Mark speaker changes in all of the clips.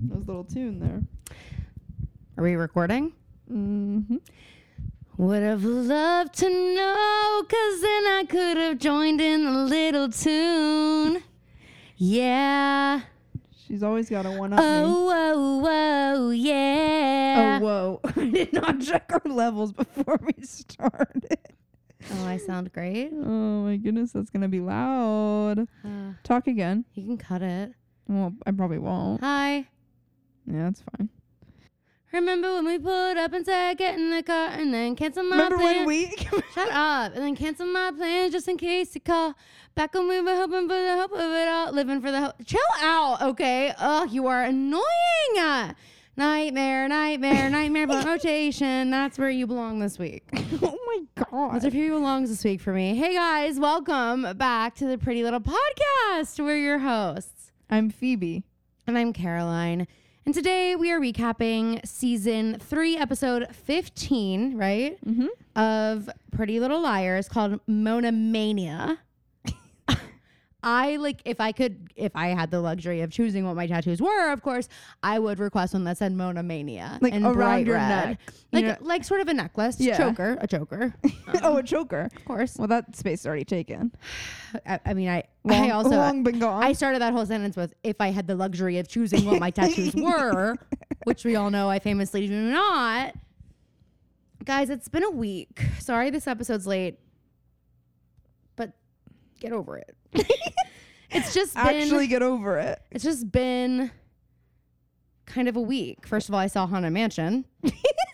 Speaker 1: Nice little tune there.
Speaker 2: Are we recording?
Speaker 1: Mm-hmm.
Speaker 2: Would have loved to know, cause then I could have joined in a little tune. Yeah.
Speaker 1: She's always got a one up me.
Speaker 2: Oh, oh, oh, yeah.
Speaker 1: Oh, whoa. I did not check our levels before we started.
Speaker 2: Oh, I sound great.
Speaker 1: Oh my goodness, that's gonna be loud.
Speaker 2: Uh,
Speaker 1: Talk again.
Speaker 2: you can cut it.
Speaker 1: Well, I probably won't.
Speaker 2: Hi.
Speaker 1: Yeah, that's fine.
Speaker 2: Remember when we pulled up and said, get in the car and then cancel my
Speaker 1: Remember
Speaker 2: plan?
Speaker 1: when we?
Speaker 2: Shut up and then cancel my plan just in case you call. Back when we were hoping for the hope of it all, living for the hope. Chill out, okay? Ugh, you are annoying. Nightmare, nightmare, nightmare but rotation. That's where you belong this week.
Speaker 1: oh my
Speaker 2: That's
Speaker 1: god.
Speaker 2: where you belongs this week for me. Hey guys, welcome back to the Pretty Little Podcast. We're your hosts,
Speaker 1: I'm Phoebe.
Speaker 2: and I'm Caroline. And today we are recapping season three, episode 15, right?
Speaker 1: Mm-hmm.
Speaker 2: of Pretty Little Liars called Mona Mania. I like if I could if I had the luxury of choosing what my tattoos were, of course, I would request one that said Mona Mania.
Speaker 1: Like
Speaker 2: in
Speaker 1: around
Speaker 2: bright
Speaker 1: your
Speaker 2: red.
Speaker 1: neck.
Speaker 2: Like
Speaker 1: You know-
Speaker 2: like sort of a necklace.
Speaker 1: Yeah.
Speaker 2: Choker. A choker.
Speaker 1: oh, a choker.
Speaker 2: Of course.
Speaker 1: Well, that space is already taken.
Speaker 2: I, I mean I
Speaker 1: Long,
Speaker 2: I also
Speaker 1: long been gone.
Speaker 2: I started that whole sentence with if I had the luxury of choosing what my tattoos were, which we all know I famously do not. Guys, it's been a week. Sorry this episode's late, but get over it. it's just been
Speaker 1: actually get over it.
Speaker 2: it's just been kind of a week. First of all, I saw Haunted Mansion.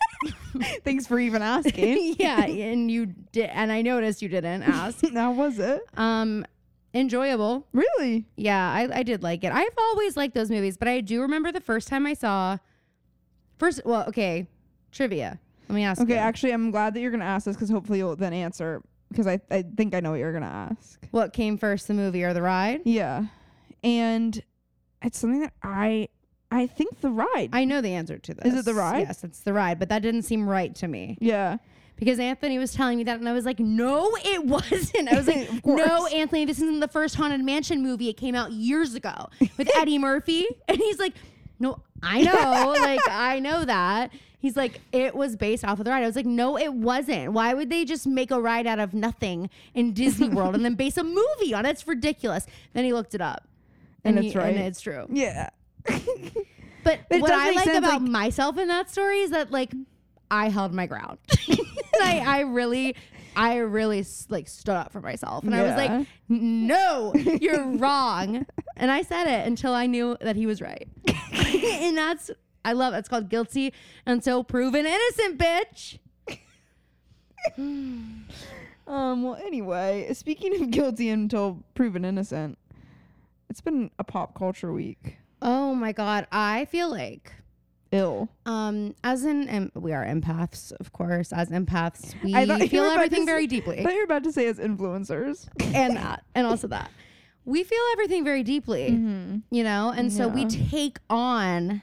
Speaker 1: Thanks for even asking.
Speaker 2: yeah, and you did and I noticed you didn't ask.
Speaker 1: How was it?
Speaker 2: Um enjoyable.
Speaker 1: Really?
Speaker 2: Yeah, I, I did like it. I've always liked those movies, but I do remember the first time I saw. First, well, okay, trivia. Let me ask.
Speaker 1: Okay,
Speaker 2: you.
Speaker 1: actually, I'm glad that you're gonna ask this because hopefully you'll then answer because I I think I know what you're gonna ask.
Speaker 2: what came first, the movie or the ride?
Speaker 1: Yeah, and it's something that I I think the ride.
Speaker 2: I know the answer to this.
Speaker 1: Is it The Ride?
Speaker 2: Yes, it's the ride, but that didn't seem right to me
Speaker 1: yeah,
Speaker 2: because Anthony was telling me that, and I was like, "No, it wasn't." I was like,
Speaker 1: Of course.
Speaker 2: "No, Anthony, this isn't the first haunted mansion movie. It came out years ago with Eddie Murphy," and he's like, "No, I know. like, I know that." He's like, "It was based off of the ride." I was like, "No, it wasn't. Why would they just make a ride out of nothing in Disney World and then base a movie on it? It's ridiculous." Then he looked it up,
Speaker 1: And
Speaker 2: he-
Speaker 1: it's right.
Speaker 2: And it's true.
Speaker 1: yeah.
Speaker 2: But
Speaker 1: It
Speaker 2: what
Speaker 1: does
Speaker 2: I
Speaker 1: make
Speaker 2: like
Speaker 1: sense,
Speaker 2: about
Speaker 1: like-
Speaker 2: myself in that story is that like I held my ground. and I, I really, I really s- like stood up for myself, and I was
Speaker 1: Yeah.
Speaker 2: like, "No, you're wrong," and I said it until I knew that he was right. and that's I love. It's called guilty until proven innocent, bitch.
Speaker 1: Um. Well, anyway, speaking of guilty until proven innocent, it's been a pop culture week.
Speaker 2: Oh my god, I feel like.
Speaker 1: Ill.
Speaker 2: Um, as an em- we are empaths, of course. As empaths, we
Speaker 1: I thought you
Speaker 2: feel
Speaker 1: were about to
Speaker 2: everything
Speaker 1: say-
Speaker 2: very
Speaker 1: I
Speaker 2: deeply.
Speaker 1: thought you were about to say as influencers.
Speaker 2: and that, and also that. We feel everything very deeply, you know, and so we
Speaker 1: Mm-hmm. Yeah.
Speaker 2: take on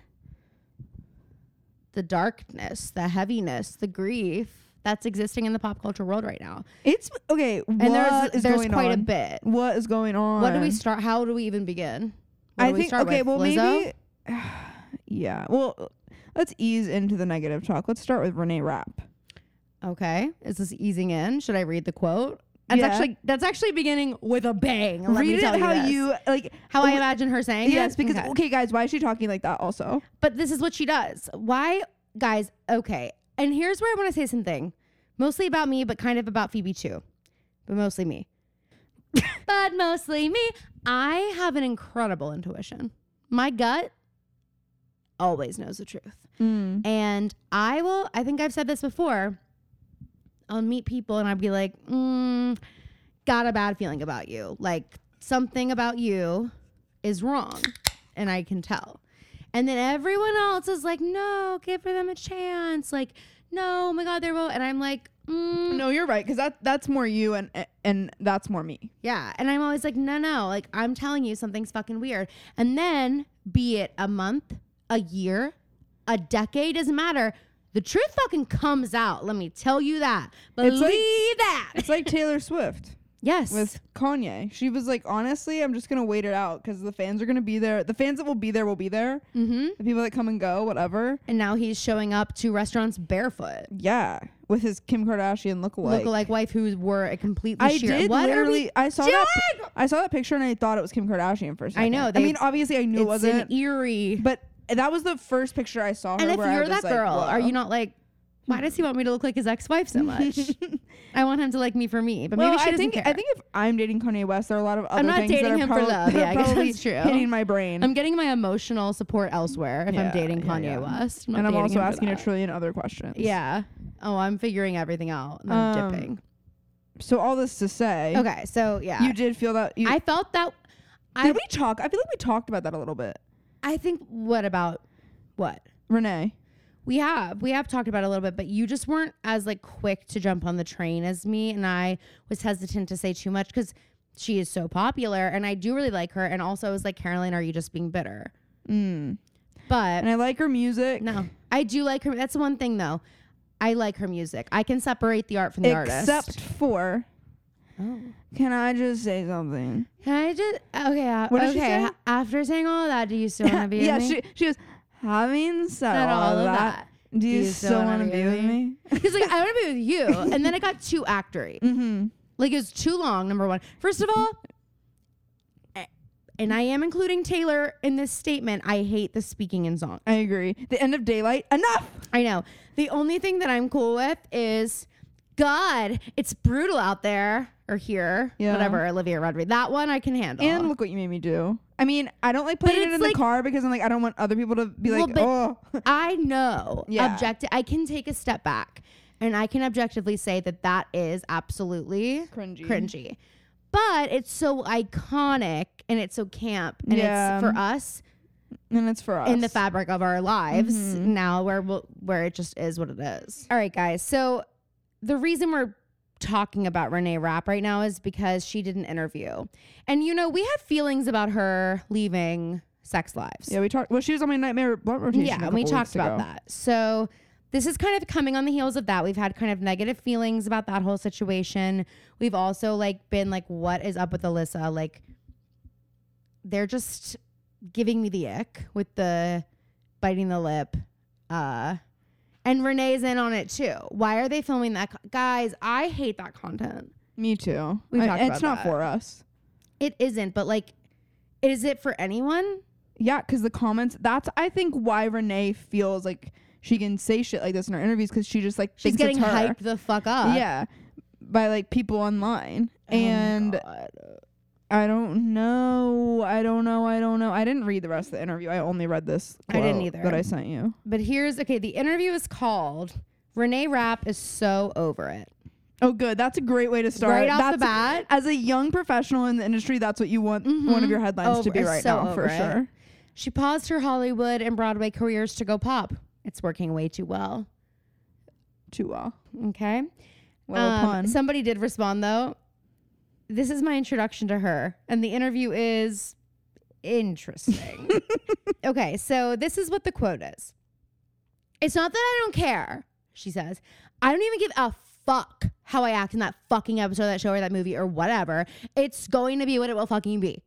Speaker 2: the darkness, the heaviness, the grief that's existing in the pop culture world right now.
Speaker 1: It's okay. What is
Speaker 2: And there's there's
Speaker 1: going
Speaker 2: quite a
Speaker 1: on?
Speaker 2: bit.
Speaker 1: What is going on?
Speaker 2: What do we start? How do we even begin? What
Speaker 1: I
Speaker 2: do we
Speaker 1: think
Speaker 2: start
Speaker 1: okay,
Speaker 2: with?
Speaker 1: well
Speaker 2: Lizzo?
Speaker 1: maybe Yeah. Well, let's ease into the negative talk. Let's start with Renee Rapp.
Speaker 2: Okay, is this easing in? Should I read the quote? That's
Speaker 1: Yeah.
Speaker 2: actually that's actually beginning with a bang. Let me
Speaker 1: Read
Speaker 2: tell
Speaker 1: it how
Speaker 2: this.
Speaker 1: you like
Speaker 2: how I
Speaker 1: w-
Speaker 2: imagine her saying
Speaker 1: Yes,
Speaker 2: it?
Speaker 1: because
Speaker 2: Okay.
Speaker 1: okay. guys, why is she talking like that also?
Speaker 2: But this is what she does. Why, guys? Okay. And here's where I want to say something, mostly about me, but kind of about Phoebe too, but mostly me. but mostly me. I have an incredible intuition. My gut always knows the truth. Mm. And I will, I think I've said this before. I'll meet people and I'll be like, mm, got a bad feeling about you. Like something about you is wrong. And I can tell. And then everyone else is like, no, give them a chance. Like, no, oh my God, they're both. And I'm like, mm,
Speaker 1: No, you're right, because that that's more you and and that's more me.
Speaker 2: yeah. And I'm always like, no, no, like I'm telling you something's fucking weird. And then be it a month, a year, a decade, doesn't matter. The truth fucking comes out. Let me tell you that. Believe
Speaker 1: like-
Speaker 2: that.
Speaker 1: It's like Taylor Swift.
Speaker 2: Yes.
Speaker 1: with Kanye. She was like, honestly, I'm just gonna wait it out because the fans are gonna be there. The fans that will be there will be there.
Speaker 2: mm-hmm.
Speaker 1: The people that come and go, whatever.
Speaker 2: And now he's showing up to restaurants barefoot.
Speaker 1: Yeah, with his Kim Kardashian lookalike.
Speaker 2: Look like wife who wore a completely
Speaker 1: I
Speaker 2: sheer.
Speaker 1: did
Speaker 2: what are we
Speaker 1: literally. I saw that. pi- I saw that picture and I thought it was Kim Kardashian for a second.
Speaker 2: know,
Speaker 1: I
Speaker 2: they-
Speaker 1: mean, obviously, I knew it
Speaker 2: it's an
Speaker 1: wasn't,
Speaker 2: eerie.
Speaker 1: but that was the first picture I saw. Her
Speaker 2: And if
Speaker 1: where I
Speaker 2: you're
Speaker 1: was
Speaker 2: that
Speaker 1: like,
Speaker 2: girl, are
Speaker 1: whoa.
Speaker 2: you not like, why does he want me to look like his ex-wife so much? I want him to like me for me, but
Speaker 1: Well,
Speaker 2: maybe she
Speaker 1: I
Speaker 2: doesn't
Speaker 1: think
Speaker 2: care.
Speaker 1: I think if I'm dating Kanye West, there are a lot of other
Speaker 2: not
Speaker 1: things that
Speaker 2: dating
Speaker 1: are
Speaker 2: him for
Speaker 1: probably,
Speaker 2: love.
Speaker 1: that are
Speaker 2: Yeah, I guess
Speaker 1: probably
Speaker 2: that's true.
Speaker 1: hitting my brain.
Speaker 2: I'm getting my emotional support elsewhere if I'm
Speaker 1: Mm-hmm. Yeah, yeah,
Speaker 2: dating Kanye
Speaker 1: yeah.
Speaker 2: West. not
Speaker 1: and I'm
Speaker 2: dating
Speaker 1: also
Speaker 2: him for
Speaker 1: asking a
Speaker 2: that.
Speaker 1: trillion other questions.
Speaker 2: Yeah. Oh, I'm figuring everything out. And I'm
Speaker 1: Um,
Speaker 2: dipping.
Speaker 1: So all this to say,
Speaker 2: Okay, so yeah,
Speaker 1: you did feel that. You,
Speaker 2: I felt that. I
Speaker 1: did we talk? I feel like we talked about that a little bit.
Speaker 2: I think what about what
Speaker 1: Renee,
Speaker 2: we have we have talked about it a little bit, but you just weren't as like quick to jump on the train as me, and I was hesitant to say too much because she is so popular, and I do really like her, and also I was like Caroline, are you just being bitter?
Speaker 1: mm.
Speaker 2: But
Speaker 1: and I like her music.
Speaker 2: no, I do like her. That's the one thing though. I like her music. I can separate the art from the artist.
Speaker 1: except for.
Speaker 2: Oh.
Speaker 1: Can I just say something?
Speaker 2: Can I just okay? Uh,
Speaker 1: What did
Speaker 2: okay.
Speaker 1: she say?
Speaker 2: h- After saying all of that, do you still want to be
Speaker 1: yeah,
Speaker 2: with me?
Speaker 1: she she was having said
Speaker 2: Not
Speaker 1: all, of that. Do you, still want to be with me?
Speaker 2: He's like, I want to be with you, and then it got too actory.
Speaker 1: Mm-hmm.
Speaker 2: Like it was too long. Number one, first of all, eh, and I am including Taylor in this statement. I hate the speaking in song.
Speaker 1: I agree. The end of daylight. Enough.
Speaker 2: I know. The only thing that I'm cool with is, God, it's brutal out there or here,
Speaker 1: Yeah.
Speaker 2: whatever. Olivia Rodrigo, that one I can handle.
Speaker 1: And look what you made me do. I mean, I don't like playing it
Speaker 2: it's
Speaker 1: in
Speaker 2: like-
Speaker 1: the car because I'm like, I don't want other people to be
Speaker 2: Well,
Speaker 1: like,
Speaker 2: but-
Speaker 1: oh,
Speaker 2: I know.
Speaker 1: Yeah.
Speaker 2: Objecti- I can take a step back and I can objectively say that that is absolutely
Speaker 1: cringy.
Speaker 2: cringy. But it's so iconic and it's so camp and
Speaker 1: Yeah.
Speaker 2: it's for us
Speaker 1: And it's for us.
Speaker 2: in the fabric of our lives now where we'll- where it just is what it is. Mm-hmm. All right guys. So the reason we're talking about Renee Rapp right now is because she did an interview. And you know, we had feelings about her leaving Sex Lives.
Speaker 1: Yeah, we talked. Well, she was on my nightmare blunt rotation.
Speaker 2: Yeah,
Speaker 1: a
Speaker 2: and we
Speaker 1: couple
Speaker 2: talked
Speaker 1: weeks
Speaker 2: about
Speaker 1: ago.
Speaker 2: that. So this is kind of coming on the heels of that. We've had kind of negative feelings about that whole situation. We've also like been like, what is up with Alyssa? Like, they're just giving me the ick with the biting the lip. Uh, and Renee's in on it too. Why are they filming that? co- Guys, I hate that content.
Speaker 1: Me too.
Speaker 2: We
Speaker 1: I-
Speaker 2: talked
Speaker 1: It's
Speaker 2: about
Speaker 1: not
Speaker 2: that.
Speaker 1: for us.
Speaker 2: It isn't, but like, is it for anyone?
Speaker 1: Yeah, because the comments. That's I think why Renee feels like she can say shit like this in her interviews because she just like
Speaker 2: She's
Speaker 1: thinks
Speaker 2: getting
Speaker 1: it's her.
Speaker 2: hyped the fuck up.
Speaker 1: Yeah, by like people online.
Speaker 2: Oh my
Speaker 1: and
Speaker 2: God.
Speaker 1: I don't know. I don't know. I don't know. I didn't read the rest of the interview. I only read this.
Speaker 2: I didn't
Speaker 1: quote
Speaker 2: either.
Speaker 1: That I sent you.
Speaker 2: But here's okay. The interview is called "Renee Rapp is so over it."
Speaker 1: Oh, good. That's a great way to start.
Speaker 2: Right off the
Speaker 1: That's-
Speaker 2: bat.
Speaker 1: as a young professional in the industry, that's what you want one of your headlines
Speaker 2: Over-
Speaker 1: to be right
Speaker 2: Oh, so
Speaker 1: now
Speaker 2: over
Speaker 1: for
Speaker 2: it.
Speaker 1: sure.
Speaker 2: She paused her Hollywood and Broadway careers to go pop. It's working way too well.
Speaker 1: Too well.
Speaker 2: Okay.
Speaker 1: Well,
Speaker 2: Um,
Speaker 1: pun.
Speaker 2: Somebody did respond though. This is my introduction to her, and the interview is interesting. okay, so this is what the quote is. It's not that I don't care, she says. I don't even give a fuck how I act in that fucking episode, of that show, or that movie, or whatever. It's going to be what it will fucking be.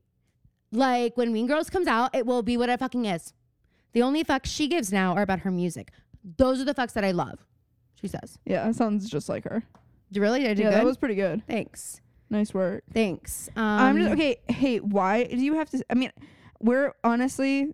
Speaker 2: Like when Mean Girls comes out, it will be what it fucking is. The only fucks she gives now are about her music. Those are the fucks that I love, she says.
Speaker 1: yeah, that sounds just like her.
Speaker 2: Really? Did I do
Speaker 1: yeah,
Speaker 2: good?
Speaker 1: that was pretty good.
Speaker 2: Thanks.
Speaker 1: Nice work.
Speaker 2: Thanks. Um,
Speaker 1: I'm just okay. Hey, why do you have to? s- I mean, we're honestly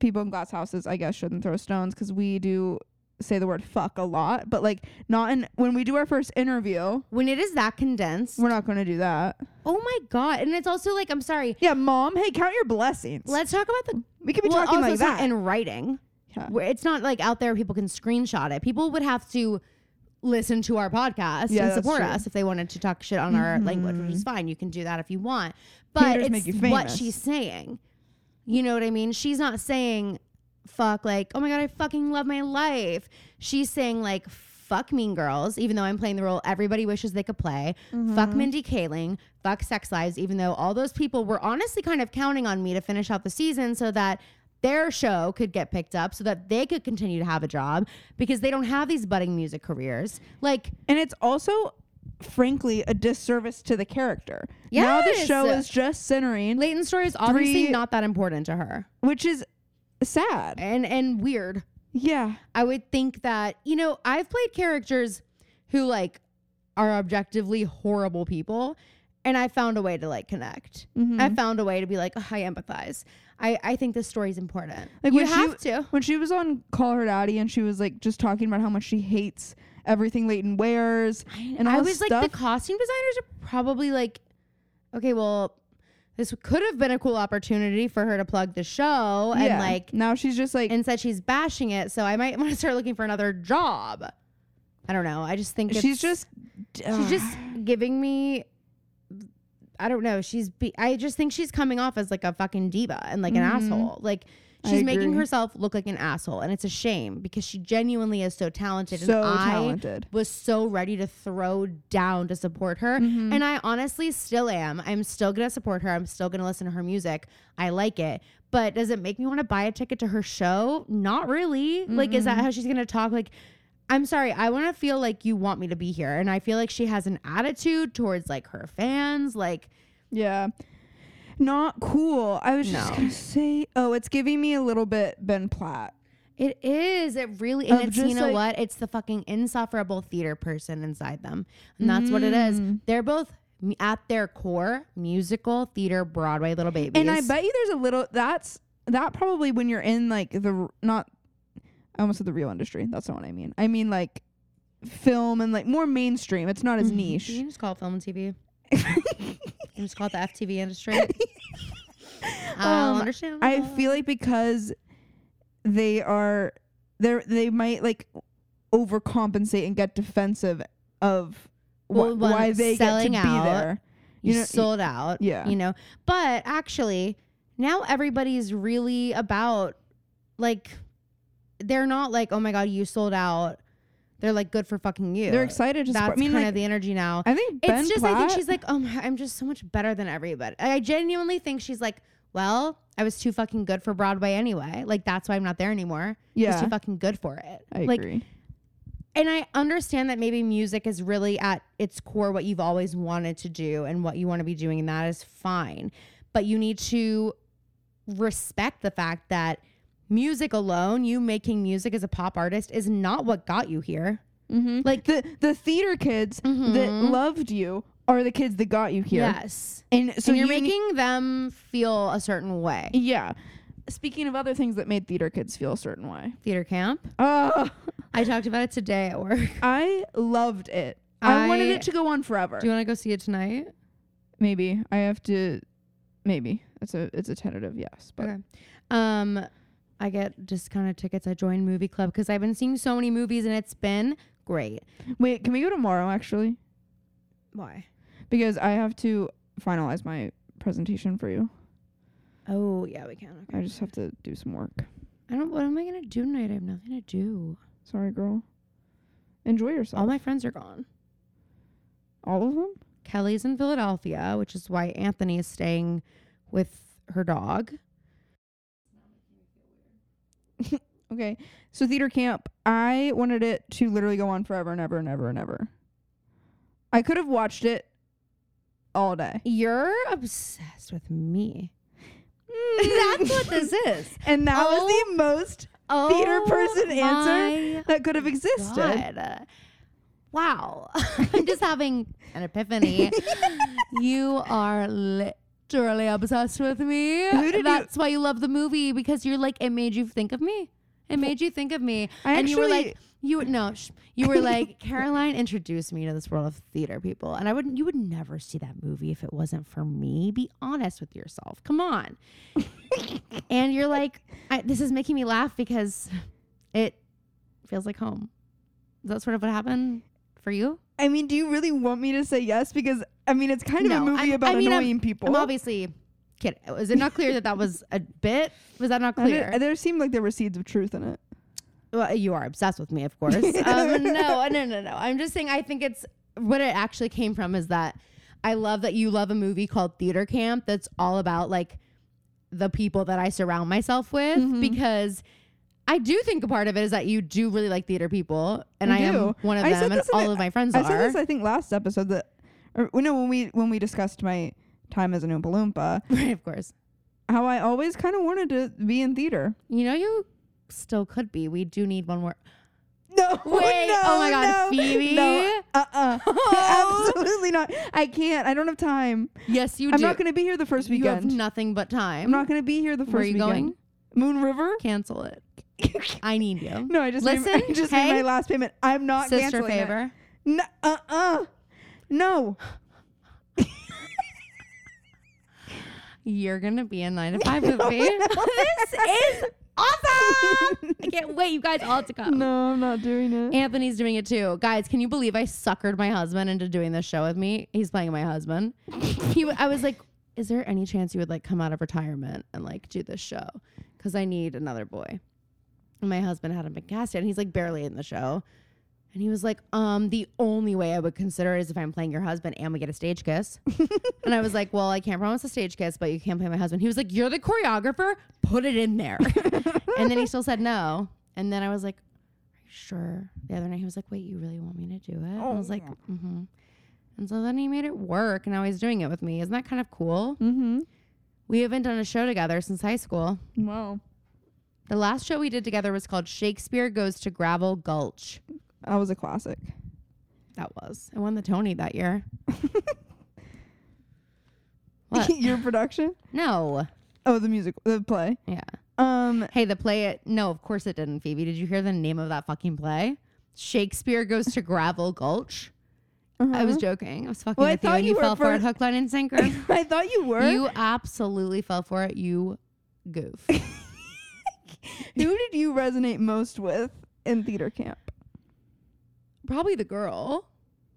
Speaker 1: people in glass houses. I guess shouldn't throw stones because we do say the word fuck a lot, but like not in when we do our first interview.
Speaker 2: When it is that condensed,
Speaker 1: We're not going to do that.
Speaker 2: oh my god! And it's also like, I'm sorry.
Speaker 1: Yeah, mom. Hey, count your blessings.
Speaker 2: Let's talk about the.
Speaker 1: we could be
Speaker 2: well,
Speaker 1: talking
Speaker 2: also
Speaker 1: like
Speaker 2: it's not
Speaker 1: that.
Speaker 2: in writing.
Speaker 1: Yeah.
Speaker 2: Where It's not like out there. People can screenshot it. People would have to listen to our podcast
Speaker 1: Yeah,
Speaker 2: and
Speaker 1: that's
Speaker 2: support
Speaker 1: true. Mm-hmm.
Speaker 2: us if they wanted to talk shit on our language, which is fine. You can do that if you want. But
Speaker 1: Haters
Speaker 2: it's
Speaker 1: make you
Speaker 2: what
Speaker 1: famous.
Speaker 2: she's saying. You know what I mean? She's not saying fuck like, oh my god, I fucking love my life. She's saying like fuck mean girls, even though I'm playing the role everybody wishes they could play. Fuck
Speaker 1: Mm-hmm.
Speaker 2: Mindy Kaling, fuck sex lives, even though all those people were honestly kind of counting on me to finish out the season so that their show could get picked up so that they could continue to have a job because they don't have these budding music careers. Like
Speaker 1: and it's also frankly a disservice to the character. Now the
Speaker 2: Yes.
Speaker 1: show is just centering,
Speaker 2: Leighton's story is obviously
Speaker 1: Three-
Speaker 2: not that important to her
Speaker 1: which is sad.
Speaker 2: and and weird.
Speaker 1: Yeah.
Speaker 2: I would think that, you know, I've played characters who like are objectively horrible people and I found a way to like connect.
Speaker 1: Mhm.
Speaker 2: I found a way to be like, oh, I empathize. I, I think this story's important.
Speaker 1: Like,
Speaker 2: you
Speaker 1: when she-
Speaker 2: have to.
Speaker 1: When she was on Call Her Daddy and she was like just talking about how much she hates everything Leighton wears and all
Speaker 2: I
Speaker 1: this
Speaker 2: was
Speaker 1: stuff.
Speaker 2: like, the costume designers are probably like, okay, well, this could have been a cool opportunity for her to plug the show and
Speaker 1: Yeah.
Speaker 2: like
Speaker 1: now she's just like
Speaker 2: and said she's bashing it, so I might want to start looking for another job. I don't know. I just think
Speaker 1: she's
Speaker 2: it's-
Speaker 1: just
Speaker 2: she's just giving me I don't know. She's be, I just think she's coming off as like a fucking diva and like an
Speaker 1: Mhm.
Speaker 2: asshole. Like
Speaker 1: I
Speaker 2: she's making
Speaker 1: agree.
Speaker 2: herself look like an asshole and it's a shame because she genuinely is so talented
Speaker 1: so
Speaker 2: and I
Speaker 1: talented.
Speaker 2: was so ready to throw down to support her.
Speaker 1: Mhm.
Speaker 2: And I honestly still am. I'm still going to support her. I'm still going to listen to her music. I like it. But does it make me want to buy a ticket to her show? Not really. Like, is that how she's going to talk? Like, I'm sorry. I want to feel like you want me to be here. And I feel like she has an attitude towards like her fans. Like,
Speaker 1: Yeah. Not cool. I was just
Speaker 2: No.
Speaker 1: gonna say oh, it's giving me a little bit Ben Platt.
Speaker 2: it is. It really, and
Speaker 1: Of
Speaker 2: it's, you
Speaker 1: just,
Speaker 2: know
Speaker 1: like-
Speaker 2: what? It's the fucking insufferable theater person inside them. And that's what it is.
Speaker 1: Mm.
Speaker 2: They're both. m- At their core, musical, theater, Broadway, little babies.
Speaker 1: And I bet you there's a little that's that probably when you're in like the r- not I almost said the real industry. That's not what I mean. I mean like film and like more mainstream. It's not as
Speaker 2: You
Speaker 1: niche.
Speaker 2: can just call it film and TV. you can just call it the FTV industry. I'll
Speaker 1: Um,
Speaker 2: understand.
Speaker 1: I feel like because they are they they might like overcompensate and get defensive of wh-
Speaker 2: Well, when
Speaker 1: why they get to
Speaker 2: selling
Speaker 1: be
Speaker 2: out,
Speaker 1: there.
Speaker 2: you,
Speaker 1: you know,
Speaker 2: sold out.
Speaker 1: yeah.
Speaker 2: You know, but actually, now everybody's really about like they're not like oh my god you sold out. They're like good for fucking you.
Speaker 1: They're excited to
Speaker 2: That's
Speaker 1: support. I mean,
Speaker 2: kind
Speaker 1: like,
Speaker 2: of the energy now.
Speaker 1: I think
Speaker 2: It's
Speaker 1: Ben
Speaker 2: just
Speaker 1: Platt,
Speaker 2: I think she's like, oh my, I'm just so much better than everybody. I genuinely think she's like, well, I was too fucking good for Broadway anyway. Like that's why I'm not there anymore. I was
Speaker 1: yeah,
Speaker 2: too fucking good for it.
Speaker 1: I
Speaker 2: like,
Speaker 1: agree.
Speaker 2: and I understand that maybe music is really at its core what you've always wanted to do and what you want to be doing, and that is fine. But you need to respect the fact that music alone, you making music as a pop artist, is not what got you here.
Speaker 1: Mm-hmm.
Speaker 2: Like-
Speaker 1: Like the the theater kids that
Speaker 2: Mhm.
Speaker 1: loved you are the kids that got you here.
Speaker 2: Yes.
Speaker 1: And
Speaker 2: So
Speaker 1: so
Speaker 2: you're
Speaker 1: you ne-
Speaker 2: making them feel a certain way.
Speaker 1: yeah. Speaking of other things that made theater kids feel a certain way.
Speaker 2: Theater camp.
Speaker 1: Oh,
Speaker 2: I talked about it today at work.
Speaker 1: I loved it. I, wanted
Speaker 2: I-
Speaker 1: it to go on forever.
Speaker 2: Do you want to go see it tonight?
Speaker 1: maybe I have to. Maybe it's a it's a tentative yes, but
Speaker 2: Okay. Um, I get discounted tickets. I join movie club because I've been seeing so many movies and it's been great.
Speaker 1: wait, can we go tomorrow actually?
Speaker 2: Why?
Speaker 1: Because I have to finalize my presentation for you.
Speaker 2: Oh yeah, we can.
Speaker 1: I
Speaker 2: Okay.
Speaker 1: just have to do some work.
Speaker 2: I don't. What am I gonna do tonight? I have nothing to do.
Speaker 1: Sorry, girl. Enjoy yourself.
Speaker 2: All my friends are gone.
Speaker 1: All of them?
Speaker 2: Kelly's in Philadelphia, which is why Anthony is staying with her dog.
Speaker 1: Okay. So theater camp, I wanted it to literally go on forever and ever and ever and ever. I could have watched it all day.
Speaker 2: You're obsessed with me. That's what this is.
Speaker 1: and that
Speaker 2: Oh.
Speaker 1: was the most
Speaker 2: Oh,
Speaker 1: Theater person answer?
Speaker 2: my
Speaker 1: that could have existed.
Speaker 2: God. Wow. I'm just having an epiphany. you are literally obsessed with me.
Speaker 1: Who did you-
Speaker 2: That's why you love the movie because you're like, it made you think of me. It made you think of me.
Speaker 1: I
Speaker 2: and you were
Speaker 1: actually-
Speaker 2: like, you were- no, sh- you were like, Caroline introduced me to this world of theater people. And I wouldn't, you would never see that movie if it wasn't for me. Be honest with yourself. Come on. and you're like, I, this is making me laugh because it feels like home. Is that sort of what happened for you?
Speaker 1: I mean, do you really want me to say yes? Because I mean, it's kind of
Speaker 2: No,
Speaker 1: a movie
Speaker 2: I'm-
Speaker 1: about
Speaker 2: I mean, I'm-
Speaker 1: annoying people.
Speaker 2: I'm obviously kidding. Is it not clear that that was a bit? Was that not
Speaker 1: I didn't-
Speaker 2: clear?
Speaker 1: there seemed like there were seeds of truth in it.
Speaker 2: Well, uh, you are obsessed with me, of course. um, no, no, no, no. I'm just saying. I think it's what it actually came from is that I love that you love a movie called Theater Camp
Speaker 1: Mm-hmm.
Speaker 2: that's all about like the people that I surround myself with because I do think a part of it is that you do really like theater people, and
Speaker 1: I
Speaker 2: I, am
Speaker 1: do.
Speaker 2: one of
Speaker 1: I
Speaker 2: them,
Speaker 1: said
Speaker 2: and
Speaker 1: this in
Speaker 2: all
Speaker 1: the-
Speaker 2: of my friends
Speaker 1: I
Speaker 2: are.
Speaker 1: said this, I think, last episode that, or no, when we when we discussed my time as an Oompa Loompa,
Speaker 2: right, of course.
Speaker 1: how I always kind of wanted to be in theater.
Speaker 2: You know, you still could be. We do need one more.
Speaker 1: No,
Speaker 2: Wait,
Speaker 1: no,
Speaker 2: oh my God,
Speaker 1: no,
Speaker 2: Phoebe.
Speaker 1: No, uh,
Speaker 2: uh-uh.
Speaker 1: uh absolutely not. I can't. I don't have time.
Speaker 2: Yes, you
Speaker 1: I'm
Speaker 2: do.
Speaker 1: not going to be here the first
Speaker 2: You have
Speaker 1: weekend.
Speaker 2: nothing but time.
Speaker 1: I'm not going to be here the first
Speaker 2: Where are you
Speaker 1: weekend.
Speaker 2: going?
Speaker 1: Moon River.
Speaker 2: Cancel it. I need you.
Speaker 1: No, I just made-
Speaker 2: Listen,
Speaker 1: I just
Speaker 2: hey,
Speaker 1: made my last payment. I'm not
Speaker 2: Sister
Speaker 1: canceling it.
Speaker 2: favor.
Speaker 1: No, uh, uh, no.
Speaker 2: You're gonna be in nine to five with me. this is awesome. I can't wait. You guys all have to come.
Speaker 1: No, I'm not doing it.
Speaker 2: Anthony's doing it too. Guys, can you believe I suckered my husband into doing this show with me? He's playing my husband. he, w- I was like, is there any chance you would like come out of retirement and like do this show? Because I need another boy. And my husband hadn't been cast yet, and he's like barely in the show. And he was like, um, the only way I would consider it is if I'm playing your husband and we get a stage kiss. and I was like, well, I can't promise a stage kiss, but you can play my husband. He was like, you're the choreographer, put it in there. and then he still said no. And then I was like, are you sure? The other night he was like, wait, you really want me to do it? And I was
Speaker 1: Oh.
Speaker 2: like, mm-hmm. And so then he made it work, and now he's doing it with me. Isn't that kind of cool?
Speaker 1: Mm-hmm.
Speaker 2: We haven't done a show together since high school.
Speaker 1: Wow.
Speaker 2: The last show we did together was called Shakespeare Goes to Gravel Gulch.
Speaker 1: That was a classic.
Speaker 2: That was. I won the Tony that year. What?
Speaker 1: Your production?
Speaker 2: No.
Speaker 1: Oh, the music, the play.
Speaker 2: Yeah.
Speaker 1: Um,
Speaker 2: Hey, the play it no, of course it didn't, Phoebe. Did you hear the name of that fucking play? Shakespeare Goes to Gravel Gulch.
Speaker 1: uh-huh.
Speaker 2: I was joking. Uh-huh. I was fucking
Speaker 1: Well, I
Speaker 2: with you
Speaker 1: thought
Speaker 2: and
Speaker 1: you
Speaker 2: you,
Speaker 1: were
Speaker 2: fell for it
Speaker 1: for-
Speaker 2: hook, line, and sinker.
Speaker 1: I thought you were.
Speaker 2: you absolutely fell for it, you goof.
Speaker 1: Who did you resonate most with in theater camp?
Speaker 2: Probably the girl.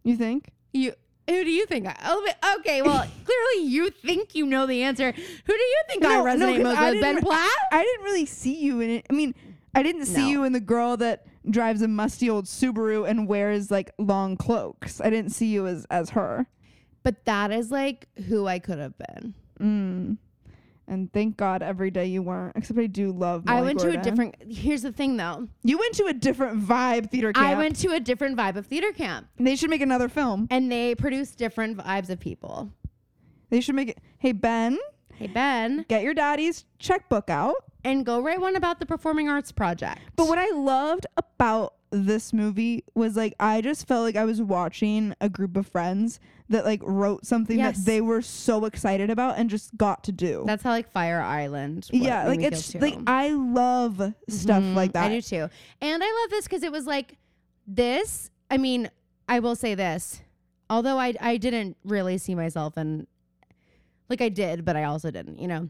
Speaker 1: You think?
Speaker 2: You who do you think? I, oh, okay, well, clearly you think you know the answer. Who do you think I
Speaker 1: No, no,
Speaker 2: resonate
Speaker 1: 'cause
Speaker 2: most
Speaker 1: I
Speaker 2: with? Ben
Speaker 1: didn't-
Speaker 2: Platt?
Speaker 1: I didn't really see you in it. I mean, I didn't see
Speaker 2: No.
Speaker 1: you in the girl that drives a musty old Subaru and wears like long cloaks. I didn't see you as as her.
Speaker 2: But that is like who I could have been.
Speaker 1: Mm. And thank God every day you weren't. Except I do love. Molly
Speaker 2: I went to
Speaker 1: Gordon.
Speaker 2: a different. Here's the thing, though.
Speaker 1: You went to a different vibe theater camp.
Speaker 2: I went to a different vibe of theater camp,
Speaker 1: They should make another film.
Speaker 2: and they produce different vibes of people.
Speaker 1: They should make it. Hey Ben,
Speaker 2: Hey Ben,
Speaker 1: get your daddy's checkbook out.
Speaker 2: and go write one about the performing arts project.
Speaker 1: But what I loved about this movie was like I just felt like I was watching a group of friends that like wrote something
Speaker 2: Yes.
Speaker 1: that they were so excited about and just got to do.
Speaker 2: that's how like Fire Island. wa-
Speaker 1: yeah,
Speaker 2: made
Speaker 1: like
Speaker 2: me feel
Speaker 1: it's
Speaker 2: too. Mm-hmm.
Speaker 1: like I love stuff like that.
Speaker 2: I do too. And I love this because it was like this. I mean, I will say this. Although I I didn't really see myself in like I did, but I also didn't, you know.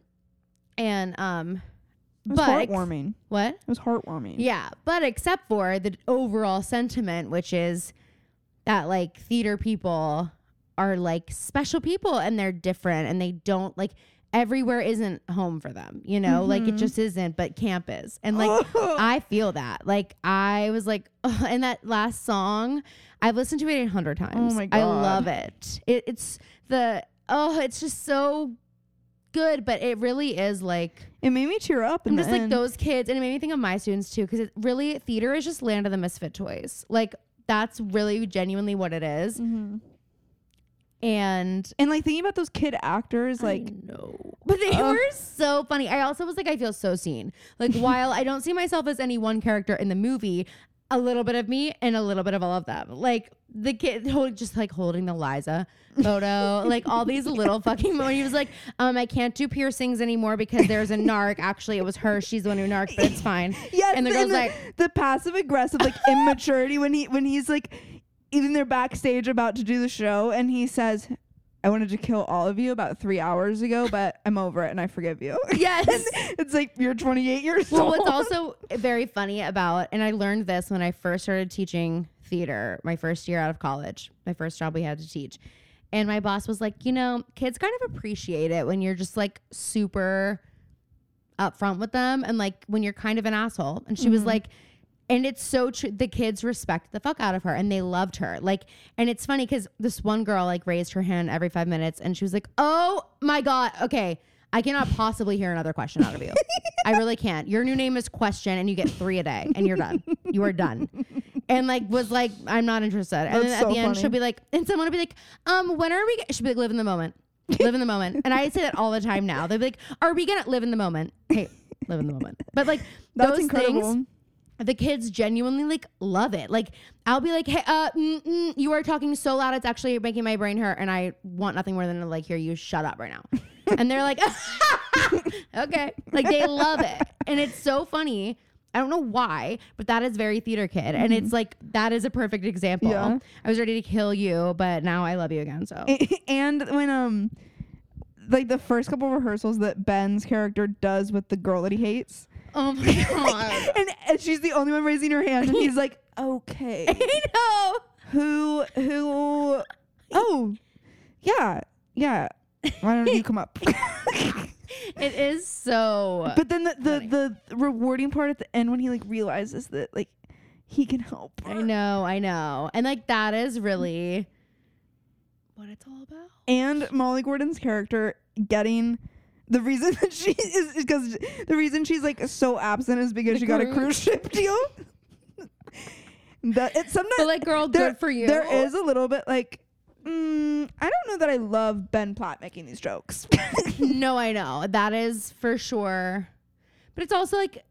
Speaker 2: And um
Speaker 1: It was
Speaker 2: but
Speaker 1: heartwarming.
Speaker 2: what?
Speaker 1: It was heartwarming.
Speaker 2: Yeah, but except for the overall sentiment, which is that like theater people are like special people and they're different and they don't like everywhere isn't home for them, you know, like it
Speaker 1: Mm-hmm.
Speaker 2: just isn't, but camp is. And
Speaker 1: Oh.
Speaker 2: like I feel that. Like I was like, ugh, and that last song, I've listened to it a hundred
Speaker 1: Oh
Speaker 2: times.
Speaker 1: my
Speaker 2: I
Speaker 1: God.
Speaker 2: love it. it. It's the oh, it's just so good, but it really is like
Speaker 1: It made me tear up. in
Speaker 2: I'm
Speaker 1: the
Speaker 2: just like
Speaker 1: end.
Speaker 2: those kids, and it made me think of my students too, because it really theater is just land of the misfit toys. Like that's really genuinely what it is.
Speaker 1: Mhm.
Speaker 2: And
Speaker 1: And like thinking about those kid actors, like
Speaker 2: no, but they
Speaker 1: Ugh.
Speaker 2: were so funny. I also was like, I feel so seen. Like while I don't see myself as any one character in the movie, a little bit of me and a little bit of all of them. Like the kid hold, just like holding the Liza photo, like all these little fucking moments. He was like, um, I can't do piercings anymore because there's a narc. Actually, it was her. She's the one who narcs, but it's fine.
Speaker 1: Yes,
Speaker 2: And the girl's like,
Speaker 1: the passive aggressive like immaturity when he when he's like even they're backstage about to do the show and he says, I wanted to kill all of you about three hours ago, but I'm over it and I forgive you.
Speaker 2: Yes.
Speaker 1: it's like you're twenty eight years
Speaker 2: well,
Speaker 1: old.
Speaker 2: what's also very funny about, and I learned this when I first started teaching theater, my first year out of college, my first job we had to teach. And my boss was like, you know, kids kind of appreciate it when you're just like super upfront with them and like when you're kind of an asshole. And she was
Speaker 1: Mm-hmm.
Speaker 2: like, and it's so true. The kids respect the fuck out of her and they loved her. Like, and it's funny because this one girl like raised her hand every five minutes and she was like, oh my God, okay, I cannot possibly hear another question out of you. I really can't. Your new name is question, and you get three a day, and you're done. You are done. And like was like, I'm not interested. And
Speaker 1: That's
Speaker 2: then at
Speaker 1: so
Speaker 2: the end,
Speaker 1: funny.
Speaker 2: she'll be like, and someone will be like, um, when are we? g-" She'll be like, live in the moment. Live in the moment. And I say that all the time now. They'll be like, are we gonna live in the moment? Hey, live in the moment. But like
Speaker 1: That's
Speaker 2: those
Speaker 1: incredible.
Speaker 2: things the kids genuinely like love it. Like I'll be like, hey, uh, mm, mm, you are talking so loud, it's actually making my brain hurt, and I want nothing more than to like hear you shut up right now. and they're like, okay, like they love it, and it's so funny. I don't know why, but that is very theater kid, and it's like that is a perfect example.
Speaker 1: Yeah.
Speaker 2: I was ready to kill you, but now I love you again. So
Speaker 1: and when um like the first couple rehearsals that Ben's character does with the girl that he hates.
Speaker 2: oh my god,
Speaker 1: And, and she's the only one raising her hand and he's like, "Okay.
Speaker 2: I know.
Speaker 1: Who who Oh. Yeah. Yeah. Why don't you come up?"
Speaker 2: It is so.
Speaker 1: but then the
Speaker 2: Funny.
Speaker 1: the, the rewarding part at the end when he like realizes that like he can help.
Speaker 2: I
Speaker 1: her.
Speaker 2: know, I know. And like that is really what it's all about.
Speaker 1: and Molly Gordon's character getting the reason that she is because the reason she's like so absent is because
Speaker 2: The
Speaker 1: she got a
Speaker 2: cruise.
Speaker 1: cruise ship deal. that it's sometimes
Speaker 2: But like girl,
Speaker 1: there-
Speaker 2: good for you.
Speaker 1: There is a little bit like mm, I don't know that I love Ben Platt making these jokes.
Speaker 2: No, I know. That is for sure. But it's also like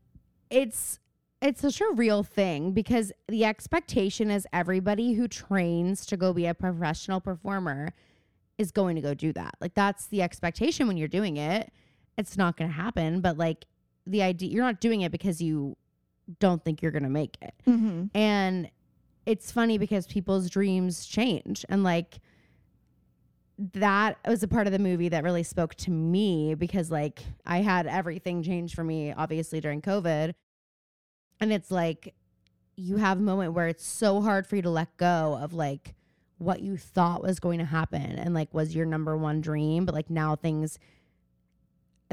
Speaker 2: it's it's such a real thing because the expectation is everybody who trains to go be a professional performer is going to go do that. Like that's the expectation when you're doing it. It's not going to happen, but like the idea you're not doing it because you don't think you're going to make it.
Speaker 1: mm-hmm.
Speaker 2: And it's funny because people's dreams change. And like that was a part of the movie that really spoke to me because like I had everything change for me, obviously, during COVID. And it's like you have a moment where it's so hard for you to let go of like what you thought was going to happen and like was your number one dream, but like now things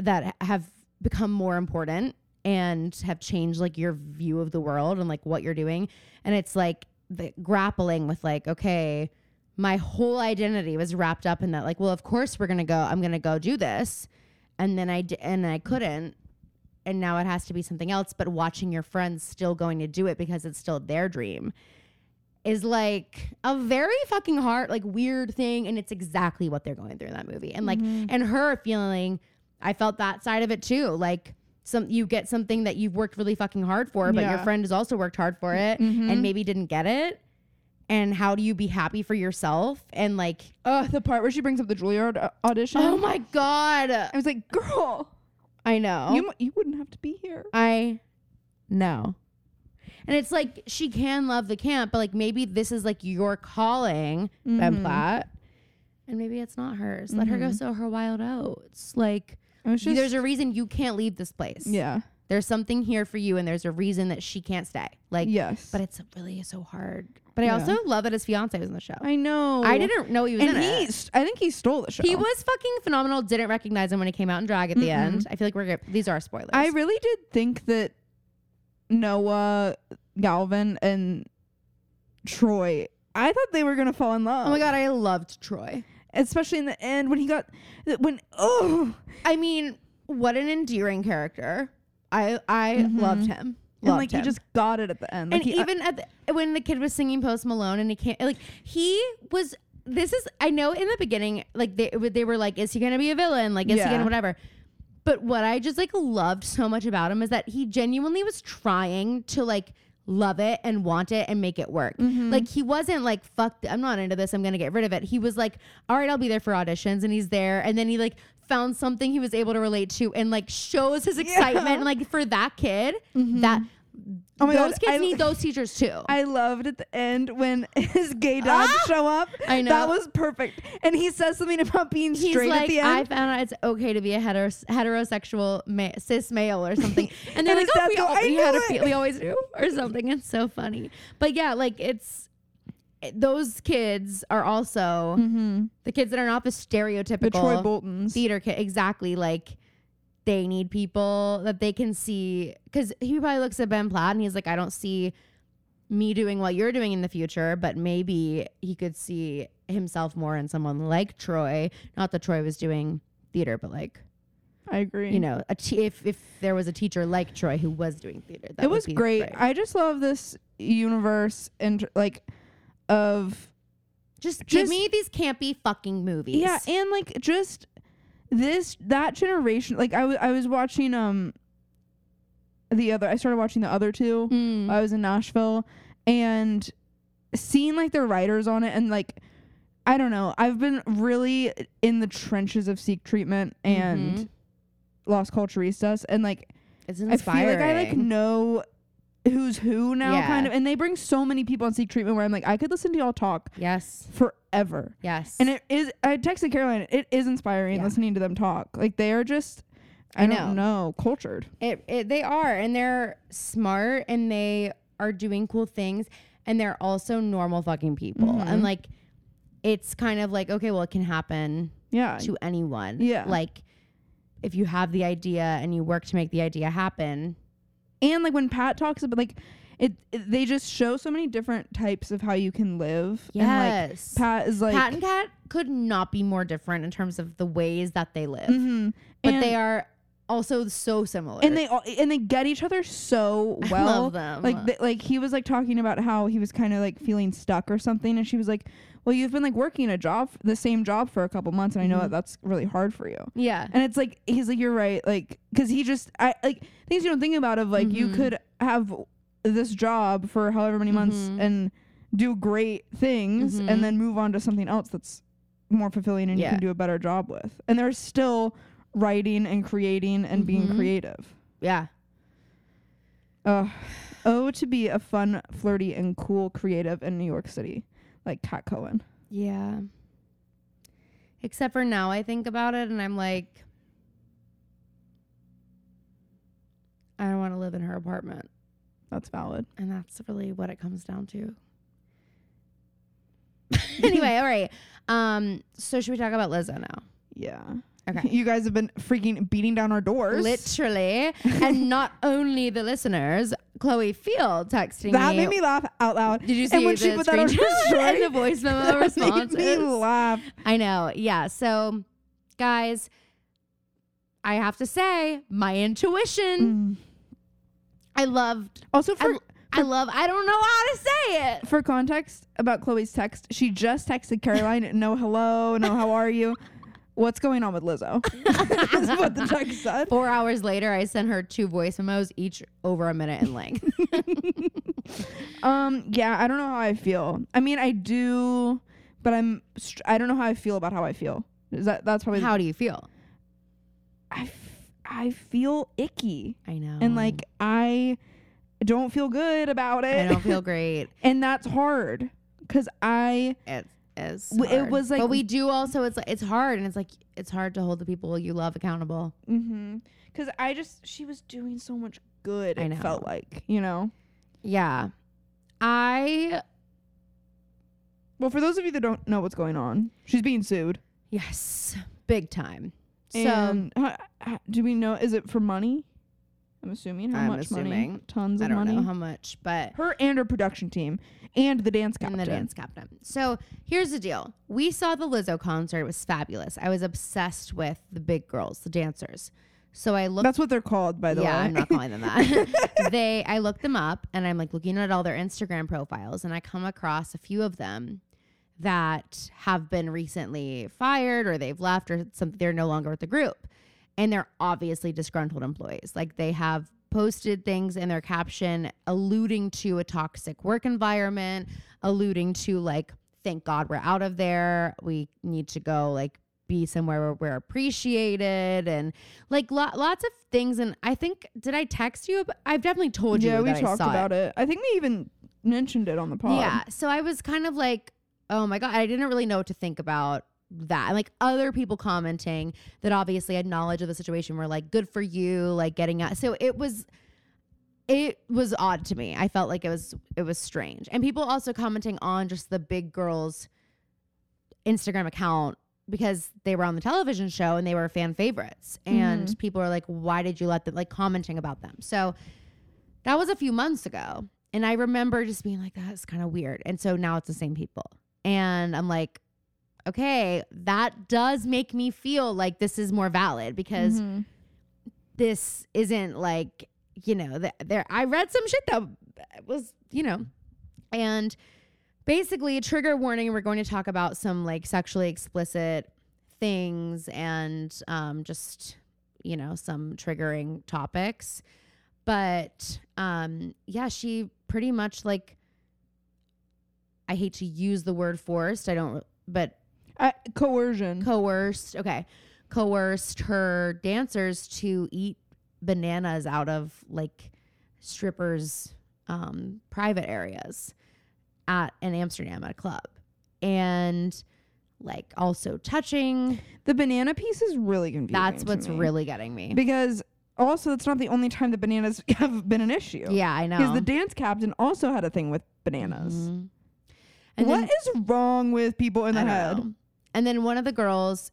Speaker 2: that have become more important and have changed like your view of the world and like what you're doing. And it's like the grappling with like, okay, my whole identity was wrapped up in that. Like, well, of course we're gonna go. I'm gonna go do this, and then I d- and I couldn't, and now it has to be something else. But watching your friends still going to do it because it's still their dream is like a very fucking hard, like weird thing, and it's exactly what they're going through in that movie. And like, and her feeling, I felt that side of it too. Like, some you get something that you've worked really fucking hard for, but your
Speaker 1: Yeah.
Speaker 2: friend has also worked hard for it,
Speaker 1: Mm-hmm.
Speaker 2: and maybe didn't get it and how do you be happy for yourself and like
Speaker 1: uh, the part where she brings up the Juilliard uh, audition.
Speaker 2: oh my god
Speaker 1: I was like, girl,
Speaker 2: i know
Speaker 1: you mu- you wouldn't have to be here.
Speaker 2: i know and it's like she can love the camp but like maybe this is like your calling ben
Speaker 1: Mm-hmm.
Speaker 2: platt and maybe it's not hers let her go sow her wild oats like
Speaker 1: I was Mm-hmm. just-
Speaker 2: there's a reason you can't leave this place
Speaker 1: yeah.
Speaker 2: there's something here for you and there's a reason that she can't stay like
Speaker 1: Yes.
Speaker 2: but it's really so hard but i
Speaker 1: Yeah.
Speaker 2: also love that his fiance was in the show i,
Speaker 1: I know.
Speaker 2: didn't know he was
Speaker 1: And
Speaker 2: in it
Speaker 1: he, st- I think he stole the show.
Speaker 2: He was fucking phenomenal. Didn't recognize him when he came out in drag at the end. I feel like we're gonna- these are spoilers.
Speaker 1: I really did think that Noah, Galvin, and Troy. I thought they were gonna fall in love.
Speaker 2: oh my god, I loved Troy.
Speaker 1: Especially in the end when he got th- when oh
Speaker 2: I mean, what an endearing character. I I loved him.
Speaker 1: and
Speaker 2: Loved
Speaker 1: like
Speaker 2: him.
Speaker 1: he just got it at the end. Like
Speaker 2: and e,
Speaker 1: he, uh,
Speaker 2: even at the, when the kid was singing Post Malone and he can't like he was. This is I know in the beginning like they they were like, is he gonna be a villain? Like is he
Speaker 1: Yeah.
Speaker 2: gonna whatever. But what I just like loved so much about him is that he genuinely was trying to like love it and want it and make it work.
Speaker 1: Mm-hmm.
Speaker 2: Like he wasn't like fuck th- I'm not into this. I'm going to get rid of it. He was like, "All right, I'll be there for auditions." And he's there and then he like found something he was able to relate to and like shows his excitement and like for that kid, that
Speaker 1: Oh my
Speaker 2: those
Speaker 1: God,
Speaker 2: kids
Speaker 1: I-
Speaker 2: need those teachers too.
Speaker 1: I loved at the end when his gay dads show up.
Speaker 2: Ah! I know.
Speaker 1: that was perfect. And he says something about being
Speaker 2: He's
Speaker 1: straight
Speaker 2: like,
Speaker 1: at the end.
Speaker 2: I found out it's okay to be a heteros- heterosexual ma- cis male or something. And they're
Speaker 1: And his
Speaker 2: like, oh,
Speaker 1: dad
Speaker 2: we,
Speaker 1: go,
Speaker 2: all,
Speaker 1: "I
Speaker 2: we, had a,
Speaker 1: knew
Speaker 2: fe-
Speaker 1: it."
Speaker 2: we always do or something. It's so funny. But yeah, like it's it- those kids are also the kids that are not the
Speaker 1: Mm-hmm. the
Speaker 2: stereotypical
Speaker 1: Troy Boltons.
Speaker 2: theater kid. Exactly. Like they need people that they can see. Because he probably looks at Ben Platt and he's like, I don't see me doing what you're doing in the future, but maybe he could see himself more in someone like Troy. Not that Troy was doing theater, but like
Speaker 1: I agree.
Speaker 2: you know, a t- if if there was a teacher like Troy who was doing theater, that
Speaker 1: it
Speaker 2: would
Speaker 1: was
Speaker 2: be
Speaker 1: great. I just love this universe and like of
Speaker 2: just, give
Speaker 1: just-
Speaker 2: me these campy fucking movies.
Speaker 1: yeah, and like just this that generation. Like I wa- I was watching um the other. I started watching the other two.
Speaker 2: Mm.
Speaker 1: I was in Nashville and seeing like their writers on it and like I don't know. I've been really in the trenches of Sikh treatment and
Speaker 2: Mhm.
Speaker 1: Lost Culturistas and like
Speaker 2: it's
Speaker 1: I feel
Speaker 2: inspiring.
Speaker 1: like I like know who's who now
Speaker 2: Yeah.
Speaker 1: kind of and they bring so many people on Sikh treatment where I'm like I could listen to y'all talk
Speaker 2: yes,
Speaker 1: forever.
Speaker 2: yes,
Speaker 1: And it is I texted Caroline, it is inspiring
Speaker 2: Yeah.
Speaker 1: listening to them talk. Like they are just I,
Speaker 2: I
Speaker 1: don't know, cultured.
Speaker 2: It, it they are and they're smart and they are doing cool things and they're also normal fucking people
Speaker 1: Mm-hmm.
Speaker 2: and like it's kind of like okay well it can happen
Speaker 1: Yeah.
Speaker 2: to anyone
Speaker 1: Yeah.
Speaker 2: like if you have the idea and you work to make the idea happen
Speaker 1: and like when Pat talks about like it, it- they just show so many different types of how you can live. And like
Speaker 2: yes
Speaker 1: Pat is like
Speaker 2: Pat and Cat could not be more different in terms of the ways that they live
Speaker 1: mhm.
Speaker 2: but
Speaker 1: and,
Speaker 2: they are also so similar
Speaker 1: and they all, and they get each other so
Speaker 2: I
Speaker 1: well.
Speaker 2: love them
Speaker 1: Like th- like he was like talking about how he was kind of like feeling stuck or something, and she was like, "Well, you've been like working a job, the same job for a couple months, and I know
Speaker 2: Mm-hmm.
Speaker 1: that that's really hard for you."
Speaker 2: yeah
Speaker 1: And it's like he's like, "You're right," like because he just I like things you don't think about of like you
Speaker 2: Mhm.
Speaker 1: could have this job for however many months
Speaker 2: Mhm.
Speaker 1: and do great things
Speaker 2: Mhm.
Speaker 1: and then move on to something else that's more fulfilling and you
Speaker 2: Yeah.
Speaker 1: can do a better job with. And they're still writing and creating and being
Speaker 2: Mhm.
Speaker 1: creative.
Speaker 2: yeah
Speaker 1: Ugh. Oh, to be a fun, flirty, and cool creative in New York City, like Kat Cohen.
Speaker 2: Yeah. Except for now I think about it and I'm like I don't want to live in her apartment.
Speaker 1: That's valid.
Speaker 2: And that's really what it comes down to. anyway, all right. Um so should we talk about Lizzo now?
Speaker 1: Yeah.
Speaker 2: Okay.
Speaker 1: You guys have been freaking beating down our doors.
Speaker 2: Literally, and not only the listeners, Chloe Field texting
Speaker 1: that
Speaker 2: me.
Speaker 1: made me laugh out loud.
Speaker 2: Did you see
Speaker 1: and when
Speaker 2: the
Speaker 1: she put that on her
Speaker 2: screenshot
Speaker 1: story,
Speaker 2: and the voice memo
Speaker 1: that made
Speaker 2: response?
Speaker 1: me laugh.
Speaker 2: I know. Yeah. So, guys, I have to say, my intuition. I loved.
Speaker 1: Also,
Speaker 2: I,
Speaker 1: for
Speaker 2: I love. I don't know how to say it.
Speaker 1: for context about Chloe's text, she just texted Caroline, "No hello, no how are you, what's going on with Lizzo?" That's what the text said.
Speaker 2: Four hours later, I sent her two voice memos, each over a minute in length.
Speaker 1: Um, yeah, I don't know how I feel. I mean, I do, but I'm str- I don't know how I feel about how I feel. Is that that's probably
Speaker 2: how do you feel?
Speaker 1: I f- I feel icky
Speaker 2: I know.
Speaker 1: and like I don't feel good about it,
Speaker 2: Oh. I don't feel great.
Speaker 1: and that's hard because I
Speaker 2: It is.
Speaker 1: W- it
Speaker 2: hard.
Speaker 1: was like-
Speaker 2: but we do also. It's like it's hard, and it's like it's hard to hold the people you love accountable.
Speaker 1: because mm-hmm, I just she was doing so much good.
Speaker 2: I
Speaker 1: It
Speaker 2: know.
Speaker 1: felt like you know.
Speaker 2: Yeah, I
Speaker 1: Well, for those of you that don't know what's going on, she's being sued.
Speaker 2: yes, big time. so
Speaker 1: and ho- ho- Um, do we know? Is it for money? I'm assuming how
Speaker 2: I'm
Speaker 1: much money?
Speaker 2: assuming.
Speaker 1: Tons
Speaker 2: I
Speaker 1: of
Speaker 2: don't
Speaker 1: money.
Speaker 2: know how much, but
Speaker 1: her and her production team and the dance captain.
Speaker 2: and the dance captain. So here's the deal: we saw the Lizzo concert; it was fabulous. I was obsessed with the big girls, the dancers. So I looked.
Speaker 1: That's what they're called, by the
Speaker 2: yeah,
Speaker 1: way.
Speaker 2: I'm not calling them that. they, I looked them up, and I'm like looking at all their Instagram profiles, and I come across a few of them that have been recently fired, or they've left, or something. They're no longer with the group, and they're obviously disgruntled employees. Like they have posted things in their caption alluding to a toxic work environment, alluding to like, thank God we're out of there. We need to go like be somewhere where we're appreciated and like lo- lots of things. And I think did I text you? ab- I've definitely told you.
Speaker 1: yeah, we
Speaker 2: that I
Speaker 1: talked
Speaker 2: saw
Speaker 1: about it. I think we even mentioned it on the pod.
Speaker 2: yeah. So I was kind of like, oh my God, I didn't really know what to think about that. And like other people commenting that obviously had knowledge of the situation were like, good for you, like getting out. So it was it was odd to me. I felt like it was it was strange. And people also commenting on just the big girls Instagram account because they were on the television show and they were fan favorites. And people are like, why did you let them like commenting about them? So that was a few months ago. And I remember just being like, that's kind of weird. And so now it's the same people. And I'm like, okay, that does make me feel like this is more valid because
Speaker 1: Mhm.
Speaker 2: this isn't like you know th- there i read some shit that was you know and basically trigger warning we're going to talk about some like sexually explicit things and um, just you know some triggering topics but um, yeah she pretty much like i hate to use the word forced i don't but
Speaker 1: Uh, coercion.
Speaker 2: coerced okay coerced her dancers to eat bananas out of like strippers um private areas at in Amsterdam at a club and like also touching
Speaker 1: the banana piece is really confusing.
Speaker 2: that's
Speaker 1: to
Speaker 2: what's
Speaker 1: me.
Speaker 2: really getting me
Speaker 1: because also that's not the only time the bananas have been an issue.
Speaker 2: yeah i know
Speaker 1: Because the dance captain also had a thing with bananas.
Speaker 2: Mhm.
Speaker 1: What is
Speaker 2: and then,
Speaker 1: wrong with people in the
Speaker 2: I don't
Speaker 1: head?
Speaker 2: know. and then one of the girls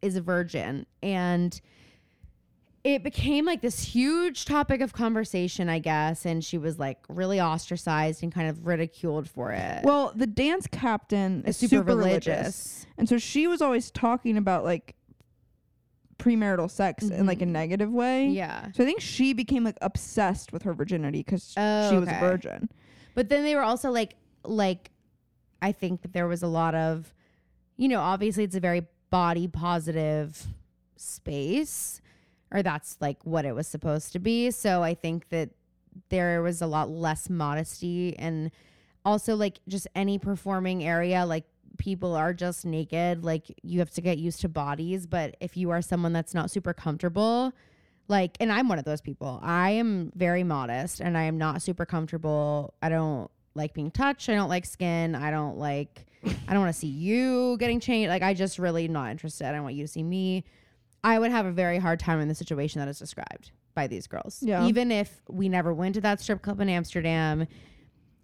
Speaker 2: is a virgin and it became like this huge topic of conversation, I guess, and she was like really ostracized and kind of ridiculed for it.
Speaker 1: Well, the dance captain is
Speaker 2: It's super, religious.
Speaker 1: And so she was always talking about like premarital sex in like a
Speaker 2: Mhm.
Speaker 1: negative way.
Speaker 2: Yeah.
Speaker 1: So I think she became like obsessed with her virginity because
Speaker 2: Oh,
Speaker 1: she was a
Speaker 2: okay.
Speaker 1: virgin.
Speaker 2: But then they were also like like I think that there was a lot of you know, obviously it's a very body positive space or that's like what it was supposed to be. So I think that there was a lot less modesty and also like just any performing area like people are just naked like you have to get used to bodies but if you are someone that's not super comfortable like and i'm one of those people i am very modest and i am not super comfortable i don't like being touched i don't like skin i don't like i don't want to see you getting changed like i just really not interested i want you to see me i would have a very hard time in the situation that is described by these girls
Speaker 1: Yeah.
Speaker 2: even if we never went to that strip club in amsterdam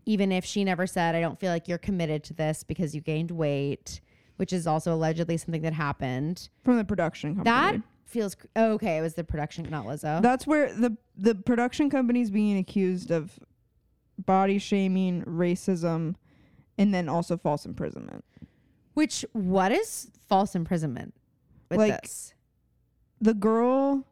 Speaker 2: even if she never said i don't feel like you're committed to this because you gained weight which is also allegedly something that happened
Speaker 1: From the production company.
Speaker 2: that feels cr- oh, okay it was the production not lizzo
Speaker 1: That's where the the production company's being accused of body shaming, racism, and then also false imprisonment.
Speaker 2: Which what is false imprisonment with
Speaker 1: Like-
Speaker 2: this?
Speaker 1: The girl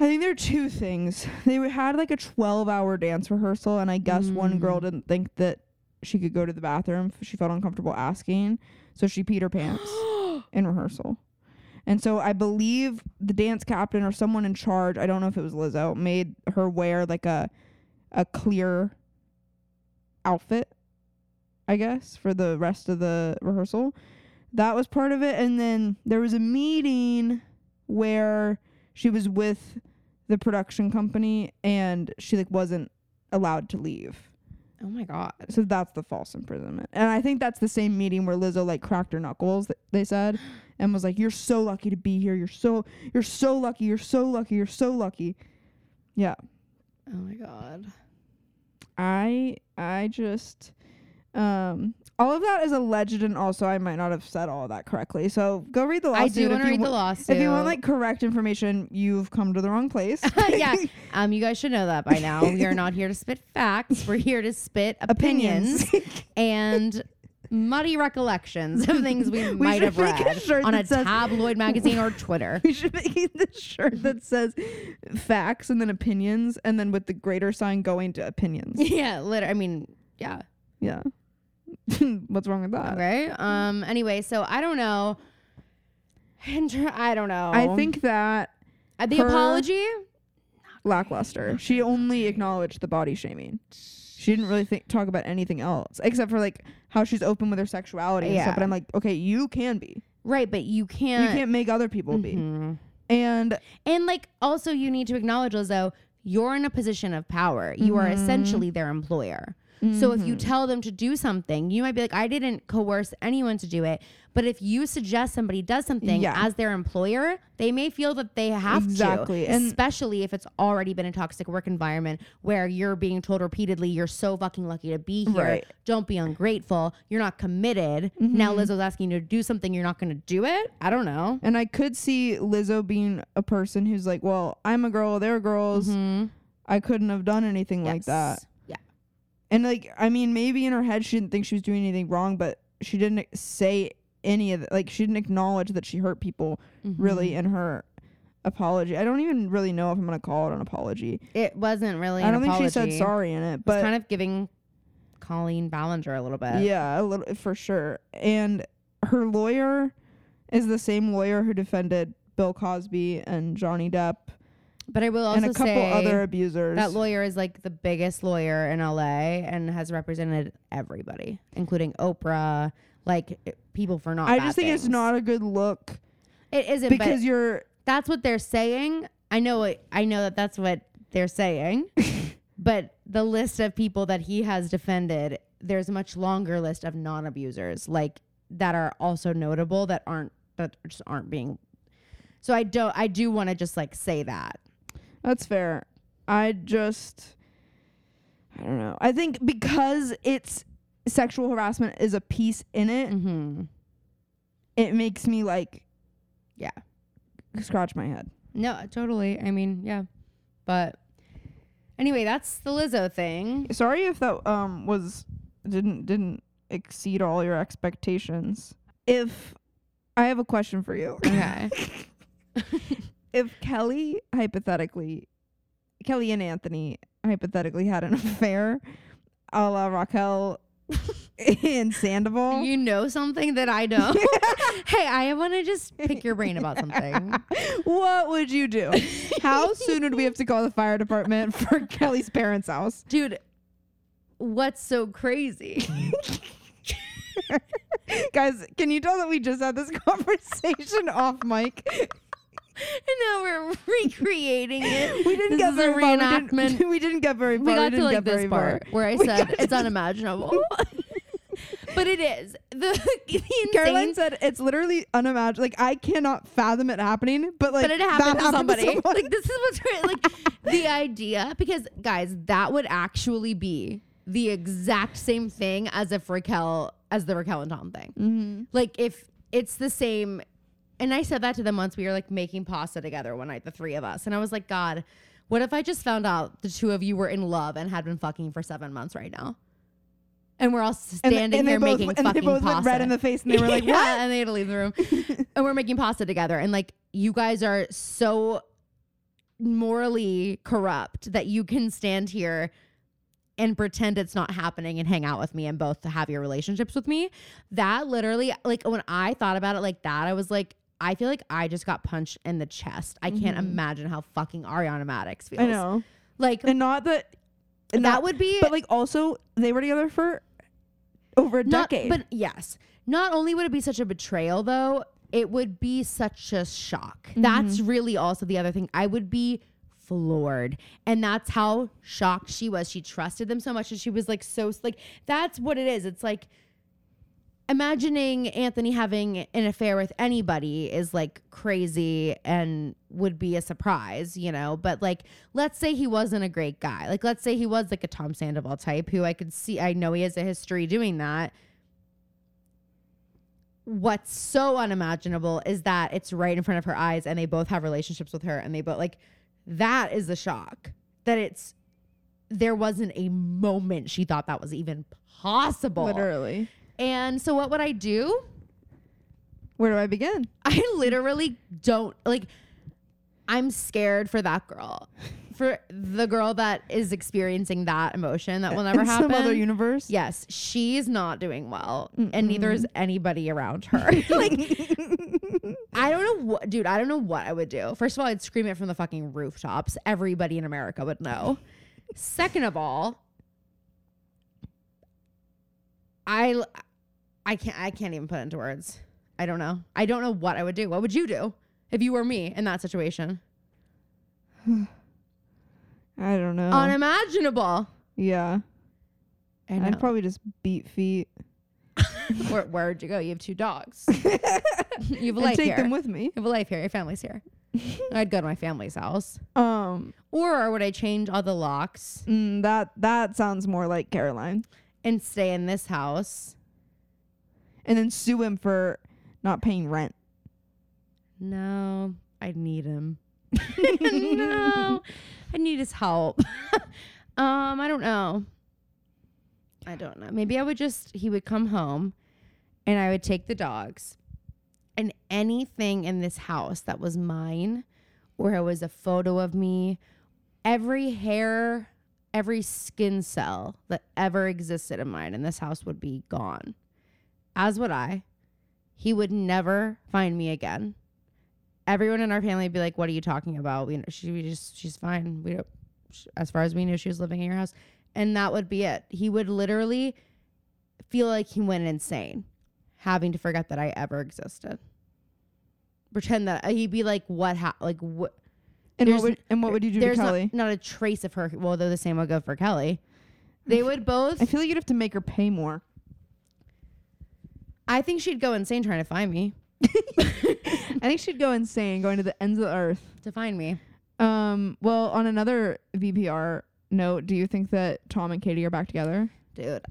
Speaker 1: I think there are two things. They had like a 12-hour dance rehearsal and I guess one girl didn't think that she could go to the bathroom. She felt uncomfortable asking, so she peed her pants
Speaker 2: Oh
Speaker 1: in rehearsal. And so I believe the dance captain or someone in charge, I don't know if it was Lizzo, made her wear like a a clear outfit, I guess, for the rest of the rehearsal. That was part of it. And then there was a meeting where she was with the production company and she like wasn't allowed to leave.
Speaker 2: Oh my god.
Speaker 1: So that's the false imprisonment. And I think that's the same meeting where Lizzo like cracked her knuckles, th- they said, and was like, You're so lucky to be here. You're so you're so lucky, you're so lucky, you're so lucky. Yeah.
Speaker 2: Oh my god.
Speaker 1: I I just um all of that is alleged and also I might not have said all of that correctly. So go read the lawsuit.
Speaker 2: I do
Speaker 1: if
Speaker 2: want to
Speaker 1: you
Speaker 2: read the
Speaker 1: wa-
Speaker 2: lawsuit.
Speaker 1: If you want like correct information, you've come to the wrong place.
Speaker 2: yeah, um, you guys should know that by now. We are not here to spit facts. We're here to spit opinions,
Speaker 1: Opinions.
Speaker 2: and muddy recollections of things we, might
Speaker 1: should
Speaker 2: have
Speaker 1: make a
Speaker 2: read
Speaker 1: shirt
Speaker 2: on a
Speaker 1: that says-
Speaker 2: tabloid magazine or Twitter.
Speaker 1: We should make this shirt that says facts and then opinions and then with the greater sign going to opinions.
Speaker 2: yeah, literally. I mean, yeah.
Speaker 1: Yeah. What's wrong with that?
Speaker 2: Okay. Um. Anyway, so I don't know. And tr- I don't know.
Speaker 1: I think that
Speaker 2: Uh, the
Speaker 1: her-
Speaker 2: apology.
Speaker 1: lackluster. She only acknowledged the body shaming. She didn't really think, talk about anything else except for like how she's open with her sexuality and
Speaker 2: Yeah.
Speaker 1: stuff. But I'm like, okay, you can be.
Speaker 2: Right, but you
Speaker 1: You
Speaker 2: can't.
Speaker 1: can't make other people be. Mm-hmm.
Speaker 2: Mhm.
Speaker 1: And
Speaker 2: And like, also, you need to acknowledge, Lizzo, you're in a position of power. You are
Speaker 1: Mm-hmm.
Speaker 2: essentially their employer. So if you tell them to do something, you might be like, I didn't coerce anyone to do it. But if you suggest somebody does something
Speaker 1: Yeah.
Speaker 2: as their employer, they may feel that they have
Speaker 1: Exactly,
Speaker 2: to,
Speaker 1: and-
Speaker 2: especially if it's already been a toxic work environment where you're being told repeatedly, you're so fucking lucky to be here.
Speaker 1: Right. Mm-hmm.
Speaker 2: Don't be ungrateful. You're not committed. Now Lizzo's asking you to do something. You're not going to do it. I don't know.
Speaker 1: and I could see Lizzo being a person who's like, well, I'm a girl. They're girls.
Speaker 2: Mm-hmm.
Speaker 1: I couldn't have done anything like that.
Speaker 2: Yeah.
Speaker 1: And like, I mean, maybe in her head she didn't think she was doing anything wrong, but she didn't Mm-hmm.
Speaker 2: Mm-hmm.
Speaker 1: say any of it. Like, she didn't acknowledge that she hurt people really in her apology. I don't even really know if I'm gonna call it an apology.
Speaker 2: It wasn't really.
Speaker 1: I
Speaker 2: an
Speaker 1: don't think she said
Speaker 2: apology.
Speaker 1: sorry in it,
Speaker 2: It was
Speaker 1: but
Speaker 2: kind of giving Colleen Ballinger a little bit.
Speaker 1: yeah, a little for sure. And her lawyer is the same lawyer who defended Bill Cosby and Johnny Depp
Speaker 2: But I will also
Speaker 1: and a couple
Speaker 2: say
Speaker 1: other abusers.
Speaker 2: that lawyer is like the biggest lawyer in LA and has represented everybody, including Oprah, like i- people for not.
Speaker 1: I
Speaker 2: bad
Speaker 1: just think it's
Speaker 2: things.
Speaker 1: not a good look
Speaker 2: It isn't
Speaker 1: because
Speaker 2: because
Speaker 1: you're
Speaker 2: that's what they're saying. I know. It, I know that that's what they're saying. but the list of people that he has defended, there's a much longer list of non-abusers, like that are also notable that aren't that just aren't being. So I don't. I do want to just like say that.
Speaker 1: That's fair. I just I don't know. I think because it's sexual harassment is a piece in it,
Speaker 2: Mm-hmm.
Speaker 1: it makes me like
Speaker 2: Yeah.
Speaker 1: scratch my head.
Speaker 2: No, totally. I mean, yeah. But anyway, that's the Lizzo thing.
Speaker 1: Sorry if that um was didn't didn't exceed all your expectations. If I have a question for you.
Speaker 2: Okay.
Speaker 1: if Kelly hypothetically Kelly and Anthony hypothetically had an affair a la Raquel and Sandoval.
Speaker 2: you know something that I don't. hey, I want to just pick your brain about something.
Speaker 1: what would you do? How soon would we have to call the fire department for Kelly's parents' house?
Speaker 2: Dude, what's so crazy?
Speaker 1: Guys, can you tell that we just had this conversation off mic?
Speaker 2: and now we're recreating it.
Speaker 1: We didn't
Speaker 2: This
Speaker 1: get
Speaker 2: is
Speaker 1: very
Speaker 2: a
Speaker 1: far. We
Speaker 2: reenactment.
Speaker 1: didn't, we didn't get very far.
Speaker 2: we got
Speaker 1: didn't
Speaker 2: to like
Speaker 1: get
Speaker 2: this
Speaker 1: very far.
Speaker 2: part where I
Speaker 1: We
Speaker 2: said
Speaker 1: got
Speaker 2: it's
Speaker 1: to-
Speaker 2: unimaginable. but it is. The, the insane
Speaker 1: Caroline said it's literally unimaginable. Like I cannot fathom it happening, but like
Speaker 2: but it
Speaker 1: that
Speaker 2: happened to somebody.
Speaker 1: someone.
Speaker 2: Like this is what's right. Like the idea, because guys, that would actually be the exact same thing as if Raquel, as the Raquel and Tom thing.
Speaker 1: Mm-hmm.
Speaker 2: Like if it's the same, and I said that to them once. We were like making pasta together one night, the three of us, and I was like, God, what if I just found out the two of you were in love and had been fucking for seven months right now? And we're all
Speaker 1: And-
Speaker 2: standing
Speaker 1: and they
Speaker 2: there
Speaker 1: both-
Speaker 2: making
Speaker 1: and
Speaker 2: fucking
Speaker 1: they both
Speaker 2: pasta
Speaker 1: went red in the face, and they were like,
Speaker 2: yeah,
Speaker 1: "What?"
Speaker 2: and they had to leave the room. and we're making pasta together. And like, you guys are so morally corrupt that you can stand here and pretend it's not happening and hang out with me and both have your relationships with me. That literally, like, when I thought about it like that, I was like, I feel like I just got punched in the chest. I can't imagine how fucking Ariana Maddox feels.
Speaker 1: Mm-hmm. I know,
Speaker 2: Like,
Speaker 1: and not that. and
Speaker 2: that
Speaker 1: not-
Speaker 2: would be
Speaker 1: But like, also, they were together for over a
Speaker 2: not,
Speaker 1: decade.
Speaker 2: But yes, not only would it be such a betrayal, though, it would be such a shock. That's really also the other thing. I would be floored, and that's how shocked she was. She trusted them so much, and she was like so like that's what it is. It's like imagining Anthony having an affair with anybody is like crazy and would be a surprise, you know. But like, let's say he wasn't a great guy. Like, let's say he was like a Tom Sandoval type who I could see, I know he has a history doing that. What's so unimaginable is that it's right in front of her eyes and they both have relationships with her and they both like that is the shock that it's there wasn't a moment she thought that was even possible.
Speaker 1: literally,
Speaker 2: And so what would I do?
Speaker 1: where do I begin?
Speaker 2: I literally don't like I'm scared for that girl. For the girl that is experiencing that emotion that will never
Speaker 1: In
Speaker 2: happen.
Speaker 1: Some other universe.
Speaker 2: yes, she's not doing well and neither is anybody around her. like I don't know what dude, I don't know what I would do. First of all, I'd scream it from the fucking rooftops. Everybody in America would know. Second of all, I I can't I can't even put it into words. I don't know. I don't know what I would do. What would you do if you were me in that situation?
Speaker 1: I don't know.
Speaker 2: Unimaginable.
Speaker 1: yeah,
Speaker 2: I
Speaker 1: I'd probably just beat feet.
Speaker 2: Where, where'd you go? You have two dogs. you have a
Speaker 1: I'd
Speaker 2: life
Speaker 1: take
Speaker 2: here.
Speaker 1: them with me.
Speaker 2: you have a life here. Your family's here. I'd go to my family's house.
Speaker 1: Um,
Speaker 2: Or would I change all the locks
Speaker 1: mm, that that sounds more like Caroline.
Speaker 2: and stay in this house?
Speaker 1: And then sue him for not paying rent.
Speaker 2: No, I'd need him. no, I need his help. um, I don't know. I don't know. Maybe I would just he would come home, and I would take the dogs, and anything in this house that was mine where it was a photo of me. Every hair, every skin cell that ever existed in mine in this house would be gone. As would I. He would never find me again. Everyone in our family would be like, "What are you talking about? We she we just she's fine. We don't." sh- As far as we knew, she was living in your house, and that would be it. He would literally feel like he went insane, having to forget that I ever existed. Pretend that uh, he'd be like, "What? Ha- like what?"
Speaker 1: And what
Speaker 2: There's
Speaker 1: would and what would you do to
Speaker 2: not-
Speaker 1: Kelly?
Speaker 2: Not, a trace of her. Well, though the same would go for Kelly. They would both.
Speaker 1: I feel like you'd have to make her pay more.
Speaker 2: I think she'd go insane trying to find me.
Speaker 1: I think she'd go insane going to the ends of the earth.
Speaker 2: To find me.
Speaker 1: Um, well, on another VPR note, do you think that Tom and Katie are back together?
Speaker 2: Dude,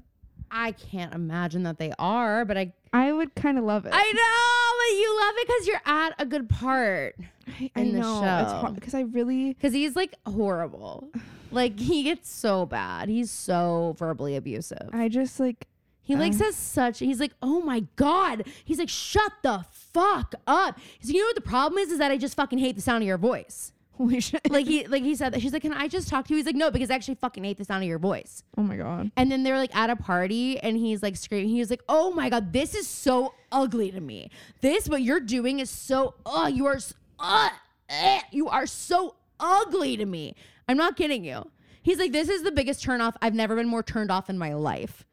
Speaker 2: I can't imagine that they are, but I.
Speaker 1: I would kind of love it.
Speaker 2: I know, but you love it because you're at a good part.
Speaker 1: I,
Speaker 2: in the
Speaker 1: It's
Speaker 2: show.
Speaker 1: hard because I really
Speaker 2: Because he's like horrible. Like he gets so bad. He's so verbally abusive.
Speaker 1: I just like
Speaker 2: He like says such. He's like, oh my god. He's like, shut the fuck up. He's like, you know what the problem is? Is that I just fucking hate the sound of your voice.
Speaker 1: holy shit.
Speaker 2: Like he like he said that she's like, can I just talk to you? He's like, no, because I actually fucking hate the sound of your voice.
Speaker 1: Oh my god.
Speaker 2: And then they're like at a party and he's like screaming. He's like, oh my god, this is so ugly to me. This what you're doing is so. Oh, you are. s- Uh, eh, you are so ugly to me. I'm not kidding you. He's like, this is the biggest turnoff. I've never been more turned off in my life.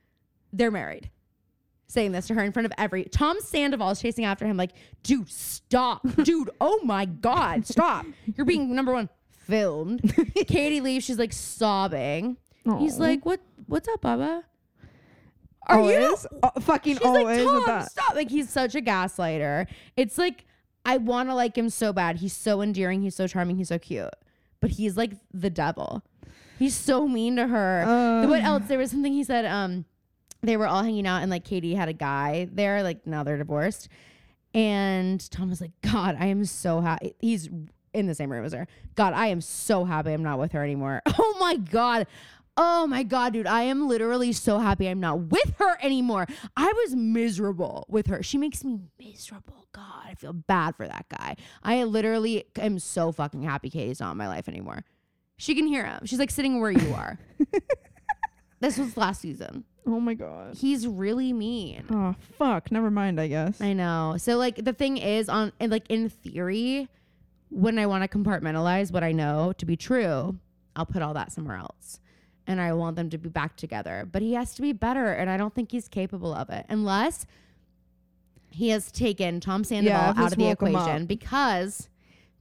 Speaker 2: They're married saying this to her in front of every Tom Sandoval is chasing after him, like, dude, stop. Dude, oh my God, stop. You're being number one filmed. Katie leaves, she's like sobbing. He's
Speaker 1: Aw.
Speaker 2: like, What what's up, Bubba? Are you
Speaker 1: always, Uh, fucking
Speaker 2: She's
Speaker 1: always
Speaker 2: like,
Speaker 1: with
Speaker 2: Tom,
Speaker 1: that.
Speaker 2: stop. Like he's such a gaslighter. It's like I wanna like him so bad. He's so endearing, he's so charming, he's so cute. But he's like the devil. He's so mean to her.
Speaker 1: Ugh.
Speaker 2: what else? There was something he said, um, they were all hanging out and like Katie had a guy there, like now they're divorced. And Tom was like, God, I am so happy. He's in the same room as her. God, I am so happy I'm not with her anymore. Oh my God. Oh my God, dude. I am literally so happy I'm not with her anymore. I was miserable with her. She makes me miserable. God, I feel bad for that guy. I literally am so fucking happy Katie's not in my life anymore. She can hear him. She's like sitting where you are. this was last season.
Speaker 1: Oh my god.
Speaker 2: He's really mean.
Speaker 1: Oh fuck. Never mind. I guess.
Speaker 2: I know. So like the thing is on and like in theory, when I want to compartmentalize what I know to be true, I'll put all that somewhere else. And I want them to be back together. But he has to be better and I don't think he's capable of it unless he has taken Tom Sandoval
Speaker 1: Yeah, if
Speaker 2: out
Speaker 1: it's
Speaker 2: of the
Speaker 1: woke him up.
Speaker 2: equation because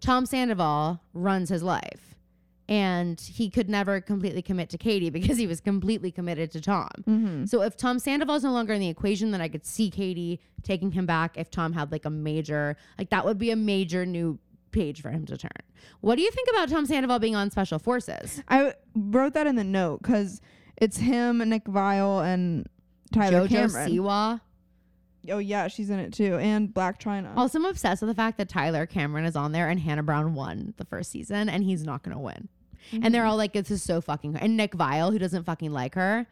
Speaker 2: Tom Sandoval runs his life. And he could never completely commit to Katie because he was completely committed to Tom.
Speaker 1: Mm-hmm.
Speaker 2: So if Tom Sandoval's no longer in the equation, then I could see Katie taking him back if Tom had like a major, like that would be a major new page for him to turn. What do you think about Tom Sandoval being on special forces?
Speaker 1: I w- wrote that in the note because it's him, Nick Vile, and Tyler
Speaker 2: Jojo
Speaker 1: Cameron.
Speaker 2: Siwa.
Speaker 1: oh yeah, she's in it too, and Black China.
Speaker 2: Also, I'm obsessed with the fact that Tyler Cameron is on there and Hannah Brown won the first season and he's not going to win. And
Speaker 1: Mm-hmm.
Speaker 2: they're all like, this is so fucking. And Nick Vile, who doesn't fucking like her.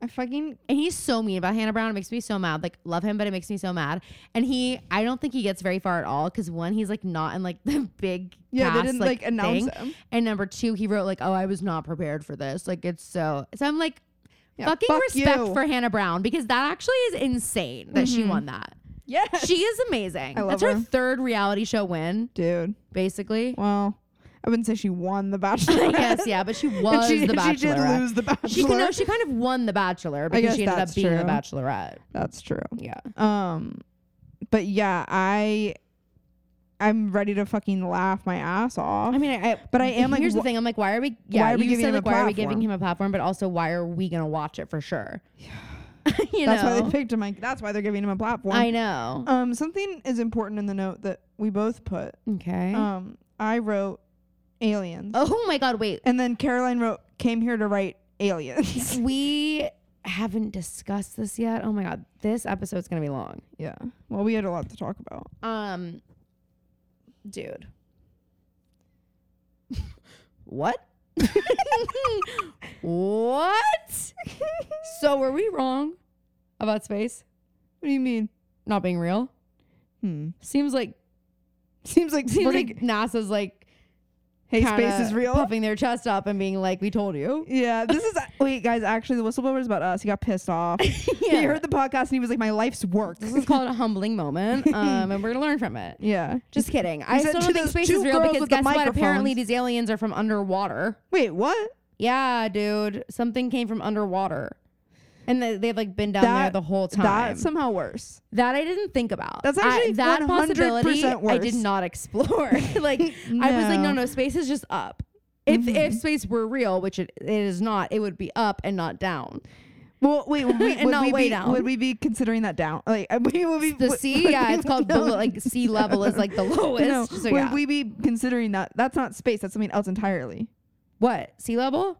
Speaker 1: I fucking
Speaker 2: And he's so mean about Hannah Brown. It makes me so mad. Like, love him, but it makes me so mad. And he, I don't think he gets very far at all because one, he's like not in like the big
Speaker 1: yeah.
Speaker 2: cast,
Speaker 1: they didn't like, announce
Speaker 2: thing.
Speaker 1: him.
Speaker 2: And number two, he wrote like, "Oh, I was not prepared for this." Like, it's so. So I'm like,
Speaker 1: Yeah,
Speaker 2: fucking
Speaker 1: fuck
Speaker 2: respect
Speaker 1: you.
Speaker 2: for Hannah Brown because that actually is insane that she won that.
Speaker 1: Yeah,
Speaker 2: She is amazing.
Speaker 1: I love
Speaker 2: That's her,
Speaker 1: her.
Speaker 2: third reality show win,
Speaker 1: dude.
Speaker 2: basically.
Speaker 1: Well, I wouldn't say she won the Bachelor.
Speaker 2: I guess yeah, but she
Speaker 1: And
Speaker 2: was
Speaker 1: she,
Speaker 2: the
Speaker 1: she did
Speaker 2: Bachelorette.
Speaker 1: lose the Bachelor.
Speaker 2: She, no, she kind of won the Bachelor
Speaker 1: guess
Speaker 2: because she ended up
Speaker 1: that's
Speaker 2: being the
Speaker 1: true.
Speaker 2: Bachelorette.
Speaker 1: That's true.
Speaker 2: Yeah.
Speaker 1: Um, but yeah, I I'm ready to fucking laugh my ass off.
Speaker 2: I mean, I, I
Speaker 1: But I am, like,
Speaker 2: here's the
Speaker 1: wh-
Speaker 2: thing. I'm like, why are we? Yeah,
Speaker 1: are we
Speaker 2: you
Speaker 1: giving
Speaker 2: said,
Speaker 1: him a
Speaker 2: like, why are we giving
Speaker 1: platform?
Speaker 2: him a platform? But also, why are we gonna watch it for sure? you
Speaker 1: that's why
Speaker 2: know,
Speaker 1: they picked him. Like that's why they're giving him a platform.
Speaker 2: I know.
Speaker 1: um, something is important in the note that we both put.
Speaker 2: okay.
Speaker 1: Um, I wrote aliens,
Speaker 2: oh my God! Wait,
Speaker 1: and then Caroline wrote came here to write aliens.
Speaker 2: we haven't discussed this yet. Oh my God, this episode's gonna be long.
Speaker 1: yeah. Well, we had a lot to talk about.
Speaker 2: Um, dude, what? what? so were we wrong about space
Speaker 1: What do you mean?
Speaker 2: not being real?
Speaker 1: Hmm.
Speaker 2: Seems like
Speaker 1: Seems like seems
Speaker 2: We're
Speaker 1: like
Speaker 2: gonna- NASA's like
Speaker 1: Hey, space
Speaker 2: kinda
Speaker 1: is real.
Speaker 2: puffing their chest up and being like, "We told you."
Speaker 1: Yeah, this is wait, guys. Actually, the whistleblower is about us. He got pissed off. He heard the podcast and he was like, "My life's work."
Speaker 2: this is called a humbling moment, um, and we're gonna learn from it.
Speaker 1: yeah.
Speaker 2: Just kidding. I
Speaker 1: said
Speaker 2: still
Speaker 1: to
Speaker 2: don't think
Speaker 1: those
Speaker 2: space
Speaker 1: two
Speaker 2: is real
Speaker 1: girls
Speaker 2: because
Speaker 1: with the
Speaker 2: guess what? Apparently,
Speaker 1: microphones.
Speaker 2: these aliens are from underwater.
Speaker 1: Wait, what?
Speaker 2: Yeah, dude, something came from underwater, and they, they've like been down there
Speaker 1: That-
Speaker 2: the whole time.
Speaker 1: That's somehow worse.
Speaker 2: That I didn't think about.
Speaker 1: That's
Speaker 2: I-
Speaker 1: actually
Speaker 2: that
Speaker 1: 100%
Speaker 2: possibility I
Speaker 1: worse.
Speaker 2: did not explore. like I was like, no,
Speaker 1: No. Mm-hmm.
Speaker 2: no, space is just up. If if space were real, which it, it is not, it would be up and not down.
Speaker 1: Well, wait, would we,
Speaker 2: And
Speaker 1: would
Speaker 2: not
Speaker 1: we
Speaker 2: way
Speaker 1: be,
Speaker 2: down.
Speaker 1: Would we be considering that down? Like, uh, we would be
Speaker 2: The
Speaker 1: would-
Speaker 2: sea, yeah, it's called
Speaker 1: No,
Speaker 2: below, like sea level is like the lowest.
Speaker 1: no,
Speaker 2: so
Speaker 1: would
Speaker 2: yeah.
Speaker 1: we be considering that? That's not space. That's something else entirely.
Speaker 2: what sea level?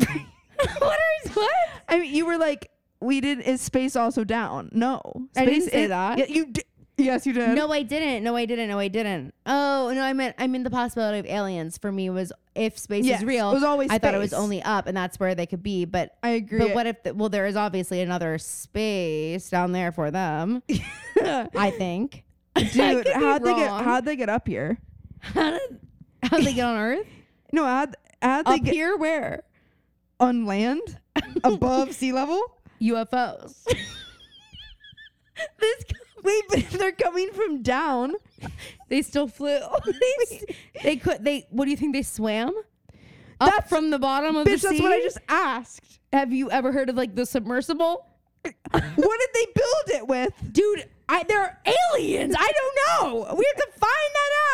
Speaker 2: what is what?
Speaker 1: I mean, you were like, we did. Is space also down? No,
Speaker 2: I
Speaker 1: space
Speaker 2: didn't say
Speaker 1: is,
Speaker 2: that.
Speaker 1: Yeah, you did. Yes, you did.
Speaker 2: No, I didn't. No, I didn't. No, I didn't. Oh no, I meant I meant the possibility of aliens for me was if space
Speaker 1: Yes,
Speaker 2: is real.
Speaker 1: it was always
Speaker 2: I thought it was
Speaker 1: space.
Speaker 2: only up, and that's where they could be. But
Speaker 1: I agree.
Speaker 2: But what if? The, well, there is obviously another space down there for them. I think. I could
Speaker 1: dude?
Speaker 2: be
Speaker 1: How'd they get?
Speaker 2: wrong.
Speaker 1: How'd they get up here?
Speaker 2: How did how did they get on Earth?
Speaker 1: No, how'd, how'd they
Speaker 2: Up
Speaker 1: get
Speaker 2: here, where
Speaker 1: on land above sea level?
Speaker 2: UFOs?
Speaker 1: This wait, but they're coming from down.
Speaker 2: they still flew. they, s- they could. They. What do you think? They swam. Up
Speaker 1: That's-
Speaker 2: from the bottom of the
Speaker 1: Bitch,
Speaker 2: sea.
Speaker 1: that's what I just asked.
Speaker 2: Have you ever heard of like the submersible?
Speaker 1: what did they build it with?
Speaker 2: Dude, I they're aliens. I don't know. We have to find that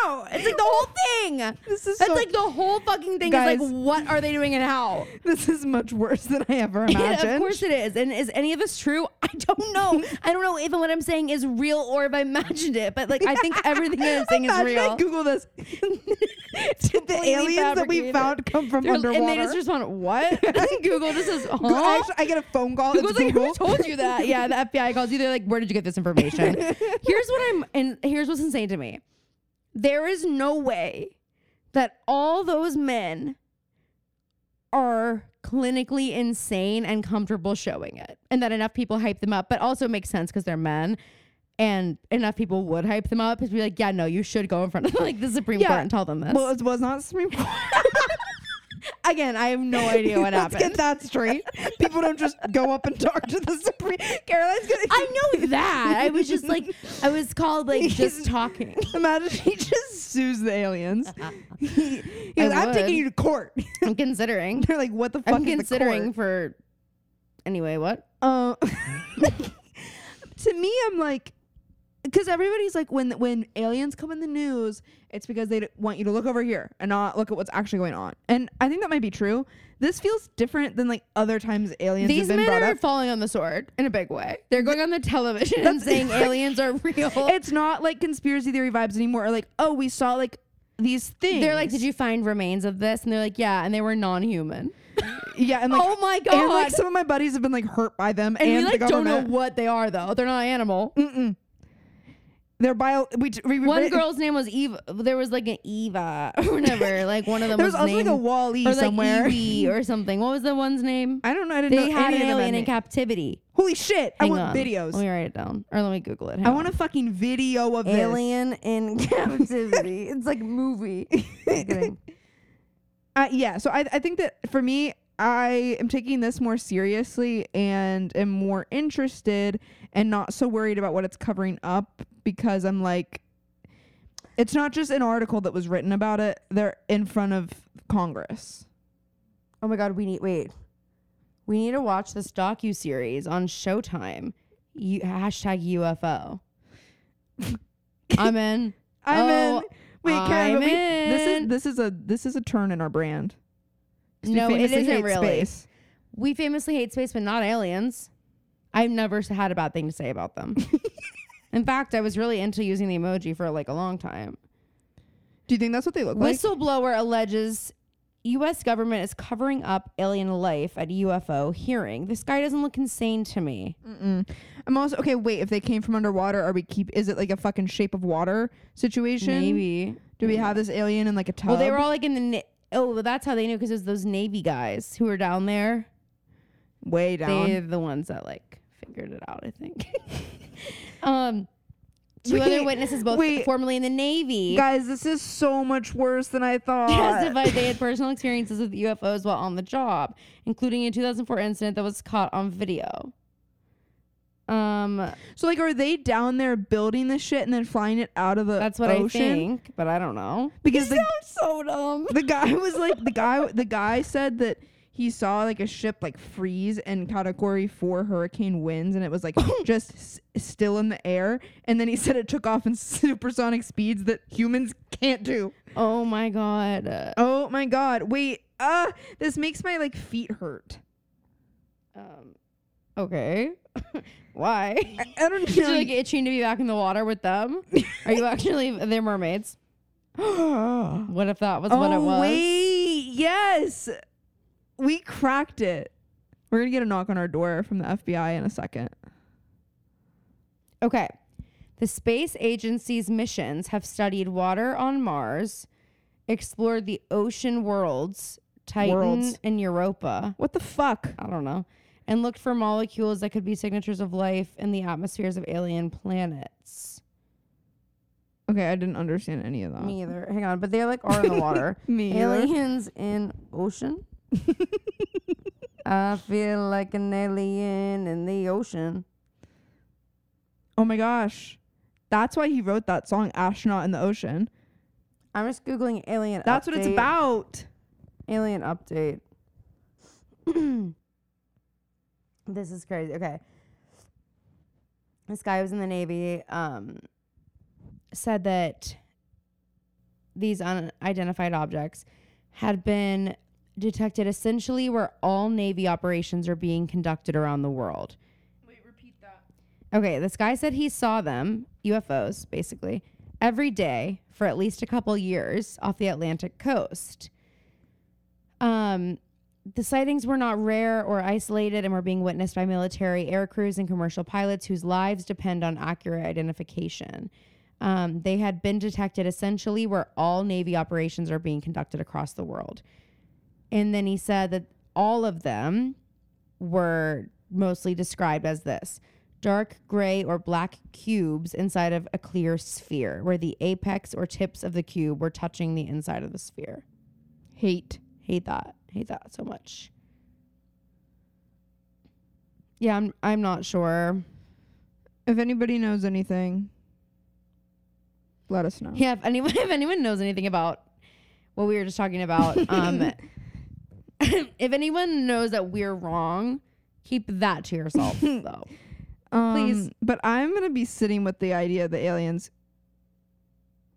Speaker 2: out. It's like the whole thing.
Speaker 1: This is
Speaker 2: That's
Speaker 1: so-
Speaker 2: like the whole fucking thing is
Speaker 1: Guys.
Speaker 2: like what are they doing and how?
Speaker 1: This is much worse than I ever
Speaker 2: Yeah,
Speaker 1: imagined.
Speaker 2: of course it is. And is any of this true? I don't know. I don't know if what I'm saying is real or if I imagined it. But like I think everything that I'm saying is
Speaker 1: Imagine
Speaker 2: real.
Speaker 1: I Google this. Did the
Speaker 2: Completely
Speaker 1: aliens that we
Speaker 2: fabricated.
Speaker 1: found come from
Speaker 2: They're-
Speaker 1: underwater?
Speaker 2: And they just respond, what? Google just says, huh?
Speaker 1: Go- actually, I get a phone call.
Speaker 2: Google's
Speaker 1: it's
Speaker 2: like,
Speaker 1: Google.
Speaker 2: who told you that? Yeah, the FBI calls you. They're like, where did you get this information? here's what I'm, and here's what's insane to me. There is no way that all those men are clinically insane and comfortable showing it, and that enough people hype them up. But also it makes sense because they're men. And enough people would hype them up because be like, yeah, no, you should go in front of like the Supreme
Speaker 1: Yeah.
Speaker 2: Court and tell them this.
Speaker 1: Well, it was not Supreme Court.
Speaker 2: Again, I have no idea what
Speaker 1: Let's
Speaker 2: happened.
Speaker 1: get that straight. People don't just go up and talk to the Supreme. Caroline's gonna.
Speaker 2: I know that. I was just like, I was called like just talking.
Speaker 1: Imagine he just sues the aliens. he, he
Speaker 2: Uh-huh. I
Speaker 1: goes, I'm
Speaker 2: would.
Speaker 1: taking you to court.
Speaker 2: I'm considering.
Speaker 1: They're like, what the fuck
Speaker 2: I'm
Speaker 1: is
Speaker 2: considering
Speaker 1: the court?
Speaker 2: for. Anyway, what?
Speaker 1: Uh, to me, I'm like, because everybody's like, when when aliens come in the news, it's because they d- want you to look over here and not look at what's actually going on. And I think that might be true. This feels different than like other times aliens
Speaker 2: These
Speaker 1: have been
Speaker 2: men
Speaker 1: brought
Speaker 2: are
Speaker 1: up.
Speaker 2: falling on the sword in a big way. They're going on the television and
Speaker 1: That's-
Speaker 2: saying aliens are real.
Speaker 1: It's not like conspiracy theory vibes anymore. Or like, oh, we saw like these things.
Speaker 2: They're like, did you find remains of this? And they're like, yeah. And they were non-human.
Speaker 1: yeah, and like,
Speaker 2: oh my god!
Speaker 1: and like some of my buddies have been like hurt by them, and,
Speaker 2: and we
Speaker 1: the
Speaker 2: like don't
Speaker 1: government.
Speaker 2: know what they are though. They're not animal.
Speaker 1: They're bio. We, t- we, we
Speaker 2: One girl's name was Eva. There was like an Eva or whatever. Like one of them
Speaker 1: There was
Speaker 2: was
Speaker 1: also like a
Speaker 2: named-
Speaker 1: Wally
Speaker 2: or like
Speaker 1: somewhere.
Speaker 2: Evie or something. What was the one's name?
Speaker 1: I don't know. I didn't
Speaker 2: They
Speaker 1: know any
Speaker 2: had an
Speaker 1: of the
Speaker 2: alien
Speaker 1: men
Speaker 2: in
Speaker 1: names.
Speaker 2: captivity.
Speaker 1: Holy shit! I
Speaker 2: Hang
Speaker 1: want
Speaker 2: on.
Speaker 1: videos.
Speaker 2: Let me write it down, or let me Google it.
Speaker 1: I want a fucking video of this.
Speaker 2: alien in captivity. it's like movie.
Speaker 1: Uh, yeah, so I, I think that for me, I am taking this more seriously and am more interested and not so worried about what it's covering up because I'm like, it's not just an article that was written about it. They're in front of Congress.
Speaker 2: oh my god, we need wait. We need to watch this docu series on Showtime. You, hashtag UFO. I'm in.
Speaker 1: I'm
Speaker 2: Oh,
Speaker 1: in. Wait, Karen,
Speaker 2: I'm
Speaker 1: but we- this
Speaker 2: in.
Speaker 1: is this is a this is a turn in our brand. 'Cause we
Speaker 2: No, it
Speaker 1: famously
Speaker 2: isn't
Speaker 1: hate
Speaker 2: really.
Speaker 1: space.
Speaker 2: We famously hate space, but not aliens. I've never s- had a bad thing to say about them. in fact, I was really into using the emoji for like a long time.
Speaker 1: Do you think that's what they look like?
Speaker 2: Whistleblower alleges U.S. government is covering up alien life at UFO hearing. This guy doesn't look insane to me.
Speaker 1: Mm-mm. I'm also okay. Wait, if they came from underwater, are we keep? Is it like a fucking shape of water situation?
Speaker 2: Maybe.
Speaker 1: Do we have this alien in like a tub?
Speaker 2: Well, they were all like in the. Na- oh, well, that's how they knew because it was those Navy guys who were down there.
Speaker 1: way down.
Speaker 2: They're the ones that like figured it out, I think. um, Two other
Speaker 1: Wait,
Speaker 2: witnesses, both
Speaker 1: wait.
Speaker 2: formerly in the Navy,
Speaker 1: Guys, this is so much worse than I thought.
Speaker 2: testified they had personal experiences with UFOs while on the job, including a 2004 incident that was caught on video. Um,
Speaker 1: So like, are they down there building this shit and then flying it out of the
Speaker 2: that's what I
Speaker 1: ocean?
Speaker 2: think, but I don't know.
Speaker 1: Because the,
Speaker 2: so dumb.
Speaker 1: the guy was like the guy the guy said that he saw like a ship like freeze in category four hurricane winds and it was like just s- still in the air and then he said it took off in supersonic speeds that humans can't do.
Speaker 2: Oh my god.
Speaker 1: Oh my god! Wait, uh, this makes my like feet hurt.
Speaker 2: Um, okay. Why?
Speaker 1: I, I don't
Speaker 2: Is it
Speaker 1: know.
Speaker 2: like itching to be back in the water with them? Are you actually they're mermaids?
Speaker 1: oh
Speaker 2: What if that was what it was?
Speaker 1: wait, yes, we cracked it. We're gonna get a knock on our door from the FBI in a second.
Speaker 2: Okay. The space agency's missions have studied water on Mars, explored the ocean worlds, Titan
Speaker 1: Worlds.
Speaker 2: and Europa.
Speaker 1: What the fuck?
Speaker 2: I don't know. And looked for molecules that could be signatures of life in the atmospheres of alien planets.
Speaker 1: Okay, I didn't understand any of that.
Speaker 2: Me either. Hang on, but they like are in the water.
Speaker 1: Me either.
Speaker 2: Aliens in ocean. I feel like an alien in the ocean.
Speaker 1: Oh my gosh, that's why he wrote that song "Astronaut in the Ocean."
Speaker 2: I'm just googling alien.
Speaker 1: That's what it's
Speaker 2: update.
Speaker 1: about.
Speaker 2: Alien update. this is crazy. Okay. This guy was in the Navy, um, said that these unidentified objects had been detected essentially where all Navy operations are being conducted around the world.
Speaker 1: Wait, repeat that.
Speaker 2: Okay, this guy said he saw them, UFOs basically, every day for at least a couple years off the Atlantic coast. Um, the sightings were not rare or isolated and were being witnessed by military air crews and commercial pilots whose lives depend on accurate identification. Um, they had been detected essentially where all Navy operations are being conducted across the world. And then he said that all of them were mostly described as this dark gray or black cubes inside of a clear sphere where the apex or tips of the cube were touching the inside of the sphere.
Speaker 1: Hate.
Speaker 2: Hate that. Hate that so much. Yeah, I'm I'm not sure.
Speaker 1: If anybody knows anything, let us know.
Speaker 2: Yeah, if anyone if anyone knows anything about what we were just talking about, um if anyone knows that we're wrong, keep that to yourself though.
Speaker 1: Um,
Speaker 2: Please.
Speaker 1: But I'm gonna be sitting with the idea of the aliens.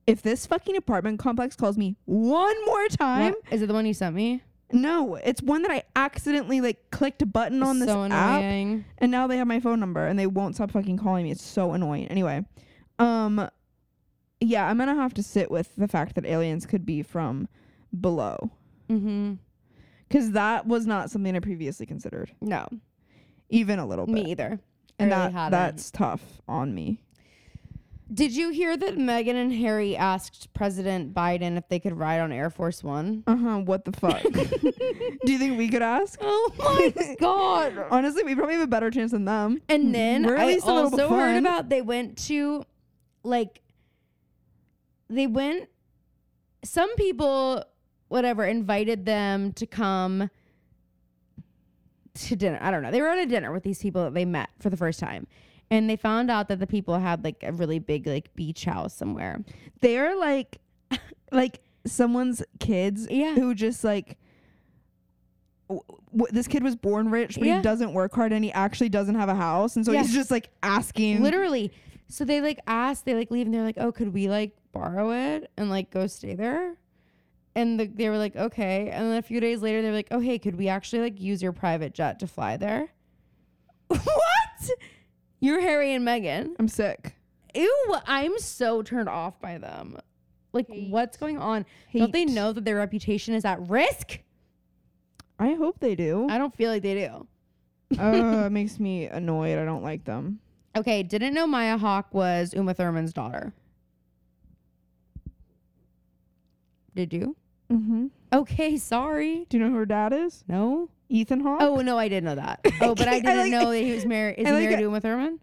Speaker 1: If this fucking apartment complex calls me one more time,
Speaker 2: What- Is it the one you sent me?
Speaker 1: no, it's one that I accidentally like clicked a button on this
Speaker 2: so
Speaker 1: app,
Speaker 2: annoying.
Speaker 1: and now they have my phone number, and they won't stop fucking calling me. It's so annoying. Anyway, um, yeah, I'm gonna have to sit with the fact that aliens could be from below,
Speaker 2: Mm-hmm.
Speaker 1: because that was not something I previously considered,
Speaker 2: No,
Speaker 1: even a little bit.
Speaker 2: me either. I
Speaker 1: and
Speaker 2: really
Speaker 1: that
Speaker 2: hadn't.
Speaker 1: that's tough on me.
Speaker 2: Did you hear that Meghan and Harry asked President Biden if they could ride on Air Force One?
Speaker 1: Uh huh. What the fuck? Do you think we could ask?
Speaker 2: Oh my god!
Speaker 1: Honestly, we probably have a better chance than them.
Speaker 2: And then
Speaker 1: Mm, We're at
Speaker 2: I
Speaker 1: least a little bit
Speaker 2: also heard
Speaker 1: fun.
Speaker 2: about they went to, like, they went. Some people, whatever, invited them to come to dinner. I don't know. They were at a dinner with these people that they met for the first time, and they found out that the people had like a really big like beach house somewhere.
Speaker 1: They're like, like someone's kids
Speaker 2: Yeah.
Speaker 1: who just like. W- w- this kid was born rich, but
Speaker 2: Yeah.
Speaker 1: he doesn't work hard, and he actually doesn't have a house, and so
Speaker 2: Yeah.
Speaker 1: he's just like asking.
Speaker 2: Literally. So they like asked, they like leave and they're like, oh, could we like borrow it and like go stay there? And the, they were like, okay. And then a few days later, they were like, oh, hey, could we actually like use your private jet to fly there? what? You're Harry and Meghan.
Speaker 1: I'm sick.
Speaker 2: Ew, I'm so turned off by them. Like,
Speaker 1: Hate.
Speaker 2: what's going on? Don't they
Speaker 1: Hate.
Speaker 2: know that their reputation is at risk?
Speaker 1: I hope they do.
Speaker 2: I don't feel like they do.
Speaker 1: uh, it makes me annoyed. I don't like them.
Speaker 2: Okay, didn't know Maya Hawke was Uma Thurman's daughter. Did you?
Speaker 1: Mm-hmm.
Speaker 2: Okay, sorry.
Speaker 1: Do you know who her dad is?
Speaker 2: No.
Speaker 1: Ethan Hawke.
Speaker 2: Oh no, I did know that. Oh, but I
Speaker 1: I
Speaker 2: didn't
Speaker 1: like-
Speaker 2: know that he was married. Is
Speaker 1: I
Speaker 2: he
Speaker 1: like
Speaker 2: married
Speaker 1: it.
Speaker 2: to Uma Thurman?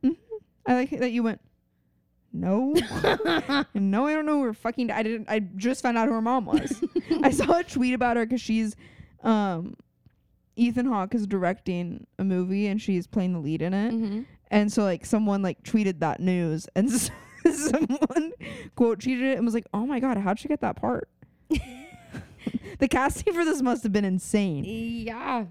Speaker 1: I like that you went. no, no, I don't know who her fucking. I didn't. I just found out who her mom was. I saw a tweet about her because she's, um, Ethan Hawke is directing a movie and she's playing the lead in it.
Speaker 2: Mhm.
Speaker 1: And so like someone like tweeted that news and s- someone quote tweeted it and was like, "Oh my god, how'd she get that part?" the casting for this must have been insane.
Speaker 2: Yeah.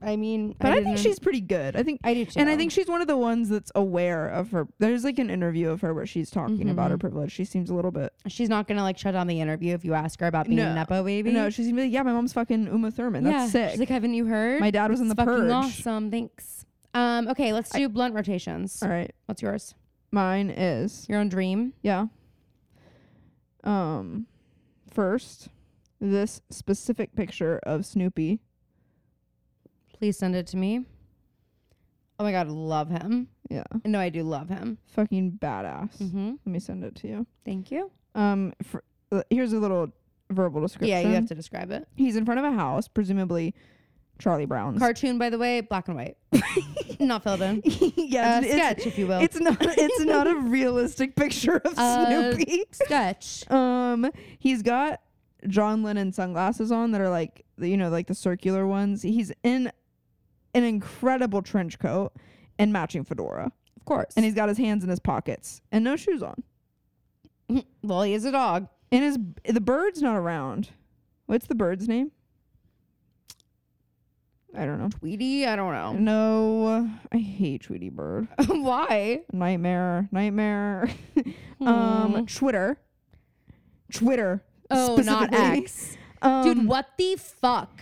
Speaker 2: I mean,
Speaker 1: But I,
Speaker 2: didn't-
Speaker 1: think she's pretty good. I think
Speaker 2: I do too.
Speaker 1: and I think she's one of the ones that's aware of her. There's like an interview of her where she's talking about her privilege. She seems a little bit.
Speaker 2: she's not gonna like shut down the interview if you ask her about being
Speaker 1: No.
Speaker 2: a nepo baby.
Speaker 1: No, she seems like yeah, my mom's fucking Uma Thurman.
Speaker 2: yeah.
Speaker 1: That's sick.
Speaker 2: She's like, haven't you heard?
Speaker 1: my dad was in the
Speaker 2: It's fucking
Speaker 1: purge.
Speaker 2: awesome. Thanks. Um. Okay, let's do blunt rotations.
Speaker 1: All right,
Speaker 2: What's yours?
Speaker 1: mine is
Speaker 2: Your own dream.
Speaker 1: Yeah. Um, first, this specific picture of Snoopy.
Speaker 2: Please send it to me. Oh my god, love him.
Speaker 1: Yeah,
Speaker 2: No, I do love him.
Speaker 1: fucking badass.
Speaker 2: Mm-hmm.
Speaker 1: Let me send it to you.
Speaker 2: Thank you.
Speaker 1: Um, fr- uh, here's a little verbal description.
Speaker 2: Yeah, you have to describe it.
Speaker 1: He's in front of a house, presumably Charlie Brown's.
Speaker 2: Cartoon, by the way, black and white, not filled in.
Speaker 1: yeah,
Speaker 2: Uh,
Speaker 1: it's, it's-
Speaker 2: sketch, if you will.
Speaker 1: it's not. It's not a realistic picture of
Speaker 2: Uh,
Speaker 1: Snoopy.
Speaker 2: sketch.
Speaker 1: Um, he's got John Lennon sunglasses on that are like the- you know like the circular ones. He's in an incredible trench coat and matching fedora,
Speaker 2: Of course.
Speaker 1: and he's got his hands in his pockets and no shoes on.
Speaker 2: well, he is a dog.
Speaker 1: And his the bird's not around. What's the bird's name? I don't know.
Speaker 2: Tweety, I don't know.
Speaker 1: No, I hate Tweety Bird.
Speaker 2: Why?
Speaker 1: Nightmare, nightmare. um, Twitter, Twitter.
Speaker 2: Hmm. Oh, not
Speaker 1: specifically.
Speaker 2: X.
Speaker 1: Um,
Speaker 2: Dude, what the fuck?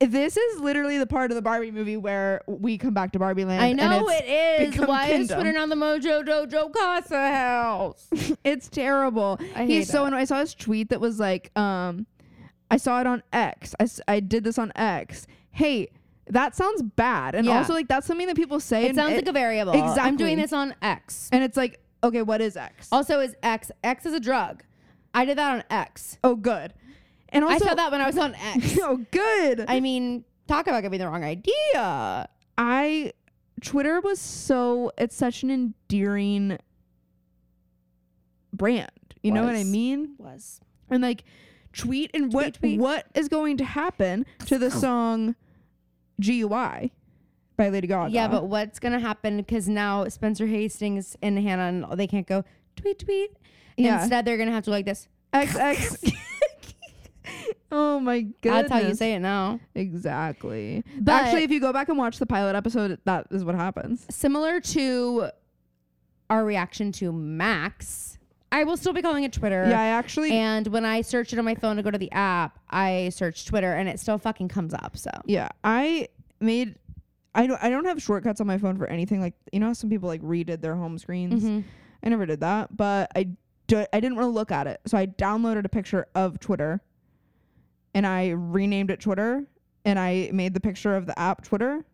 Speaker 1: This is literally the part of the Barbie movie where we come back to Barbie Land.
Speaker 2: I know
Speaker 1: and
Speaker 2: it is.
Speaker 1: become
Speaker 2: Why is
Speaker 1: kingdom.
Speaker 2: Twitter not the Mojo Dojo Casa house?
Speaker 1: it's, it's terrible.
Speaker 2: I hate
Speaker 1: He's so
Speaker 2: it.
Speaker 1: annoying. I saw his tweet that was like, um, I saw it on X. I, s- I did this on X. Hey, that sounds bad. And
Speaker 2: Yeah.
Speaker 1: also like that's something that people say.
Speaker 2: It
Speaker 1: and
Speaker 2: sounds like a variable. I'm
Speaker 1: exactly.
Speaker 2: doing this on X.
Speaker 1: and it's like okay, what is X?
Speaker 2: Also, is X. X is a drug. I did that on X.
Speaker 1: oh, good. And
Speaker 2: I
Speaker 1: also
Speaker 2: saw that when I was on X.
Speaker 1: oh, good.
Speaker 2: I mean, talk about giving the wrong idea.
Speaker 1: I Twitter was so it's such an endearing brand. You know what I
Speaker 2: Was.
Speaker 1: mean?
Speaker 2: Was.
Speaker 1: and like tweet and what
Speaker 2: tweet.
Speaker 1: what is going to happen to the song GUI by Lady Gaga.
Speaker 2: Yeah, but what's gonna happen? Because now Spencer Hastings and Hannah, and they can't go tweet tweet.
Speaker 1: Yeah.
Speaker 2: Instead, they're gonna have to like this.
Speaker 1: XX Oh my goodness.
Speaker 2: That's how you say it now.
Speaker 1: Exactly.
Speaker 2: But-
Speaker 1: Actually, if you go back and watch the pilot episode, that is what happens.
Speaker 2: Similar to our reaction to Max, I will still be calling it Twitter.
Speaker 1: Yeah, I actually
Speaker 2: And when I search it on my phone to go to the app, I search Twitter and it still fucking comes up. So
Speaker 1: Yeah, I made. I don't. I don't have shortcuts on my phone for anything. Like you know, how some people like redid their home screens.
Speaker 2: Mm-hmm.
Speaker 1: I never did that, but I do, I didn't want to look at it, so I downloaded a picture of Twitter, and I renamed it Twitter, and I made the picture of the app Twitter,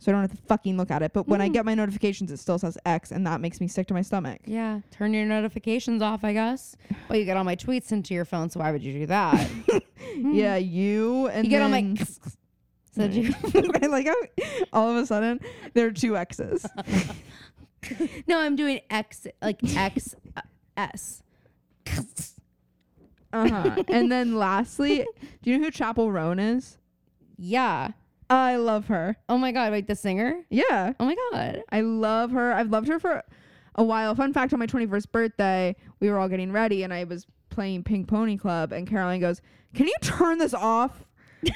Speaker 1: so I don't have to fucking look at it. But
Speaker 2: Mm.
Speaker 1: when I get my notifications, it still says X, and that makes me sick to my stomach.
Speaker 2: yeah, turn your notifications off, I guess. Well, you get all my tweets into your phone, so why would you do that?
Speaker 1: Yeah, you and
Speaker 2: you get all my.
Speaker 1: then-
Speaker 2: So that you
Speaker 1: I like how all of a sudden there are two X's.
Speaker 2: No, I'm doing X like X uh, S.
Speaker 1: Uh-huh. and then lastly, do you know who Chapel Roan is?
Speaker 2: Yeah.
Speaker 1: I love her.
Speaker 2: Oh my god, wait, the singer?
Speaker 1: Yeah.
Speaker 2: Oh my god.
Speaker 1: I love her. I've loved her for a while. Fun fact on my 21st birthday, we were all getting ready and I was playing Pink Pony Club and Caroline goes, "Can you turn this off?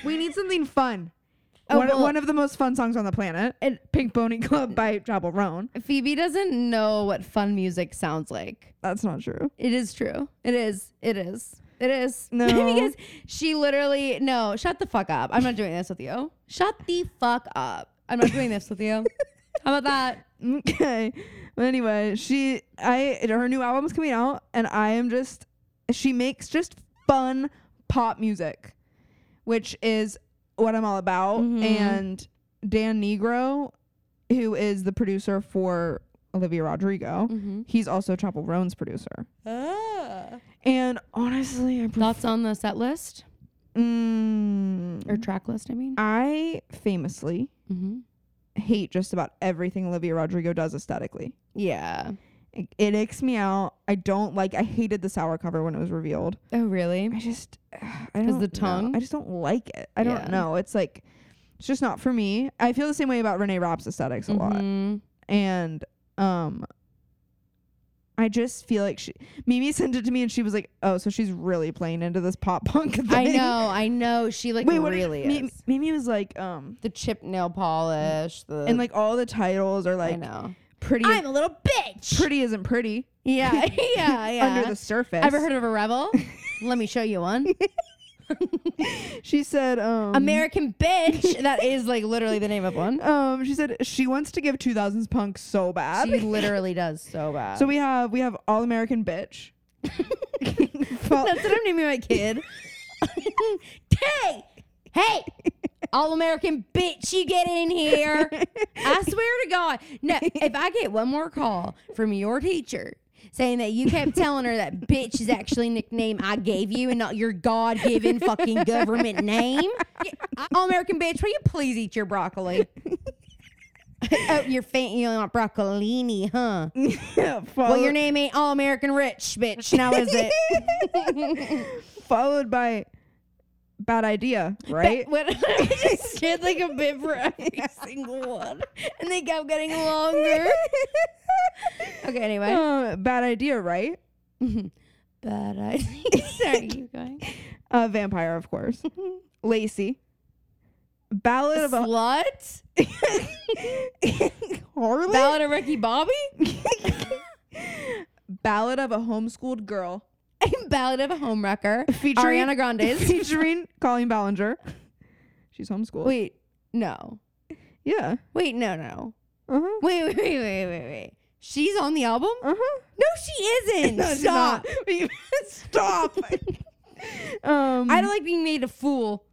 Speaker 1: We need something fun."
Speaker 2: Oh,
Speaker 1: One
Speaker 2: well-
Speaker 1: one of the most fun songs on the planet. And Pink Pony Club by Chapel Roan.
Speaker 2: Phoebe doesn't know what fun music sounds like.
Speaker 1: That's not true.
Speaker 2: It is true. It is. It is. It is.
Speaker 1: No.
Speaker 2: because she literally no, shut the fuck up. I'm not doing this with you. Shut the fuck up. I'm not doing this with you. How about that?
Speaker 1: Okay. Well, anyway, she I her new album's coming out and I am just she makes just fun pop music, which is what I'm all about.
Speaker 2: Mhm.
Speaker 1: And Dan Negro, who is the producer for Olivia Rodrigo,
Speaker 2: Mm-hmm.
Speaker 1: he's also Chapel Roan's producer.
Speaker 2: Ah.
Speaker 1: And honestly, I pref-
Speaker 2: Thoughts on the set list
Speaker 1: mm,
Speaker 2: or track list? I mean.
Speaker 1: I famously
Speaker 2: Mm-hmm.
Speaker 1: hate just about everything Olivia Rodrigo does aesthetically.
Speaker 2: Yeah.
Speaker 1: It, it icks me out. I don't like. I hated the sour cover when it was revealed.
Speaker 2: Oh, really?
Speaker 1: I just, I
Speaker 2: the
Speaker 1: don't know.
Speaker 2: tongue?
Speaker 1: I just don't like it. I
Speaker 2: Yeah.
Speaker 1: don't know. It's like, it's just not for me. I feel the same way about Renee Raps aesthetics a
Speaker 2: Mm-hmm.
Speaker 1: lot, and um, I just feel like she Mimi sent it to me and she was like, "Oh, so she's really playing into this pop punk thing."
Speaker 2: I know, I know. She like
Speaker 1: Wait, what? did-
Speaker 2: really
Speaker 1: Mi-
Speaker 2: is.
Speaker 1: Mimi was like, um,
Speaker 2: the chip nail polish. The
Speaker 1: and like all the titles are
Speaker 2: I
Speaker 1: like
Speaker 2: know.
Speaker 1: pretty.
Speaker 2: I'm a little bitch.
Speaker 1: pretty isn't pretty
Speaker 2: yeah, yeah, yeah.
Speaker 1: under the surface.
Speaker 2: Ever heard of a rebel? Let me show you one.
Speaker 1: She said, um,
Speaker 2: American bitch. That is like literally the name of one.
Speaker 1: Um, she said she wants to give 2000s punk so bad.
Speaker 2: She literally does so bad.
Speaker 1: so we have we have all American bitch. Fo-
Speaker 2: That's what I'm naming my kid. hey, hey, all American bitch, you get in here. I swear to God. No, if I get one more call from your teacher saying that you kept telling her that bitch is actually a nickname I gave you and not your God given fucking government name, all American bitch, will you please eat your broccoli? oh, you're faint, you want broccolini, huh?
Speaker 1: Follow-
Speaker 2: Well, your name ain't All American Rich, bitch. Now is it?
Speaker 1: followed by bad idea, right?
Speaker 2: When I just did like a bit for every single one, and they kept getting longer. okay, anyway.
Speaker 1: Uh, bad idea, right?
Speaker 2: Bad idea. Sorry, you going?
Speaker 1: Uh, vampire, of course. Lacey. Ballad of a
Speaker 2: Slut?
Speaker 1: Harley?
Speaker 2: Ballad of Ricky Bobby?
Speaker 1: Ballad of a homeschooled girl
Speaker 2: Ballad of a Homewrecker?
Speaker 1: Featuring-
Speaker 2: Ariana Grande's?
Speaker 1: featuring Colleen Ballinger. She's homeschooled.
Speaker 2: Wait, no.
Speaker 1: Yeah.
Speaker 2: Wait, no, no.
Speaker 1: Uh huh.
Speaker 2: Wait, wait, wait, wait, wait, wait. She's on the album?
Speaker 1: Uh huh.
Speaker 2: No, she isn't.
Speaker 1: No, she's
Speaker 2: Uh-huh. Stop.
Speaker 1: not. Stop. um,
Speaker 2: I don't like being made a fool.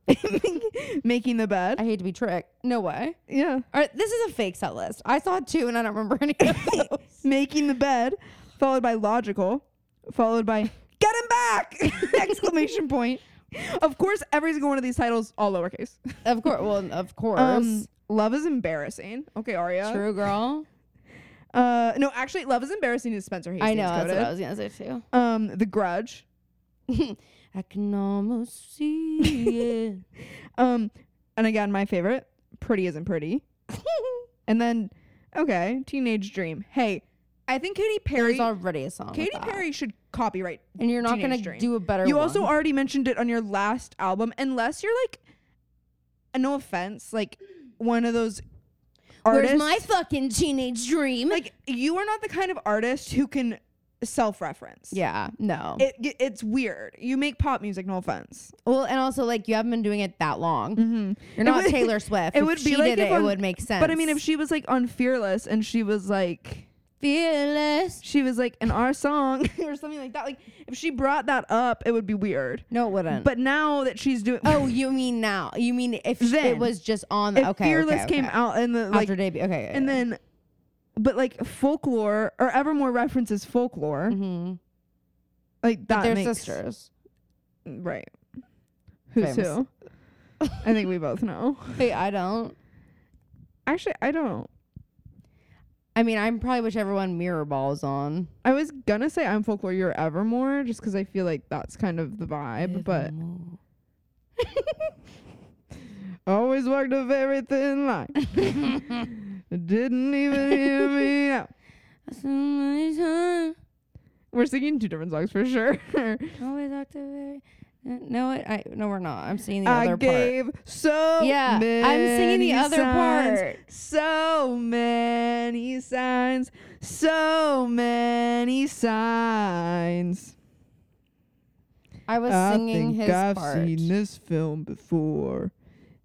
Speaker 1: making the bed.
Speaker 2: I hate to be tricked. No way.
Speaker 1: yeah,
Speaker 2: All right, this is a fake set list. I saw two and I don't remember any of those.
Speaker 1: making the bed, followed by logical, followed by get him back! Exclamation point. Of course, every single one of these titles all lowercase.
Speaker 2: of course. Well, of course.
Speaker 1: Um, love is embarrassing. Okay, Aria.
Speaker 2: True girl.
Speaker 1: Uh, no, actually, love is embarrassing is Spencer Hastings.
Speaker 2: I know. That's
Speaker 1: coded.
Speaker 2: what I was gonna say too.
Speaker 1: Um, the Grudge.
Speaker 2: I can almost see it.
Speaker 1: Um, and again, my favorite, pretty isn't pretty. and then, okay, teenage dream. Hey, I think Katy Perry.
Speaker 2: There's already a song.
Speaker 1: Katy
Speaker 2: with that.
Speaker 1: Perry should copyright.
Speaker 2: And you're not
Speaker 1: Teenage
Speaker 2: gonna
Speaker 1: Dream.
Speaker 2: do a better.
Speaker 1: you
Speaker 2: one.
Speaker 1: also already mentioned it on your last album, unless you're like, uh, no offense, like one of those artists.
Speaker 2: Where's my fucking teenage dream?
Speaker 1: like you are not the kind of artist who can self-reference.
Speaker 2: yeah. No.
Speaker 1: It, it- it's weird. You make pop music, no offense.
Speaker 2: well, and also like you haven't been doing it that long.
Speaker 1: Mm-hmm.
Speaker 2: You're not Taylor Swift.
Speaker 1: it
Speaker 2: If
Speaker 1: would be
Speaker 2: she
Speaker 1: like
Speaker 2: did
Speaker 1: if
Speaker 2: it, it
Speaker 1: on-
Speaker 2: would make sense.
Speaker 1: But I mean, if she was like on Fearless and she was like,
Speaker 2: fearless.
Speaker 1: she was like, in our song or something like that, like if she brought that up, it would be weird.
Speaker 2: No, it wouldn't.
Speaker 1: But now that she's doing,
Speaker 2: Oh, you mean now? You mean if sh- it
Speaker 1: Then.
Speaker 2: was just on? The,
Speaker 1: if
Speaker 2: okay,
Speaker 1: Fearless
Speaker 2: okay,
Speaker 1: came
Speaker 2: okay.
Speaker 1: out and the like,
Speaker 2: after debut. Okay,
Speaker 1: and then, but like folklore or Evermore references folklore,
Speaker 2: hmm
Speaker 1: like that.
Speaker 2: they're
Speaker 1: makes-
Speaker 2: sisters.
Speaker 1: right? Who's
Speaker 2: Famous.
Speaker 1: who? I think we both know.
Speaker 2: Wait, I don't.
Speaker 1: Actually, I don't.
Speaker 2: I mean, I'm probably whichever one Mirror Ball's on.
Speaker 1: I was gonna say I'm folklore, you're Evermore, just because I feel like that's kind of the vibe, but. Always walked a very thin line. Didn't even hear me out.
Speaker 2: So many times,
Speaker 1: We're singing two different songs for sure.
Speaker 2: always octave. No, it, I no, we're not. I'm singing the
Speaker 1: I
Speaker 2: other
Speaker 1: gave so
Speaker 2: part. Yeah,
Speaker 1: many
Speaker 2: I'm singing the other
Speaker 1: signs,
Speaker 2: part.
Speaker 1: So many signs. So many signs.
Speaker 2: I was
Speaker 1: I
Speaker 2: singing
Speaker 1: think
Speaker 2: his
Speaker 1: I've
Speaker 2: part.
Speaker 1: seen this film before,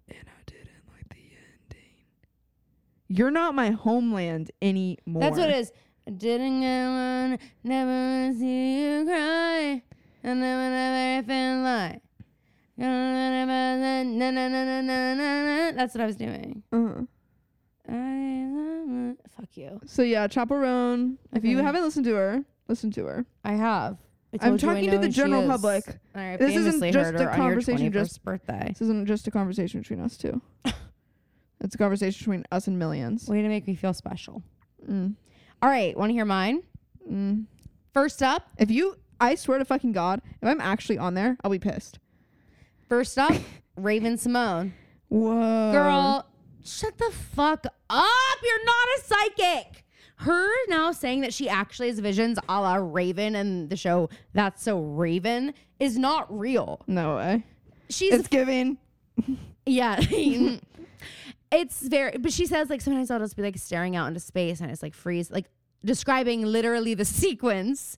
Speaker 1: and I didn't like the ending. You're not my homeland anymore.
Speaker 2: That's what it is. I Didn't I wanna never wanna see you cry? I never never feel like. That's what I was doing.
Speaker 1: Uh-huh.
Speaker 2: I- Fuck you.
Speaker 1: So yeah, Chaperone. If you
Speaker 2: Okay.
Speaker 1: haven't listened to her, listen to her.
Speaker 2: I have.
Speaker 1: I'm talking to the general public. This isn't just a conversation, just-
Speaker 2: birthday.
Speaker 1: This isn't just a conversation between us two. it's a conversation between us and millions.
Speaker 2: Way to make me feel special.
Speaker 1: Mm.
Speaker 2: All right, want to hear mine?
Speaker 1: Mm.
Speaker 2: First up,
Speaker 1: If you, I swear to fucking God, if I'm actually on there, I'll be pissed.
Speaker 2: first up, Raven Simone.
Speaker 1: Whoa,
Speaker 2: Uh-huh. Girl, shut the fuck up. You're not a psychic. Her now saying that she actually has visions a la Raven and the show That's So Raven is not real.
Speaker 1: No way.
Speaker 2: She's
Speaker 1: It's giving.
Speaker 2: Yeah.
Speaker 1: Mm-hmm.
Speaker 2: it's very, but she says, like, sometimes I'll just be like staring out into space and it's like freeze, like describing literally the sequence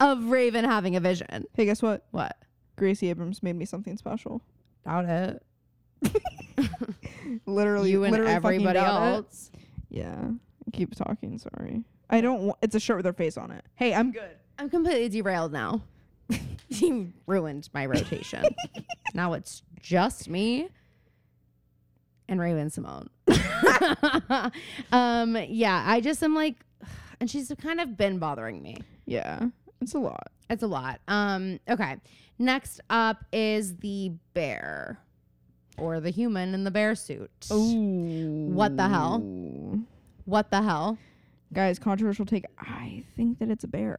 Speaker 2: of Raven having a vision.
Speaker 1: Hey, guess what?
Speaker 2: What?
Speaker 1: Gracie Abrams made me something special.
Speaker 2: Doubt it.
Speaker 1: Literally,
Speaker 2: you and
Speaker 1: literally fucking
Speaker 2: everybody
Speaker 1: doubt it.
Speaker 2: else.
Speaker 1: Yeah. Keep talking. Sorry. I don't. Wa- it's a shirt with her face on it. Hey, I'm good.
Speaker 2: I'm completely derailed now. you ruined my rotation. now it's just me and Raven Simone. um, yeah, I just am like, and she's kind of been bothering me.
Speaker 1: Yeah, it's a lot.
Speaker 2: It's a lot. Um, okay. Next up is the bear or the human in the bear suit.
Speaker 1: Oh. Ooh.
Speaker 2: What the hell? What the hell?
Speaker 1: Guys, controversial take. I think that it's a bear.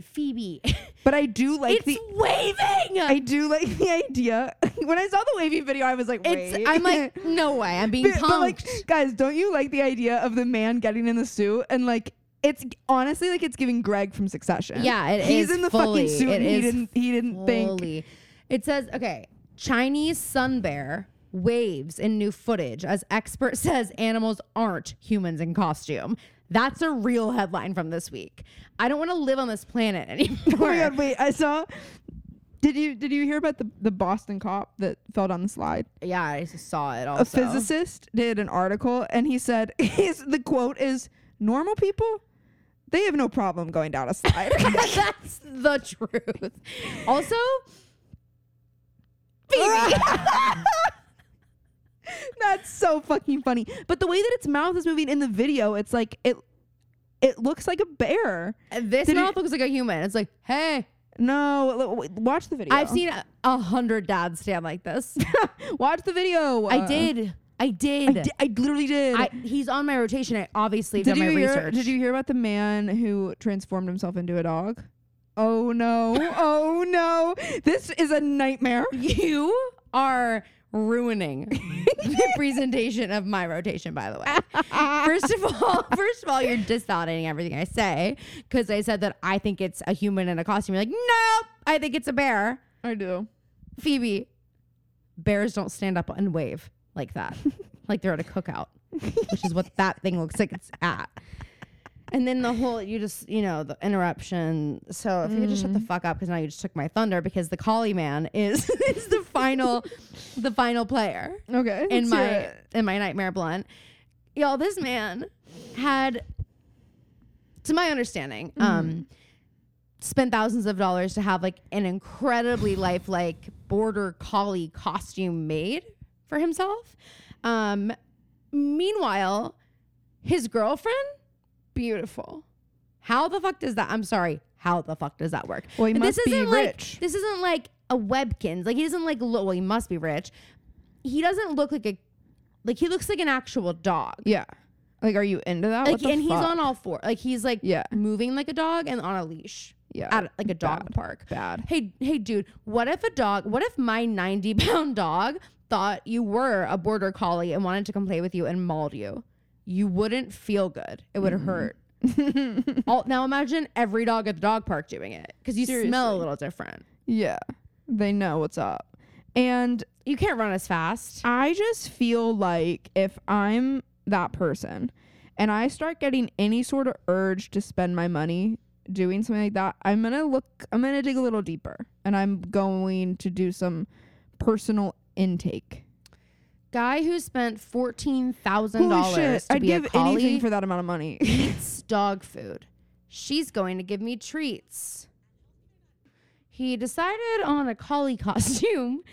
Speaker 2: Phoebe.
Speaker 1: Oh, But I do like
Speaker 2: it's
Speaker 1: the.
Speaker 2: waving.
Speaker 1: I do like the idea. when I saw the wavy video, I was like, wait.
Speaker 2: it's I'm like, no way, I'm being
Speaker 1: but,
Speaker 2: punked.
Speaker 1: but, like, guys, don't you like the idea of the man getting in the suit and like? It's honestly like it's giving Greg from Succession.
Speaker 2: Yeah, it
Speaker 1: he's
Speaker 2: is
Speaker 1: in the
Speaker 2: fully-
Speaker 1: fucking suit.
Speaker 2: it
Speaker 1: and he
Speaker 2: is
Speaker 1: didn't. He didn't think.
Speaker 2: Holy. It says, okay, Chinese sun bear waves in new footage as expert says animals aren't humans in costume. That's a real headline from this week. I don't want to live on this planet anymore.
Speaker 1: Oh my god! Wait, I saw. Did you did you hear about the the Boston cop that fell down the slide?
Speaker 2: Yeah, I just saw it also.
Speaker 1: a physicist did an article and he said his, the quote is normal people they have no problem going down a slide
Speaker 2: That's the truth. Also, Phoebe.
Speaker 1: that's so fucking funny but the way that its mouth is moving in the video it's like it it looks like a bear
Speaker 2: this
Speaker 1: Did
Speaker 2: mouth
Speaker 1: it-
Speaker 2: looks like a human. It's like, hey,
Speaker 1: no lo- w- watch the video
Speaker 2: I've seen a, a hundred dads stand like this.
Speaker 1: watch the video
Speaker 2: I
Speaker 1: Uh,
Speaker 2: did. I
Speaker 1: I,
Speaker 2: did.
Speaker 1: di- I literally did
Speaker 2: I, he's on my rotation. I obviously
Speaker 1: did
Speaker 2: did
Speaker 1: you
Speaker 2: my
Speaker 1: hear
Speaker 2: research.
Speaker 1: did you hear about the man who transformed himself into a dog oh no oh no this is a nightmare
Speaker 2: You are ruining the presentation of my rotation, by the way. First of all, first of all, you're disvalidating everything I say because I said that I think it's a human in a costume. You're like, nope, I think it's a bear.
Speaker 1: i do
Speaker 2: Phoebe, bears don't stand up and wave like that, like they're at a cookout, which is what that thing looks like it's at. And then the whole, you just, you know, the interruption. So if you could just shut the fuck up, because now you just took my thunder, because the collie man is is the final, the final player
Speaker 1: okay
Speaker 2: in
Speaker 1: let's
Speaker 2: my
Speaker 1: hear it.
Speaker 2: in my nightmare blunt. Y'all, this man had, to my understanding,
Speaker 1: Mm-hmm.
Speaker 2: um, spent thousands of dollars to have like an incredibly lifelike border collie costume made for himself. Um, meanwhile, his girlfriend, beautiful. How the fuck does that? I'm sorry. How the fuck does that work?
Speaker 1: Well, he
Speaker 2: But
Speaker 1: must be
Speaker 2: isn't
Speaker 1: rich.
Speaker 2: Like, this isn't like a Webkins. Like he doesn't like. Look, well, he must be rich. He doesn't look like a. Like he looks like an actual dog.
Speaker 1: Yeah. Like, are you into that?
Speaker 2: Like
Speaker 1: What the
Speaker 2: and he's
Speaker 1: fuck?
Speaker 2: on all four. Like he's like
Speaker 1: Yeah.
Speaker 2: moving like a dog and on a leash.
Speaker 1: Yeah.
Speaker 2: At like a dog park.
Speaker 1: Bad.
Speaker 2: Hey, hey, dude. What if a dog? What if my ninety pound dog thought you were a border collie and wanted to come play with you and mauled you? You wouldn't feel good. It would
Speaker 1: Mm-hmm.
Speaker 2: hurt. all, now imagine every dog at the dog park doing it because you smell a
Speaker 1: Seriously.
Speaker 2: little different.
Speaker 1: Yeah. They know what's up. And
Speaker 2: You can't run as fast.
Speaker 1: I just feel like if I'm that person and I start getting any sort of urge to spend my money doing something like that, I'm going to look, I'm going to dig a little deeper and I'm going to do some personal intake.
Speaker 2: Guy who spent fourteen thousand
Speaker 1: Holy shit.
Speaker 2: dollars to
Speaker 1: I'd
Speaker 2: be
Speaker 1: give
Speaker 2: a collie
Speaker 1: anything for that amount of money.
Speaker 2: eats dog food. She's going to give me treats. He decided on a collie costume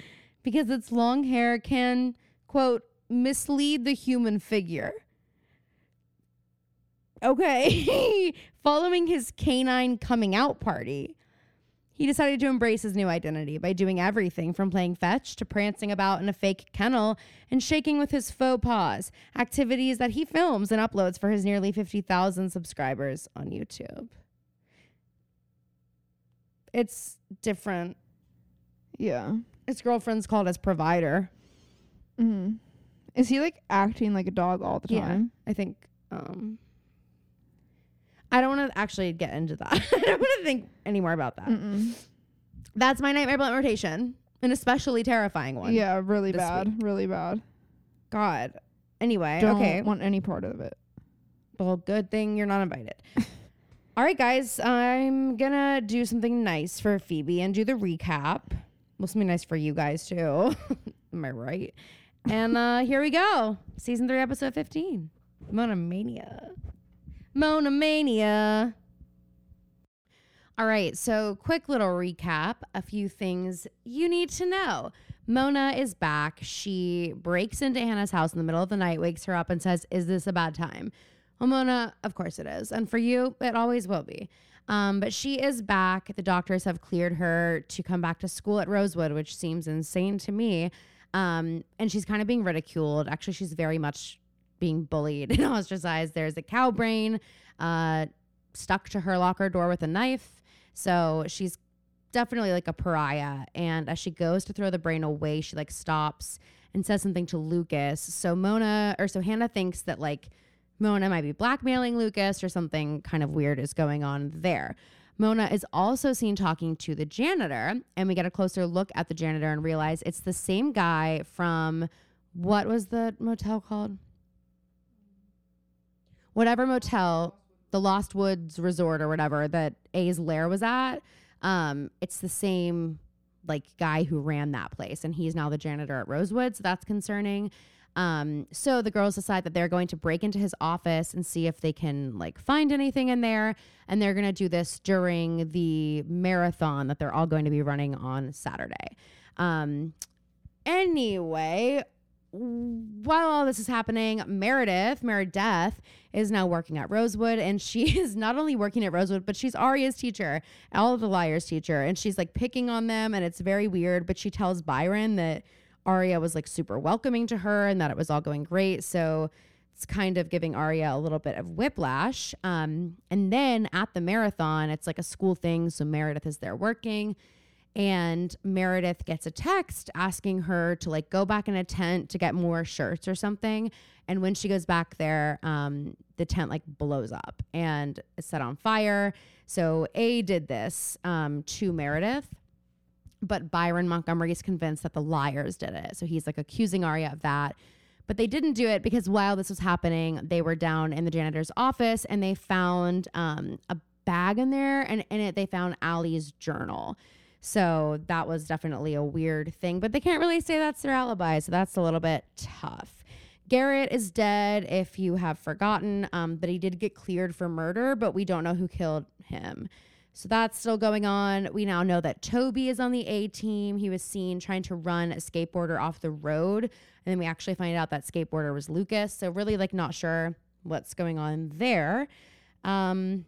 Speaker 2: because its long hair can, quote, mislead the human figure. Okay. Following his canine coming out party, he decided to embrace his new identity by doing everything from playing fetch to prancing about in a fake kennel and shaking with his faux paws, activities that he films and uploads for his nearly 50,000 subscribers on YouTube. It's different.
Speaker 1: Yeah.
Speaker 2: His girlfriend's called as provider.
Speaker 1: Mm. Is he like acting like a dog all the
Speaker 2: Yeah.
Speaker 1: time?
Speaker 2: I think. Um, I don't want to actually get into that. I don't want to think any more about that.
Speaker 1: Mm-mm.
Speaker 2: That's my nightmare blunt rotation, an especially terrifying one.
Speaker 1: Yeah, really
Speaker 2: this
Speaker 1: bad. Really bad.
Speaker 2: God. Anyway,
Speaker 1: Don't
Speaker 2: okay.
Speaker 1: want any part of it.
Speaker 2: Well, good thing you're not invited. All right, guys. I'm gonna do something nice for Phoebe and do the recap. Well, something nice for you guys too. Am I right? And uh here we go. Season three, episode fifteen. Mona Mania. Mona Mania. All right, so quick little recap a few things you need to know. Mona is back. She breaks into Hannah's house in the middle of the night, wakes her up, and says, Is this a bad time? Well, Mona, of course it is. And for you, it always will be. Um, but she is back. The doctors have cleared her to come back to school at Rosewood, which seems insane to me. Um, and she's kind of being ridiculed. Actually, she's very much being bullied and ostracized. There's a cow brain uh, stuck to her locker door with a knife. So she's definitely like a pariah. And as she goes to throw the brain away, she like stops and says something to Lucas. So Mona or so Hannah thinks that like Mona might be blackmailing Lucas or something kind of weird is going on there. Mona is also seen talking to the janitor, and we get a closer look at the janitor and realize it's the same guy from what was the motel called? Whatever motel, the Lost Woods Resort or whatever that A's lair was at. Um, it's the same like guy who ran that place, and he's now the janitor at Rosewood, so that's concerning. Um, so the girls decide that they're going to break into his office and see if they can like find anything in there. And they're going to do this during the marathon that they're all going to be running on Saturday. Um, anyway, while all this is happening, Meredith, Meredith, is now working at Rosewood. And she is not only working at Rosewood, but she's Aria's teacher, all of the liars teacher. And she's like picking on them. And it's very weird. But she tells Byron that Aria was like super welcoming to her and that it was all going great. So it's kind of giving Aria a little bit of whiplash. Um, and then at the marathon, it's like a school thing. So Meredith is there working. And Meredith gets a text asking her to like go back in a tent to get more shirts or something. And when she goes back there, um, the tent like blows up and is set on fire. So A did this um, to Meredith but Byron Montgomery is convinced that the liars did it. So he's like accusing Aria of that. But they didn't do it because while this was happening, they were down in the janitor's office and they found um, a bag in there, and in it they found Allie's journal. So that was definitely a weird thing, but they can't really say that's their alibi. So that's a little bit tough. Garrett is dead, if you have forgotten, um, but he did get cleared for murder, but we don't know who killed him. So that's still going on. We now know that Toby is on the A team. He was seen trying to run a skateboarder off the road. And then we actually find out that skateboarder was Lucas. So, really, like, not sure what's going on there. Um,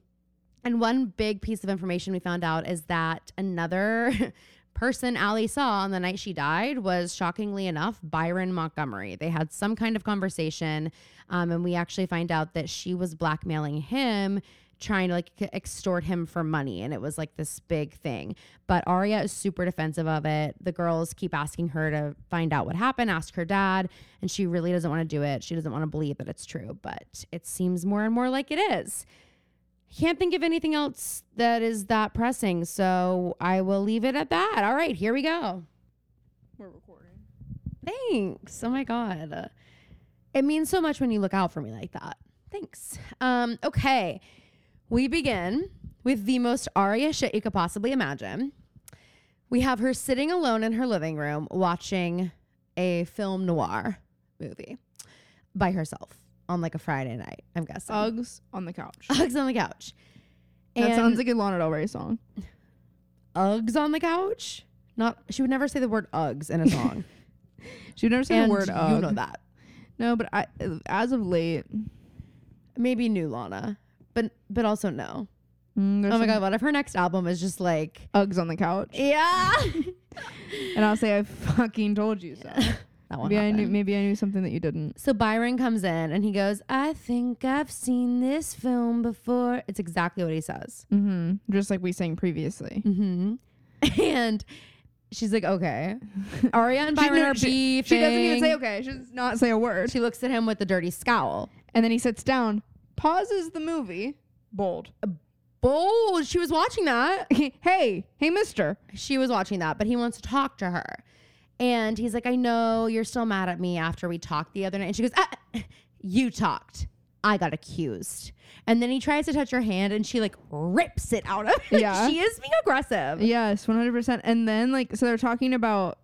Speaker 2: and one big piece of information we found out is that another person Allie saw on the night she died was shockingly enough Byron Montgomery. They had some kind of conversation, um, and we actually find out that she was blackmailing him. Trying to like c- extort him for money, and it was like this big thing. But Aria is super defensive of it. The girls keep asking her to find out what happened, ask her dad, and she really doesn't want to do it. She doesn't want to believe that it's true, but it seems more and more like it is can't think of anything else that is that pressing, so I will leave it at that. All right, here we go.
Speaker 1: We're recording.
Speaker 2: Thanks. Oh my god. It means so much when you look out for me like that. Thanks. Um okay. We begin with the most Aria shit you could possibly imagine. We have her sitting alone in her living room watching a film noir movie by herself on like a Friday night, I'm guessing.
Speaker 1: Uggs on the couch.
Speaker 2: Uggs on the couch.
Speaker 1: Oh. that sounds like
Speaker 2: And-
Speaker 1: a Lana Del Rey song.
Speaker 2: Uggs on the couch. Not she would never say the word Uggs in a song.
Speaker 1: She would never say
Speaker 2: and
Speaker 1: the word Ugg.
Speaker 2: you know that.
Speaker 1: No, but I, as of late,
Speaker 2: Maybe new Lana, but but also no.
Speaker 1: mm, there's
Speaker 2: Oh my
Speaker 1: some
Speaker 2: god, what if her next album is just like
Speaker 1: Uggs on the couch,
Speaker 2: yeah.
Speaker 1: and I'll say I fucking told you so.
Speaker 2: that one.
Speaker 1: Maybe I knew.
Speaker 2: happened.
Speaker 1: Maybe I knew something that you didn't.
Speaker 2: So Byron comes in and he goes, I think I've seen this film before. It's exactly what he says.
Speaker 1: Mm-hmm. Just like we sang previously.
Speaker 2: Mm-hmm. And she's like, okay. Aria and
Speaker 1: She
Speaker 2: Byron
Speaker 1: knew-
Speaker 2: are
Speaker 1: she-
Speaker 2: beefing.
Speaker 1: She doesn't even say okay. She does not say a word.
Speaker 2: She looks at him with a dirty scowl.
Speaker 1: And then he sits down, pauses the movie. Bold.
Speaker 2: Bold. She was watching that.
Speaker 1: hey, hey, Mister.
Speaker 2: She was watching that, but he wants to talk to her. And he's like, I know you're still mad at me after we talked the other night. And she goes, ah, You talked. I got accused. And then he tries to touch her hand and she like rips it out of him.
Speaker 1: Yeah.
Speaker 2: she is being aggressive.
Speaker 1: Yes, one hundred percent. And then like, so they're talking about,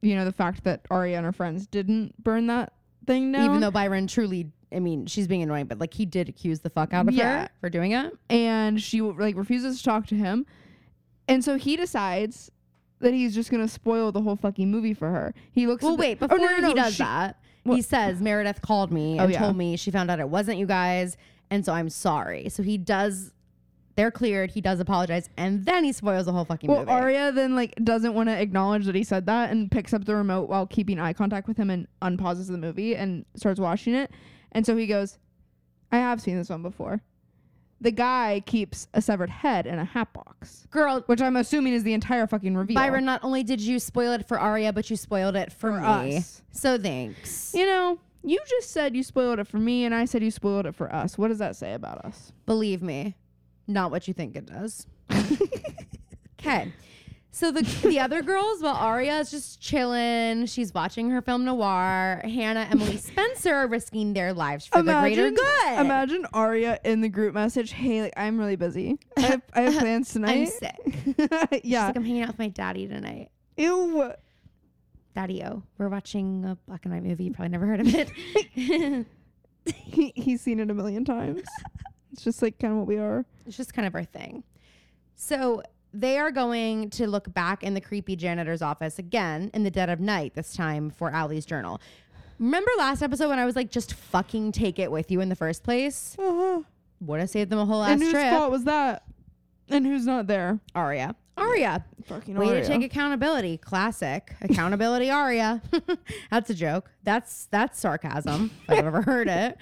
Speaker 1: you know, the fact that Arya and her friends didn't burn that thing down,
Speaker 2: Even though Byron truly, I mean, she's being annoying, but like he did accuse the fuck out of
Speaker 1: Yeah.
Speaker 2: her for doing it.
Speaker 1: and she like refuses to talk to him, and so he decides that he's just gonna spoil the whole fucking movie for her. He looks.
Speaker 2: Well,
Speaker 1: at the-
Speaker 2: wait,
Speaker 1: Oh,
Speaker 2: before
Speaker 1: no, no, no,
Speaker 2: he does
Speaker 1: she-
Speaker 2: that, he
Speaker 1: What?
Speaker 2: says, Meredith called me
Speaker 1: Oh,
Speaker 2: and
Speaker 1: yeah.
Speaker 2: told me she found out it wasn't you guys. And so I'm sorry. So he does, they're cleared. He does apologize. And then he spoils the whole fucking
Speaker 1: Well,
Speaker 2: movie.
Speaker 1: Arya then like doesn't want to acknowledge that he said that and picks up the remote while keeping eye contact with him and unpauses the movie and starts watching it. And so he goes, "I have seen this one before." The guy keeps a severed head in a hat box,
Speaker 2: Girl,
Speaker 1: which I'm assuming is the entire fucking reveal.
Speaker 2: Byron, not only did you spoil it for Aria, but you spoiled it for, me.
Speaker 1: us.
Speaker 2: So thanks.
Speaker 1: you know, you just said you spoiled it for me, and I said you spoiled it for us. What does that say about us?
Speaker 2: Believe me, not what you think it does. Okay. So the the other girls, while Aria is just chilling, she's watching her film noir. Hannah, Emily, Spencer are risking their lives for the greater good.
Speaker 1: Imagine Arya in the group message, "Hey, like I'm really busy. I have, I have plans
Speaker 2: I'm
Speaker 1: tonight.
Speaker 2: sick. She's
Speaker 1: yeah.
Speaker 2: like, I'm hanging out with my daddy tonight.
Speaker 1: Ew.
Speaker 2: Daddy O. We're watching a black and white movie. You probably never heard of it.
Speaker 1: he, he's seen it a million times. it's just like kind of what we are.
Speaker 2: it's just kind of our thing. So they are going to look back in the creepy janitor's office again in the dead of night, this time for Allie's journal. Remember last episode when I was like, just fucking take it with you in the first place?
Speaker 1: Uh-huh.
Speaker 2: Would have saved them a whole ass
Speaker 1: And whose
Speaker 2: trip.
Speaker 1: fault was that? And who's not there?
Speaker 2: Aria. Aria.
Speaker 1: Fucking
Speaker 2: Way
Speaker 1: Arya.
Speaker 2: to take accountability. Classic. Accountability Aria. that's a joke. That's that's sarcasm. if I've ever heard it.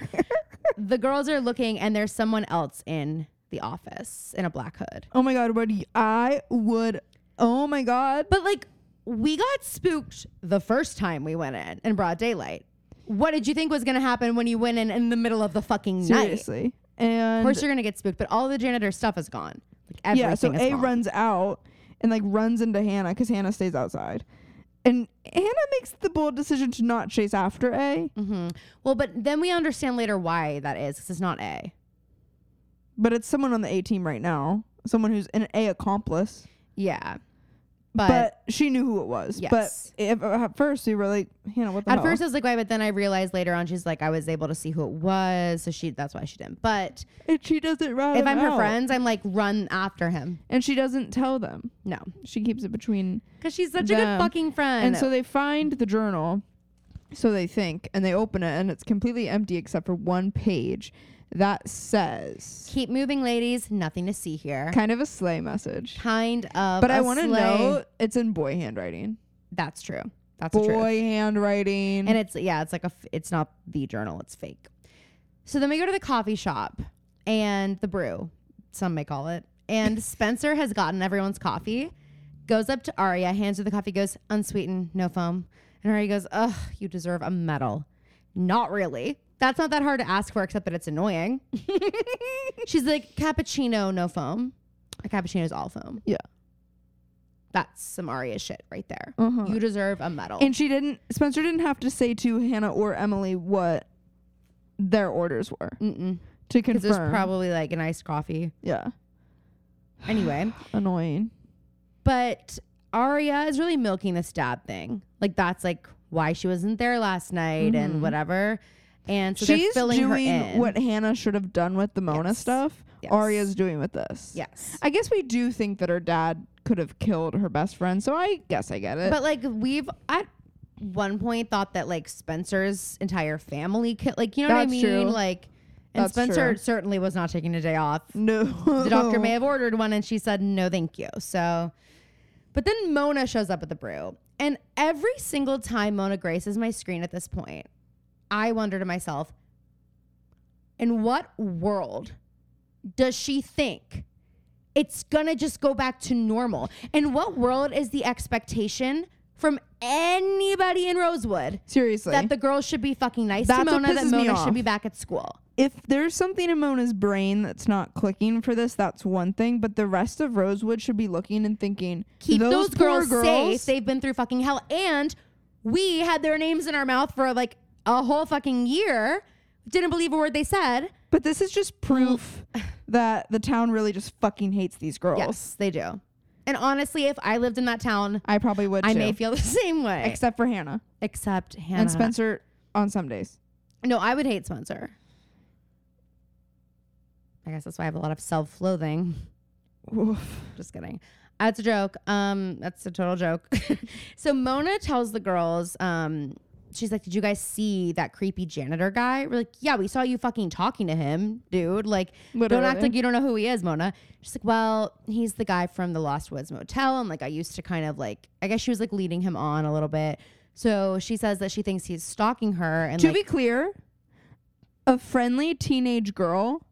Speaker 2: the girls are looking and there's someone else in the office in a black hood.
Speaker 1: oh my god, what do you- I would. Oh my god.
Speaker 2: But like we got spooked the first time we went in in broad daylight. What did you think was going to happen when you went in in the middle of the fucking night?
Speaker 1: Seriously.
Speaker 2: Of
Speaker 1: And
Speaker 2: course you're going to get spooked, but all the janitor stuff is gone. Like everything
Speaker 1: yeah, so
Speaker 2: is
Speaker 1: A
Speaker 2: gone.
Speaker 1: runs out and like runs into Hannah because Hannah stays outside. And Hannah makes the bold decision to not chase after A,
Speaker 2: hmm Well, but then we understand later why that is because it's not A.
Speaker 1: but it's someone on the A team right now, someone who's an A accomplice.
Speaker 2: Yeah. But,
Speaker 1: But, she knew who it was.
Speaker 2: Yes.
Speaker 1: But if, uh, at first we were like, Hannah, what the
Speaker 2: at
Speaker 1: hell?
Speaker 2: first I was like, why? But then I realized later on she's like, I was able to see who it was. So she, that's why she didn't. But
Speaker 1: And she doesn't run.
Speaker 2: if I'm her friends, I'm like, run after him.
Speaker 1: and she doesn't tell them,
Speaker 2: No.
Speaker 1: she keeps it between.
Speaker 2: Because she's such a good
Speaker 1: Them.
Speaker 2: fucking friend.
Speaker 1: and so they find the journal, so they think, and they open it, and it's completely empty except for one page that says
Speaker 2: keep moving, ladies. Nothing to see here.
Speaker 1: kind of a sleigh message.
Speaker 2: Kind of.
Speaker 1: But
Speaker 2: I
Speaker 1: I want to know it's in boy handwriting.
Speaker 2: That's true. That's the truth.
Speaker 1: Boy handwriting.
Speaker 2: And it's yeah, it's like a f- it's not the journal, it's fake. So then we go to the coffee shop and the brew, some may call it. And Spencer has gotten everyone's coffee, goes up to Aria, hands her the coffee, goes unsweetened, no foam, and Aria goes, "Ugh, you deserve a medal." Not really. That's not that hard to ask for, except that it's annoying. She's like cappuccino, no foam. A cappuccino's all foam.
Speaker 1: Yeah.
Speaker 2: That's some Aria shit right there.
Speaker 1: Uh-huh.
Speaker 2: You deserve a medal.
Speaker 1: and she didn't. Spencer didn't have to say to Hannah or Emily what their orders were
Speaker 2: Mm-mm.
Speaker 1: to
Speaker 2: Because it's
Speaker 1: confirm.
Speaker 2: probably like an iced coffee.
Speaker 1: yeah,
Speaker 2: Anyway,
Speaker 1: annoying.
Speaker 2: but Aria is really milking this dad thing. Like that's like why she wasn't there last night and whatever. And so they're
Speaker 1: Mm-hmm. She's
Speaker 2: filling her
Speaker 1: doing
Speaker 2: in.
Speaker 1: what Hannah should have done with the Mona
Speaker 2: Yes.
Speaker 1: stuff.
Speaker 2: Yes.
Speaker 1: Arya's doing with this.
Speaker 2: yes.
Speaker 1: I guess we do think that her dad could have killed her best friend, so I guess I get it.
Speaker 2: But like we've at one point thought that like Spencer's entire family killed like you know what I
Speaker 1: That's
Speaker 2: mean?
Speaker 1: true.
Speaker 2: Like and
Speaker 1: That's
Speaker 2: Spencer
Speaker 1: true.
Speaker 2: certainly was not taking a day off.
Speaker 1: no,
Speaker 2: The
Speaker 1: Oh.
Speaker 2: doctor may have ordered one and she said no thank you. So but then Mona shows up at the brew and every single time Mona Grace is my screen at this point, I wonder to myself, in what world does she think it's gonna just go back to normal? In what world is the expectation from anybody in Rosewood
Speaker 1: Seriously.
Speaker 2: that the girls should be fucking nice
Speaker 1: That's
Speaker 2: to
Speaker 1: what
Speaker 2: Mona, that
Speaker 1: pisses me
Speaker 2: Mona
Speaker 1: off.
Speaker 2: should be back at school?
Speaker 1: if there's something in Mona's brain that's not clicking for this, that's one thing. But the rest of Rosewood should be looking and thinking,
Speaker 2: Keep those,
Speaker 1: poor
Speaker 2: girls, safe. They've been through fucking hell. And we had their names in our mouth for like a whole fucking year. Didn't believe a word they said.
Speaker 1: But this is just proof that the town really just fucking hates these girls.
Speaker 2: Yes, they do. And honestly, if I lived in that town,
Speaker 1: I probably would.
Speaker 2: I
Speaker 1: too.
Speaker 2: may feel the same way.
Speaker 1: except for Hannah,
Speaker 2: Except Hannah
Speaker 1: and Spencer on some days.
Speaker 2: No, I would hate Spencer. I guess that's why I have a lot of self-loathing.
Speaker 1: Oof.
Speaker 2: Just kidding. That's a joke. Um, that's a total joke. so Mona tells the girls, um, she's like, "Did you guys see that creepy janitor guy?" We're like, "Yeah, we saw you fucking talking to him, dude. Like, don't
Speaker 1: Literally.
Speaker 2: act like you don't know who he is, Mona." She's like, "Well, he's the guy from the Lost Woods Motel, and like I used to kind of like, I guess she was like leading him on a little bit." So she says that she thinks he's stalking her, and
Speaker 1: To
Speaker 2: like,
Speaker 1: be clear, a friendly teenage girl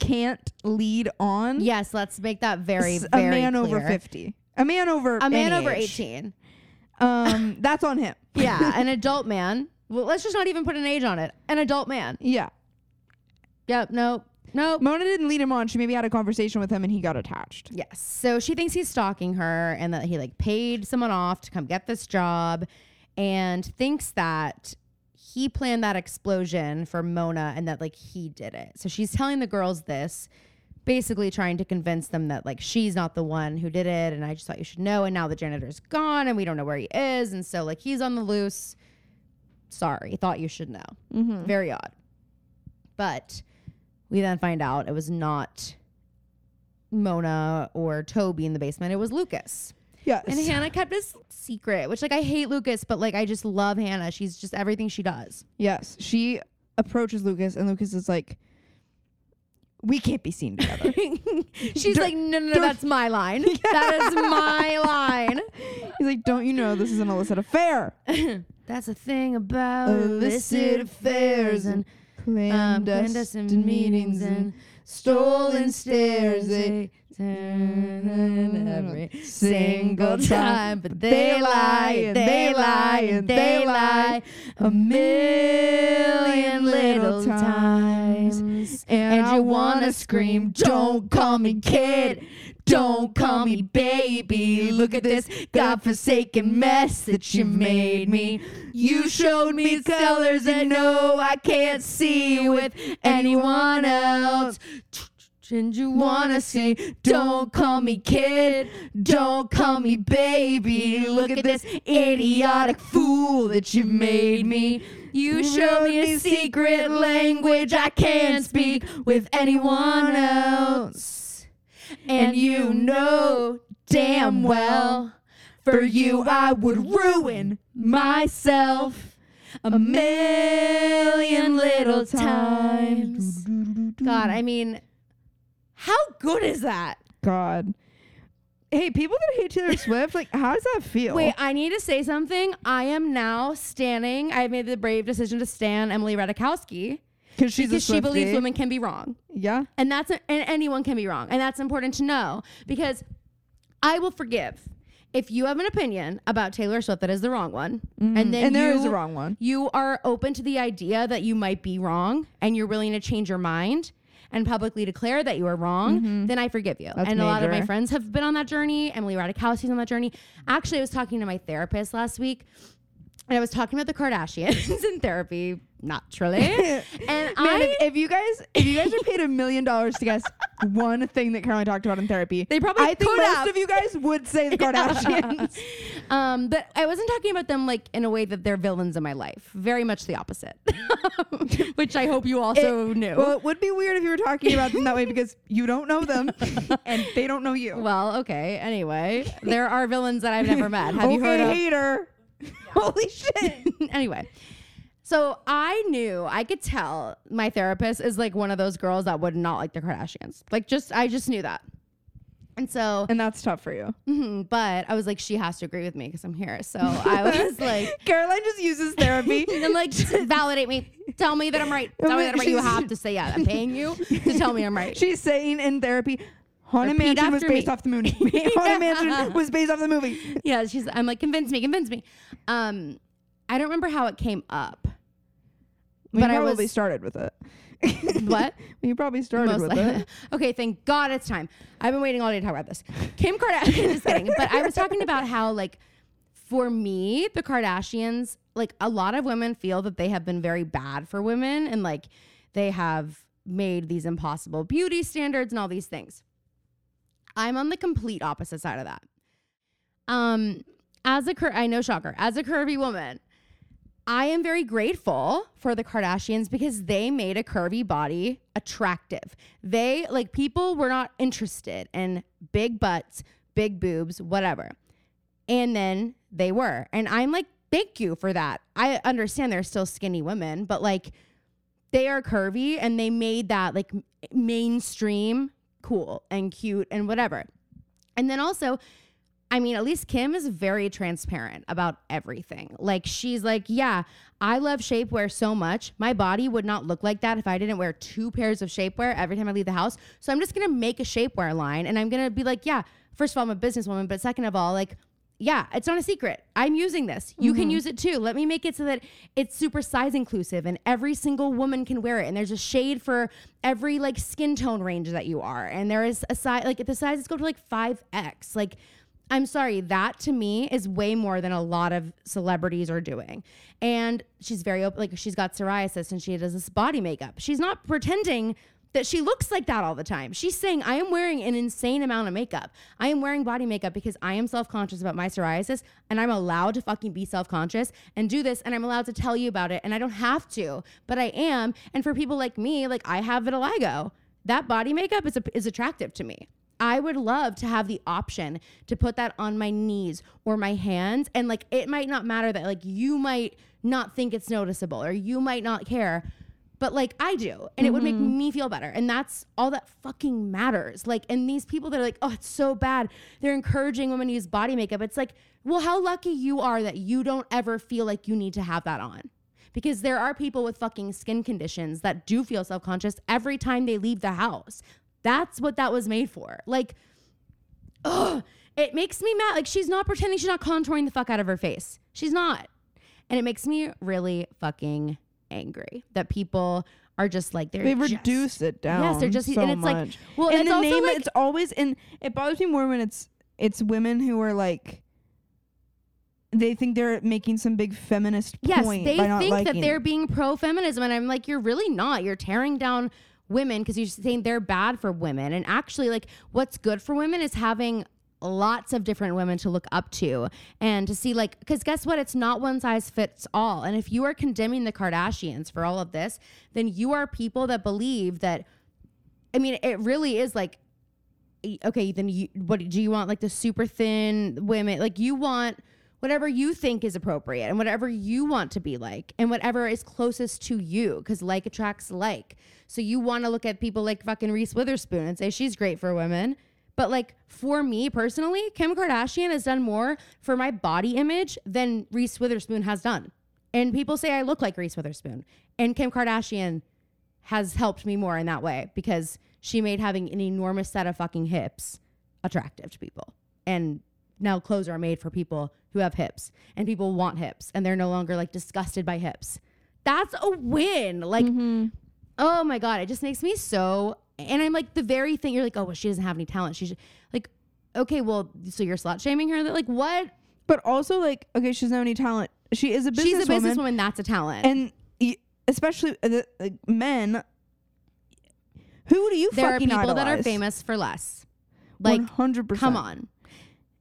Speaker 1: can't lead on
Speaker 2: yes, let's make that very,
Speaker 1: s-
Speaker 2: very
Speaker 1: a man over
Speaker 2: clear.
Speaker 1: fifty. A man over
Speaker 2: a man
Speaker 1: any
Speaker 2: over
Speaker 1: age.
Speaker 2: eighteen.
Speaker 1: Um, that's on him.
Speaker 2: Yeah, an adult man. Well, let's just not even put an age on it. An adult man.
Speaker 1: Yeah.
Speaker 2: Yep. Nope. Nope.
Speaker 1: Mona didn't lead him on. She maybe had a conversation with him and he got attached.
Speaker 2: Yes. So she thinks he's stalking her and that he like paid someone off to come get this job and thinks that he planned that explosion for Mona and that like he did it. So she's telling the girls this, basically trying to convince them that like she's not the one who did it and I just thought you should know and now the janitor's gone and we don't know where he is and so like he's on the loose. Sorry, thought you should know.
Speaker 1: Mm-hmm.
Speaker 2: Very odd. But we then find out it was not Mona or Toby in the basement. It was Lucas.
Speaker 1: Yes.
Speaker 2: And Hannah kept this secret, which like I hate Lucas, but like I just love Hannah. She's just everything she does.
Speaker 1: yes. She approaches Lucas and Lucas is like, we can't be seen together.
Speaker 2: She's
Speaker 1: Dur-
Speaker 2: like, no, no, no,
Speaker 1: dur-
Speaker 2: that's my line. That is my line.
Speaker 1: He's like, don't you know this is an illicit affair?
Speaker 2: That's the thing about illicit affairs and um, clandestine meetings and stolen stairs. They turn every single time, but they lie and they lie and they lie a million little times.
Speaker 1: And,
Speaker 2: And you wanna scream, don't call me kid, don't call me baby. Look at this godforsaken mess that you made me. You showed me colors that no, I can't see with anyone else. And you wanna say, don't call me kid, don't call me baby. Look at this idiotic fool that you made me. You show me a secret language I can't speak with anyone else. And you know damn well, for you I would ruin myself a million little times. God, I mean, how good is that?
Speaker 1: God. Hey, people that hate Taylor Swift, like, how does that feel?
Speaker 2: Wait, I need to say something. I am now standing. I made the brave decision to stand Emily Radikowski
Speaker 1: Cause she's
Speaker 2: because
Speaker 1: a
Speaker 2: she believes
Speaker 1: Swiftie.
Speaker 2: women can be wrong,
Speaker 1: Yeah.
Speaker 2: and that's and anyone can be wrong, and that's important to know because I will forgive if you have an opinion about Taylor Swift that is the wrong one, and then
Speaker 1: Mm-hmm. and there is
Speaker 2: you-
Speaker 1: a wrong one.
Speaker 2: you are open to the idea that you might be wrong and you're willing to change your mind and publicly declare that you are wrong, then I forgive you.
Speaker 1: Mm-hmm. That's
Speaker 2: and a lot of my
Speaker 1: major.
Speaker 2: friends have been on that journey. Emily Radikowski's on that journey. Actually, I was talking to my therapist last week and I was talking about the Kardashians in therapy, naturally. and
Speaker 1: Man,
Speaker 2: I.
Speaker 1: if, if you guys if you guys are paid a million dollars to guess one thing that Caroline talked about in therapy,
Speaker 2: They probably
Speaker 1: I think
Speaker 2: could
Speaker 1: most
Speaker 2: have.
Speaker 1: of you guys would say the Kardashians.
Speaker 2: um, but I wasn't talking about them like in a way that they're villains in my life. Very much the opposite, which I hope you also knew.
Speaker 1: well, it would be weird if you were talking about them that way because you don't know them and they don't know you.
Speaker 2: Well, okay. Anyway, there are villains that I've never met. Have
Speaker 1: okay,
Speaker 2: you heard of?
Speaker 1: hater? Holy shit!
Speaker 2: anyway, so I knew I could tell my therapist is like one of those girls that would not like the Kardashians. Like, just I just knew that. And so,
Speaker 1: and that's tough for you.
Speaker 2: mhm, but I was like, she has to agree with me because I'm here. So I was like,
Speaker 1: Caroline just uses therapy.
Speaker 2: and I'm like, just validate me. Tell me that I'm right. Tell me that I'm right. You
Speaker 1: She's-
Speaker 2: have to say yeah. I'm paying you to tell me I'm right.
Speaker 1: She's saying in therapy, Haunted
Speaker 2: Repeat
Speaker 1: Mansion was
Speaker 2: after
Speaker 1: based
Speaker 2: me.
Speaker 1: off the movie. Haunted Mansion was based off the movie.
Speaker 2: yeah, she's. I'm like, convince me, convince me. Um, I don't remember how it came up.
Speaker 1: We
Speaker 2: But I
Speaker 1: probably
Speaker 2: was-
Speaker 1: started with it.
Speaker 2: What?
Speaker 1: We probably started
Speaker 2: Most
Speaker 1: with
Speaker 2: likely.
Speaker 1: it.
Speaker 2: okay, thank God it's time. I've been waiting all day to talk about this. Kim Kardashian, just kidding. But I was talking about how, like, for me, the Kardashians, like, a lot of women feel that they have been very bad for women and, like, they have made these impossible beauty standards and all these things. I'm on the complete opposite side of that. Um, as a cur- I know shocker, as a curvy woman, I am very grateful for the Kardashians because they made a curvy body attractive. They like people were not interested in big butts, big boobs, whatever. And then they were. And I'm like, thank you for that. I understand they're still skinny women, but like they are curvy and they made that like m- mainstream cool and cute and whatever. And then also, I mean, at least Kim is very transparent about everything. Like, she's like, yeah, I love shapewear so much. My body would not look like that if I didn't wear two pairs of shapewear every time I leave the house. So I'm just going to make a shapewear line and I'm going to be like, yeah, first of all, I'm a businesswoman. But second of all, like, yeah, it's not a secret. I'm using this. You can use it too. Let me make it so that it's super size inclusive and every single woman can wear it. And there's a shade for every like skin tone range that you are. And there is a size, like the sizes go to like 5X. Like, I'm sorry, that to me is way more than a lot of celebrities are doing. And she's very open, like she's got psoriasis and she does this body makeup. She's not pretending that she looks like that all the time. She's saying, I am wearing an insane amount of makeup. I am wearing body makeup because I am self conscious about my psoriasis and I'm allowed to fucking be self conscious and do this and I'm allowed to tell you about it and I don't have to, but I am. And for people like me, like I have vitiligo, that body makeup is, is attractive to me. I would love to have the option to put that on my knees or my hands. And like, it might not matter that, like, you might not think it's noticeable or you might not care, but like, I do. And it would make me feel better. And that's all that fucking matters. Like, and these people that are like, oh, it's so bad. They're encouraging women to use body makeup. It's like, well, how lucky you are that you don't ever feel like you need to have that on because there are people with fucking skin conditions that do feel self conscious every time they leave the house. That's what that was made for. Like, ugh, it makes me mad. Like, she's not pretending, she's not contouring the fuck out of her face. She's not. And it makes me really fucking angry that people are just like, they're
Speaker 1: They
Speaker 2: just-
Speaker 1: reduce it down.
Speaker 2: Yes, they're just,
Speaker 1: so
Speaker 2: and it's
Speaker 1: much.
Speaker 2: like, well,
Speaker 1: in
Speaker 2: it's
Speaker 1: the
Speaker 2: also
Speaker 1: name,
Speaker 2: like,
Speaker 1: it's always in. It bothers me more when it's it's women who are like. They think they're making some big feminist
Speaker 2: Yes,
Speaker 1: point.
Speaker 2: they
Speaker 1: by not
Speaker 2: think that
Speaker 1: liking-
Speaker 2: they're being pro feminism. And I'm like, you're really not. You're tearing down women because you're saying they're bad for women. And actually, like, what's good for women is having lots of different women to look up to and to see, like, because guess what? It's not one size fits all. And if you are condemning the Kardashians for all of this, then you are people that believe that. I mean, it really is like y- okay, then you, what do you want? Like the super thin women, like you want whatever you think is appropriate and whatever you want to be like and whatever is closest to you because like attracts like. So you want to look at people like fucking Reese Witherspoon and say she's great for women. But like for me personally, Kim Kardashian has done more for my body image than Reese Witherspoon has done. And people say I look like Reese Witherspoon. And Kim Kardashian has helped me more in that way because she made having an enormous set of fucking hips attractive to people. And now clothes are made for people who have hips and people want hips and they're no longer like disgusted by hips. That's a win. Like, oh my God, it just makes me so. And I'm like, the very thing you're like, oh, well, she doesn't have any talent. She's like, okay, well, so you're slut shaming her? Like, what?
Speaker 1: But also, like, okay, she's not any talent. She is a businesswoman.
Speaker 2: She's a businesswoman. That's a talent.
Speaker 1: and y- especially uh, the, like, men. Who do you
Speaker 2: there are
Speaker 1: fucking
Speaker 2: people that are
Speaker 1: idolize?
Speaker 2: famous for less. Like,
Speaker 1: 100%.
Speaker 2: Come on.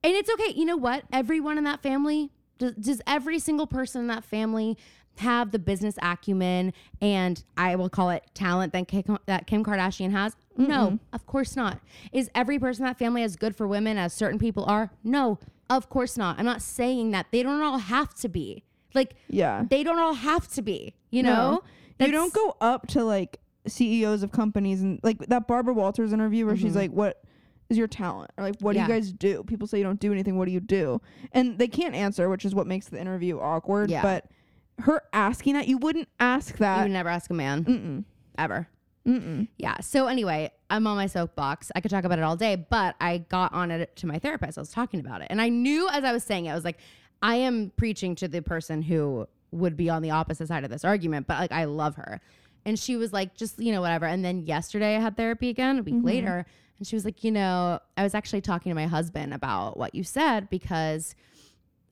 Speaker 2: And it's okay. You know what? Everyone in that family, does, does every single person in that family have the business acumen and I will call it talent that Kim, that Kim Kardashian has? No, of course not. Is every person in that family as good for women as certain people are? No, of course not. I'm not saying that. They don't all have to be. Like,
Speaker 1: Yeah.
Speaker 2: they don't all have to be, you
Speaker 1: No.
Speaker 2: know?
Speaker 1: you
Speaker 2: That's-
Speaker 1: don't go E up to like CEOs of companies and like that Barbara Walters interview where she's like, "What is your talent? Or like, what
Speaker 2: Mm-hmm. Yeah.
Speaker 1: do you guys do? People say you don't do anything. What do you do? And they can't answer, which is what makes the interview awkward.
Speaker 2: Yeah.
Speaker 1: But her asking that, you wouldn't ask
Speaker 2: you
Speaker 1: that.
Speaker 2: would never ask a man
Speaker 1: Mm-mm.
Speaker 2: ever.
Speaker 1: Mm-mm.
Speaker 2: Yeah. So anyway, I'm on my soapbox. I could talk about it all day, but I got on it to my therapist. I was talking about it. And I knew as I was saying it, I was like, I am preaching to the person who would be on the opposite side of this argument, but like I love her. And she was like, just, you know, whatever. And then yesterday I had therapy again, a week
Speaker 1: Mm-hmm.
Speaker 2: later. And she was like, you know, I was actually talking to my husband about what you said because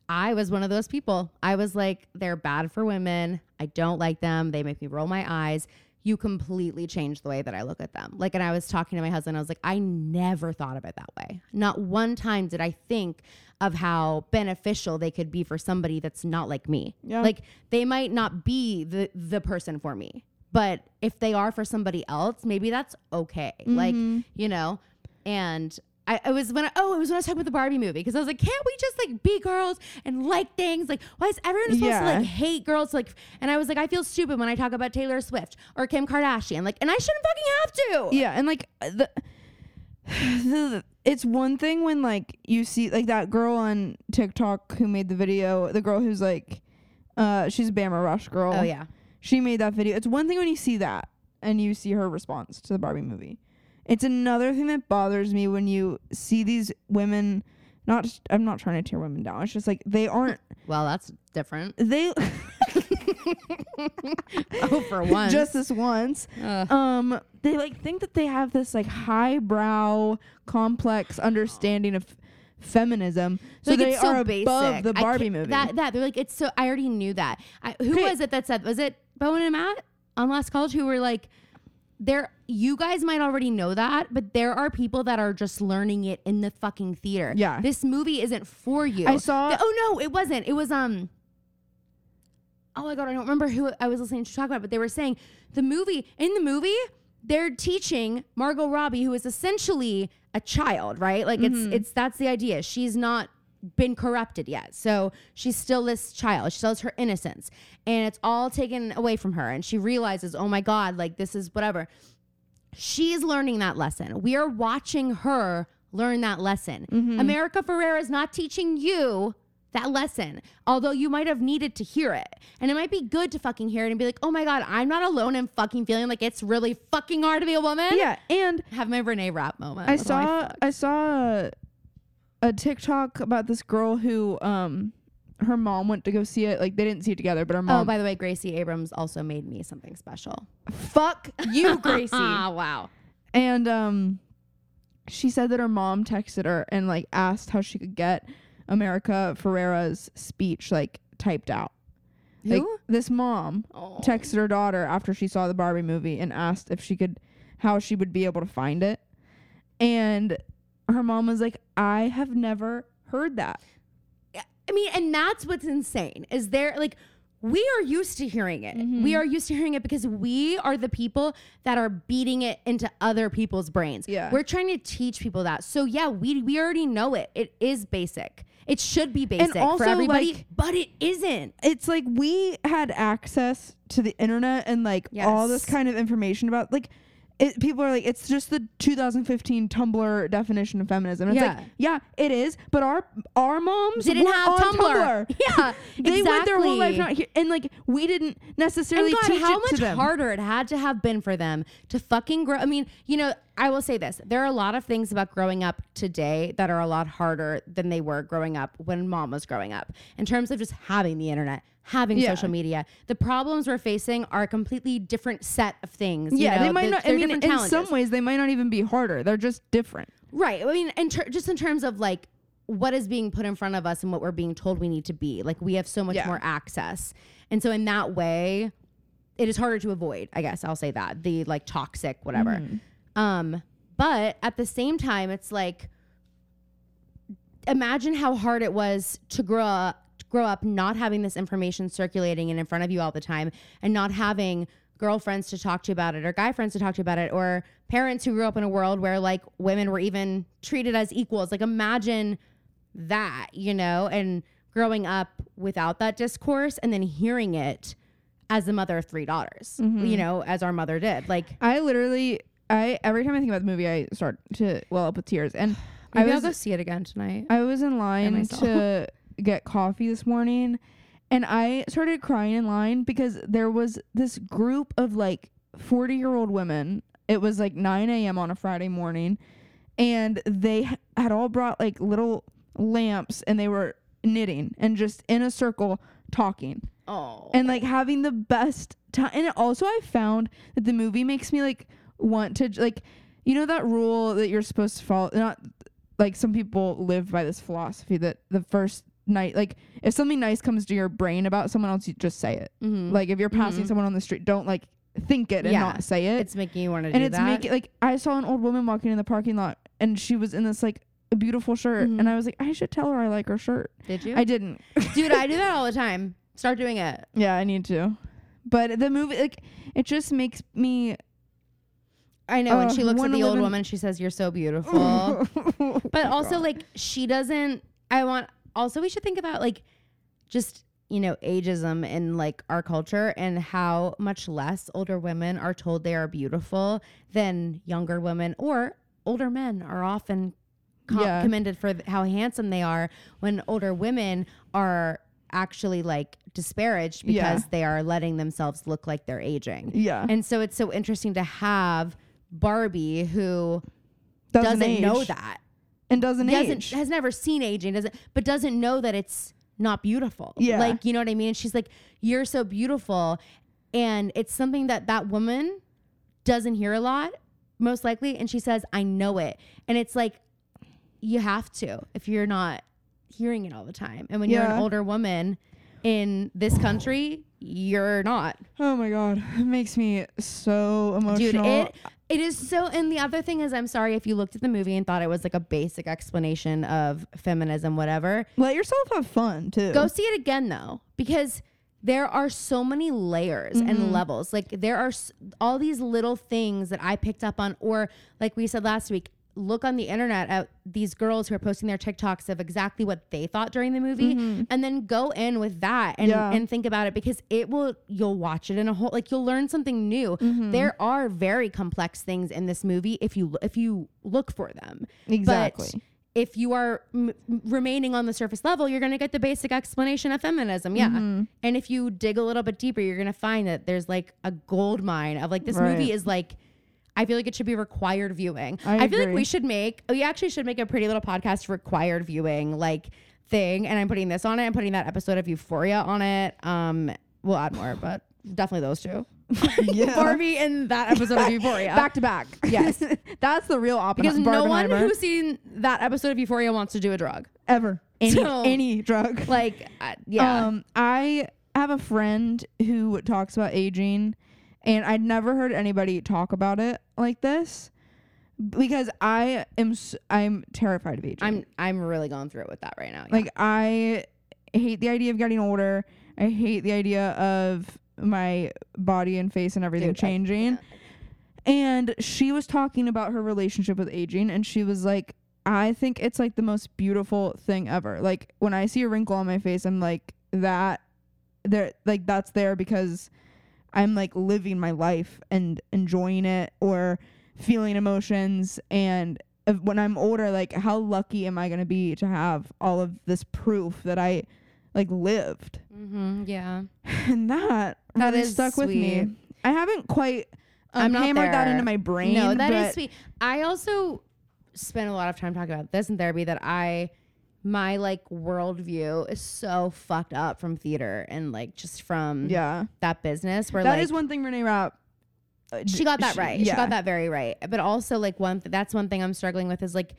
Speaker 2: I was one of those people. I was like, they're bad for women. I don't like them. They make me roll my eyes. You completely changed the way that I look at them. Like, and I was talking to my husband, I was like, I never thought of it that way. Not one time did I think of how beneficial they could be for somebody that's not like me.
Speaker 1: Yeah.
Speaker 2: Like, they might not be the, the person for me, but if they are for somebody else, maybe that's okay.
Speaker 1: Mm-hmm.
Speaker 2: Like, you know, and I, I was when I, oh it was when I was talking about the Barbie movie because I was like can't we just like be girls and like things like why is everyone supposed to
Speaker 1: Yeah.
Speaker 2: like hate girls like and I was like I feel stupid when I talk about Taylor Swift or Kim Kardashian like and I shouldn't fucking have to
Speaker 1: Yeah, and like the, the it's one thing when like you see like that girl on TikTok who made the video, the girl who's like uh she's a Bama Rush girl.
Speaker 2: oh yeah
Speaker 1: She made that video. It's one thing when you see that and you see her response to the Barbie movie. It's another thing that bothers me when you see these women not I'm not trying to tear women down. It's just like they aren't
Speaker 2: well that's different
Speaker 1: they
Speaker 2: oh for one
Speaker 1: just this once.
Speaker 2: Ugh.
Speaker 1: Um, they like think that they have this like highbrow, complex understanding of feminism, so
Speaker 2: Like,
Speaker 1: they
Speaker 2: it's so
Speaker 1: are above the
Speaker 2: I
Speaker 1: Barbie
Speaker 2: can't-
Speaker 1: movie.
Speaker 2: That that they're like it's so I already knew that. I, who
Speaker 1: Okay.
Speaker 2: was it that said was it Bowen and Matt on Last College who were like there you guys might already know that, but there are people that are just learning it in the fucking theater.
Speaker 1: Yeah.
Speaker 2: This movie isn't for you.
Speaker 1: I saw-
Speaker 2: The- oh no, it wasn't. It was um Oh my god, I don't remember who I was listening to talk about, but they were saying the movie in the movie they're teaching Margot Robbie, who is essentially a child, right? Like
Speaker 1: Mm-hmm.
Speaker 2: it's it's that's the idea. She's not been corrupted yet, so she's still this child. She still has her innocence, and it's all taken away from her. And she realizes, oh my god, like this is whatever. She's learning that lesson. We are watching her learn that lesson.
Speaker 1: Mm-hmm.
Speaker 2: America Ferrera is not teaching you that lesson, although you might have needed to hear it. And it might be good to fucking hear it and be like, oh my God, I'm not alone and fucking feeling like it's really fucking hard to be a woman.
Speaker 1: yeah, and
Speaker 2: Have my Renee rap moment.
Speaker 1: I
Speaker 2: with all my
Speaker 1: saw I saw a, a TikTok about this girl who um her mom went to go see it. Like they didn't see it together, but her
Speaker 2: Oh,
Speaker 1: mom.
Speaker 2: by the way, Gracie Abrams also made me something special.
Speaker 1: fuck you, Gracie.
Speaker 2: Ah, wow.
Speaker 1: and um she said that her mom texted her and like asked how she could get America Ferrera's speech like typed out. Like
Speaker 2: Who?
Speaker 1: this mom
Speaker 2: Oh.
Speaker 1: texted her daughter after she saw the Barbie movie and asked if she could how she would be able to find it. And her mom was like, "I have never heard that."
Speaker 2: I mean, and that's what's insane is there like we are used to hearing it.
Speaker 1: Mm-hmm.
Speaker 2: We are used to hearing it because we are the people that are beating it into other people's brains.
Speaker 1: Yeah.
Speaker 2: We're trying to teach people that. So yeah, we we already know it. It is basic. It should be basic
Speaker 1: also,
Speaker 2: for everybody,
Speaker 1: like-
Speaker 2: but it isn't.
Speaker 1: It's like we had access to the internet and like all this
Speaker 2: Yes.
Speaker 1: kind of information about like it, people are like it's just the 2015 Tumblr definition of feminism. It's
Speaker 2: Yeah.
Speaker 1: like yeah, it is, but our our moms
Speaker 2: Didn't
Speaker 1: were
Speaker 2: have
Speaker 1: on
Speaker 2: Tumblr. Yeah,
Speaker 1: they went their whole life
Speaker 2: exactly.
Speaker 1: not here, and like we didn't necessarily
Speaker 2: And God,
Speaker 1: teach
Speaker 2: how
Speaker 1: it
Speaker 2: much
Speaker 1: to them.
Speaker 2: harder it had to have been for them to fucking grow. I mean, you know, I will say this: there are a lot of things about growing up today that are a lot harder than they were growing up when mom was growing up. In terms of just having the internet, having
Speaker 1: Yeah.
Speaker 2: social media, the problems we're facing are a completely different set of things. you
Speaker 1: yeah,
Speaker 2: know,
Speaker 1: they might
Speaker 2: th-
Speaker 1: not. I
Speaker 2: they're
Speaker 1: mean, in
Speaker 2: different
Speaker 1: some
Speaker 2: challenges.
Speaker 1: ways, they might not even be harder. They're just different.
Speaker 2: Right. I mean, and ter- just in terms of like what is being put in front of us and what we're being told we need to be, like we have so much
Speaker 1: Yeah.
Speaker 2: more access. And so in that way, it is harder to avoid, I guess I'll say that, the like toxic whatever. Um but at the same time it's like imagine how hard it was to grow up grow up not having this information circulating and in front of you all the time and not having girlfriends to talk to about it or guy friends to talk to about it or parents who grew up in a world where like women were even treated as equals like imagine that you know and growing up without that discourse and then hearing it as the mother of three daughters you know as our mother did like
Speaker 1: I literally I every time I think about the movie, I start to well up with tears. And I
Speaker 2: Maybe I'll
Speaker 1: was
Speaker 2: go see it again tonight.
Speaker 1: I was in line
Speaker 2: myself.
Speaker 1: to get coffee this morning and I started crying in line because there was this group of like 40 year old women. It was like 9 a.m. on a Friday morning and they h- had all brought like little lamps and they were knitting and just in a circle talking
Speaker 2: oh,
Speaker 1: and like having the best time. And also, I found that the movie makes me like want to j- like you know that rule that you're supposed to follow. Not like some people live by this philosophy that the first night, like if something nice comes to your brain about someone else, you just say it.
Speaker 2: Mhm.
Speaker 1: Like if you're passing
Speaker 2: Mhm.
Speaker 1: someone on the street, don't like think it and
Speaker 2: Yeah.
Speaker 1: not say it.
Speaker 2: it's making you want to do
Speaker 1: and it's
Speaker 2: that.
Speaker 1: making like I saw an old woman walking in the parking lot, and she was in this like beautiful shirt,
Speaker 2: Mhm.
Speaker 1: and I was like, I should tell her I like her shirt.
Speaker 2: Did you?
Speaker 1: I didn't.
Speaker 2: Dude, I do that all the time. Start doing it.
Speaker 1: Yeah, I need to. But the movie, like, it just makes me.
Speaker 2: I know. and
Speaker 1: Uh,
Speaker 2: she looks at
Speaker 1: wanna
Speaker 2: the
Speaker 1: live
Speaker 2: old
Speaker 1: in-
Speaker 2: woman. She says, "You're so beautiful." but also,
Speaker 1: Oh God.
Speaker 2: like, she doesn't. I want. Also, we should think about like, just you know, ageism in like our culture and how much less older women are told they are beautiful than younger women or older men are often com-
Speaker 1: Yeah.
Speaker 2: commended for th- how handsome they are when older women are actually like disparaged
Speaker 1: Yeah.
Speaker 2: because they are letting themselves look like they're aging.
Speaker 1: yeah,
Speaker 2: And so it's so interesting to have Barbie who
Speaker 1: doesn't,
Speaker 2: doesn't, know
Speaker 1: age.
Speaker 2: that.
Speaker 1: and doesn't,
Speaker 2: Doesn't
Speaker 1: age.
Speaker 2: has never seen aging, doesn't but doesn't know that it's not beautiful.
Speaker 1: Yeah.
Speaker 2: Like, you know what I mean? And she's like, "You're so beautiful." And it's something that that woman doesn't hear a lot, most likely, and she says, "I know it." And it's like you have to if you're not hearing it all the time. And when you're an
Speaker 1: Yeah.
Speaker 2: older woman in this country, you're not.
Speaker 1: Oh my god, it makes me so emotional.
Speaker 2: Dude, it it is so. And the other thing is, I'm sorry if you looked at the movie and thought it was like a basic explanation of feminism, whatever.
Speaker 1: Let yourself have fun too.
Speaker 2: Go see it again though, because there are so many layers
Speaker 1: Mm-hmm.
Speaker 2: and levels. Like there are s- all these little things that I picked up on, or like we said last week. Look on the internet at these girls who are posting their TikToks of exactly what they thought during the movie, and then go in with that and,
Speaker 1: Mm-hmm. Yeah.
Speaker 2: and think about it because it will you'll watch it in a whole like you'll learn something new.
Speaker 1: Mm-hmm.
Speaker 2: There are very complex things in this movie if you if you look for them. But
Speaker 1: Exactly.
Speaker 2: if you are m- remaining on the surface level, you're going to get the basic explanation of feminism. Yeah.
Speaker 1: Mm-hmm.
Speaker 2: And if you dig a little bit deeper, you're going to find that there's like a gold mine of like this
Speaker 1: Right.
Speaker 2: movie is like I feel like it should be required viewing.
Speaker 1: I
Speaker 2: feel like
Speaker 1: agree.
Speaker 2: we should make we actually should make a pretty little podcast required viewing like thing and I'm putting this on it. I'm putting that episode of Euphoria on it. Um we'll add more, but definitely those two.
Speaker 1: Yeah.
Speaker 2: Barbie and that episode of Euphoria.
Speaker 1: Uh-huh. back to back.
Speaker 2: Yes.
Speaker 1: that's the real opposite.
Speaker 2: because no one who's seen that episode of Euphoria wants to do a drug.
Speaker 1: ever any
Speaker 2: So-
Speaker 1: any drug.
Speaker 2: Like, I yeah.
Speaker 1: Um, I have a friend who talks about aging, and I'd never heard anybody talk about it like this because I am s- I'm terrified of aging.
Speaker 2: I'm I'm really going through it with that right now. yeah.
Speaker 1: like I hate the idea of getting older. I hate the idea of my body and face and everything
Speaker 2: Dude, I-
Speaker 1: changing.
Speaker 2: yeah.
Speaker 1: And she was talking about her relationship with aging, and she was like, I think it's like the most beautiful thing ever. Like, when I see a wrinkle on my face, I'm like, that, there, like, that's there because I'm like living my life and enjoying it or feeling emotions. And if- when I'm older, like, how lucky am I going to be to have all of this proof that I like lived?
Speaker 2: Mm-hmm, yeah.
Speaker 1: And that,
Speaker 2: That
Speaker 1: really
Speaker 2: is
Speaker 1: stuck with me.
Speaker 2: sweet.
Speaker 1: I haven't quite.
Speaker 2: I'm
Speaker 1: I'm
Speaker 2: not
Speaker 1: hammered that
Speaker 2: there.
Speaker 1: into my brain.
Speaker 2: no, that is
Speaker 1: but-
Speaker 2: sweet. I also spend a lot of time talking about this in therapy that I my like worldview is so fucked up from theater and like just from
Speaker 1: Yeah,
Speaker 2: that business where
Speaker 1: that is
Speaker 2: like
Speaker 1: one thing Renee Rapp. uh, d-
Speaker 2: she got that right. She
Speaker 1: yeah.
Speaker 2: got that very right. But also like one th- that's one thing I'm struggling with is like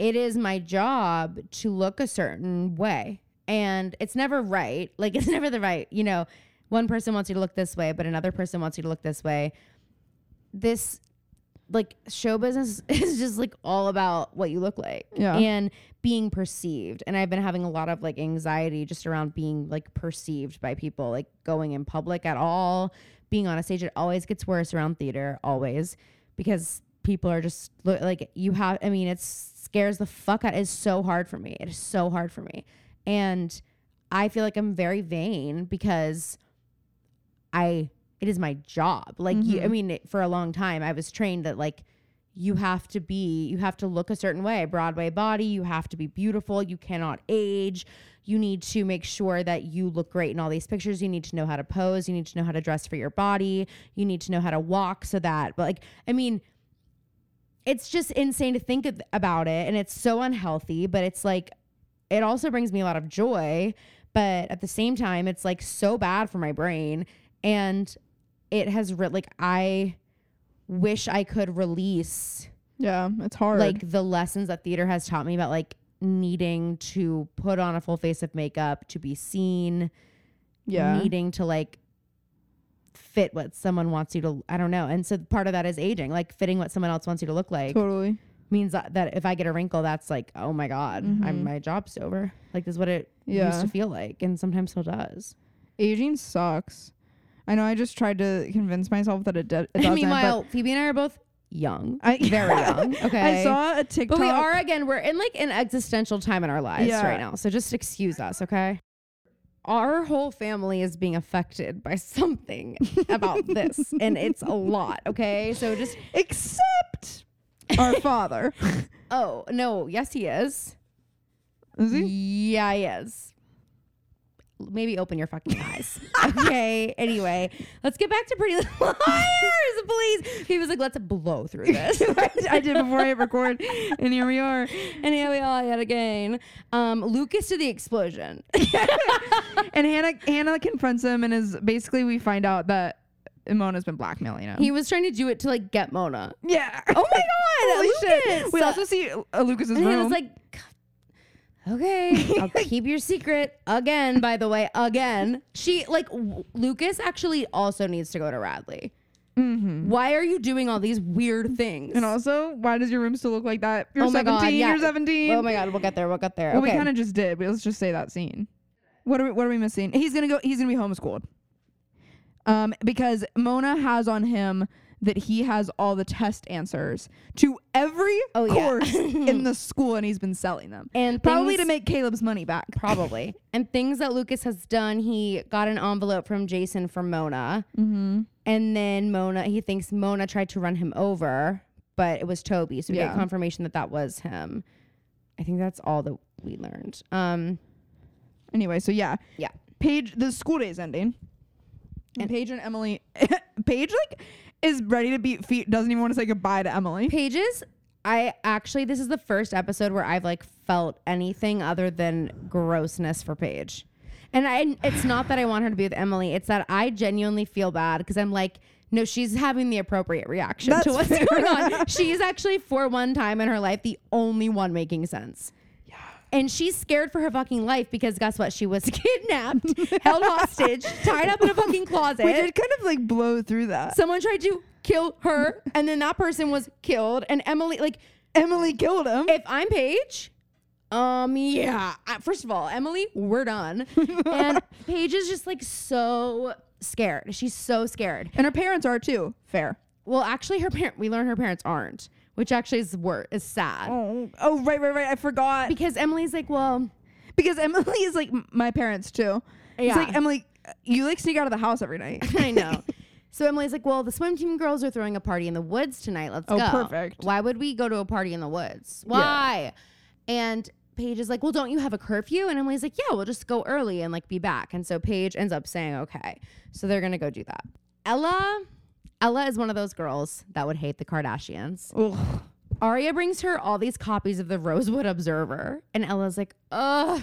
Speaker 2: it is my job to look a certain way. And it's never right. Like it's never the right, you know, one person wants you to look this way, but another person wants you to look this way. This like show business is just like all about what you look like
Speaker 1: Yeah.
Speaker 2: and being perceived. And I've been having a lot of like anxiety just around being like perceived by people, like going in public at all, being on a stage. It always gets worse around theater, always, because people are just lo- like, you have, I mean, it scares the fuck out. It's so hard for me. It is so hard for me. And I feel like I'm very vain because I it is my job. Like you, I
Speaker 1: Mhm.
Speaker 2: mean, it- for a long time, I was trained that like you have to be, you have to look a certain way, Broadway body. You have to be beautiful. You cannot age. You need to make sure that you look great in all these pictures. You need to know how to pose. You need to know how to dress for your body. You need to know how to walk so that, but like, I mean, it's just insane to think of, about it and it's so unhealthy but it's like it also brings me a lot of joy but at the same time it's like so bad for my brain and it has re- like i wish i could release
Speaker 1: Yeah, it's hard.
Speaker 2: like the lessons that theater has taught me about like needing to put on a full face of makeup to be seen
Speaker 1: yeah,
Speaker 2: needing to like fit what someone wants you to i don't know and so part of that is aging like fitting what someone else wants you to look like
Speaker 1: totally.
Speaker 2: means that, that if I get a wrinkle, that's like, oh my god, I'm my job's over. Like this is what it used
Speaker 1: Mm-hmm. Yeah.
Speaker 2: to feel like, and sometimes still does.
Speaker 1: Aging sucks. I know. I just tried to convince myself that it, de- it doesn't.
Speaker 2: Meanwhile, Phoebe and I are both young,
Speaker 1: but I,
Speaker 2: very young. Okay,
Speaker 1: I saw a TikTok.
Speaker 2: but we are again. We're in like an existential time in our lives
Speaker 1: Yeah.
Speaker 2: right now, so just excuse us, okay? Our whole family is being affected by something about this, and it's a lot. Okay, so just
Speaker 1: except our father.
Speaker 2: oh no, yes, he is.
Speaker 1: Is he?
Speaker 2: Yeah, he is. Maybe open your fucking eyes. okay. Anyway, let's get back to Pretty Little Liars, please. He was like, let's blow through this.
Speaker 1: I did before I hit record, and here we are.
Speaker 2: and here we are yet again. Um, Lucas to the explosion.
Speaker 1: And Hannah Hannah confronts him, and is basically we find out that Imona's been blackmailing him.
Speaker 2: he was trying to do it to like get Mona.
Speaker 1: yeah. Oh my god,
Speaker 2: Holy shit.
Speaker 1: We
Speaker 2: So-
Speaker 1: also see uh, Lucas's
Speaker 2: And
Speaker 1: room.
Speaker 2: he was like, "God, okay, I'll keep your secret again. By the way, again, she like w- Lucas actually also needs to go to Radley.
Speaker 1: Mm-hmm.
Speaker 2: Why are you doing all these weird things?
Speaker 1: Mm. and also, why does your room still look like that? You're 17. You're 17.
Speaker 2: Oh my god, we'll get there. We'll get there.
Speaker 1: Well,
Speaker 2: okay.
Speaker 1: we kind of just did. But let's just say that scene. What are we, what are we missing? He's gonna go. He's gonna be homeschooled. Um, because Mona has on him that he has all the test answers to every
Speaker 2: Oh, yeah.
Speaker 1: course in the school, and he's been selling them,
Speaker 2: And
Speaker 1: probably to
Speaker 2: things-
Speaker 1: make Caleb's money back.
Speaker 2: probably. and things that Lucas has done, he got an envelope from Jason for Mona, mm-hmm. and then Mona, he thinks Mona tried to run him over, but it was Toby. So we
Speaker 1: Yeah.
Speaker 2: get confirmation that that was him. I think that's all that we learned. Um,
Speaker 1: Anyway, so yeah,
Speaker 2: yeah.
Speaker 1: Paige, the school day is ending, and Paige and Emily, Paige like is ready to beat feet. Doesn't even want to say goodbye to Emily.
Speaker 2: Pages. I actually, this is the first episode where I've like felt anything other than grossness for Paige. And I, it's not that I want her to be with Emily. It's that I genuinely feel bad because I'm like, no, she's having the appropriate reaction to
Speaker 1: That's
Speaker 2: what's going on. She's actually, for one time in her life, the only one making sense. And she's scared for her fucking life because guess what? She was kidnapped, held hostage, tied up in a fucking closet
Speaker 1: We did kind of like blow through that.
Speaker 2: someone tried to kill her and then that person was killed and emily like
Speaker 1: Emily killed him.
Speaker 2: if i'm paige um yeah I- first of all emily we're done and paige is just like so scared she's so scared
Speaker 1: And her parents are too. Fair.
Speaker 2: well actually her parent we learn her parents aren't which actually is wor- is sad
Speaker 1: Oh, oh, right, right, right. I forgot
Speaker 2: because emily's like well
Speaker 1: because Emily is like m- my parents too. It's
Speaker 2: Yeah.
Speaker 1: like Emily, you like sneak out of the house every night.
Speaker 2: I know. So Emily's like, well, the swim team girls are throwing a party in the woods tonight. Let's
Speaker 1: Oh,
Speaker 2: go.
Speaker 1: perfect.
Speaker 2: Why would we go to a party in the woods? Why? And Paige is like, well, don't you have a curfew? And Emily's like, yeah, we'll just go early and like be back. And so Paige ends up saying, okay. So they're gonna go do that. Ella, Ella is one of those girls that would hate the Kardashians.
Speaker 1: Ugh.
Speaker 2: Aria brings her all these copies of the Rosewood Observer, and Ella's like, "Ugh,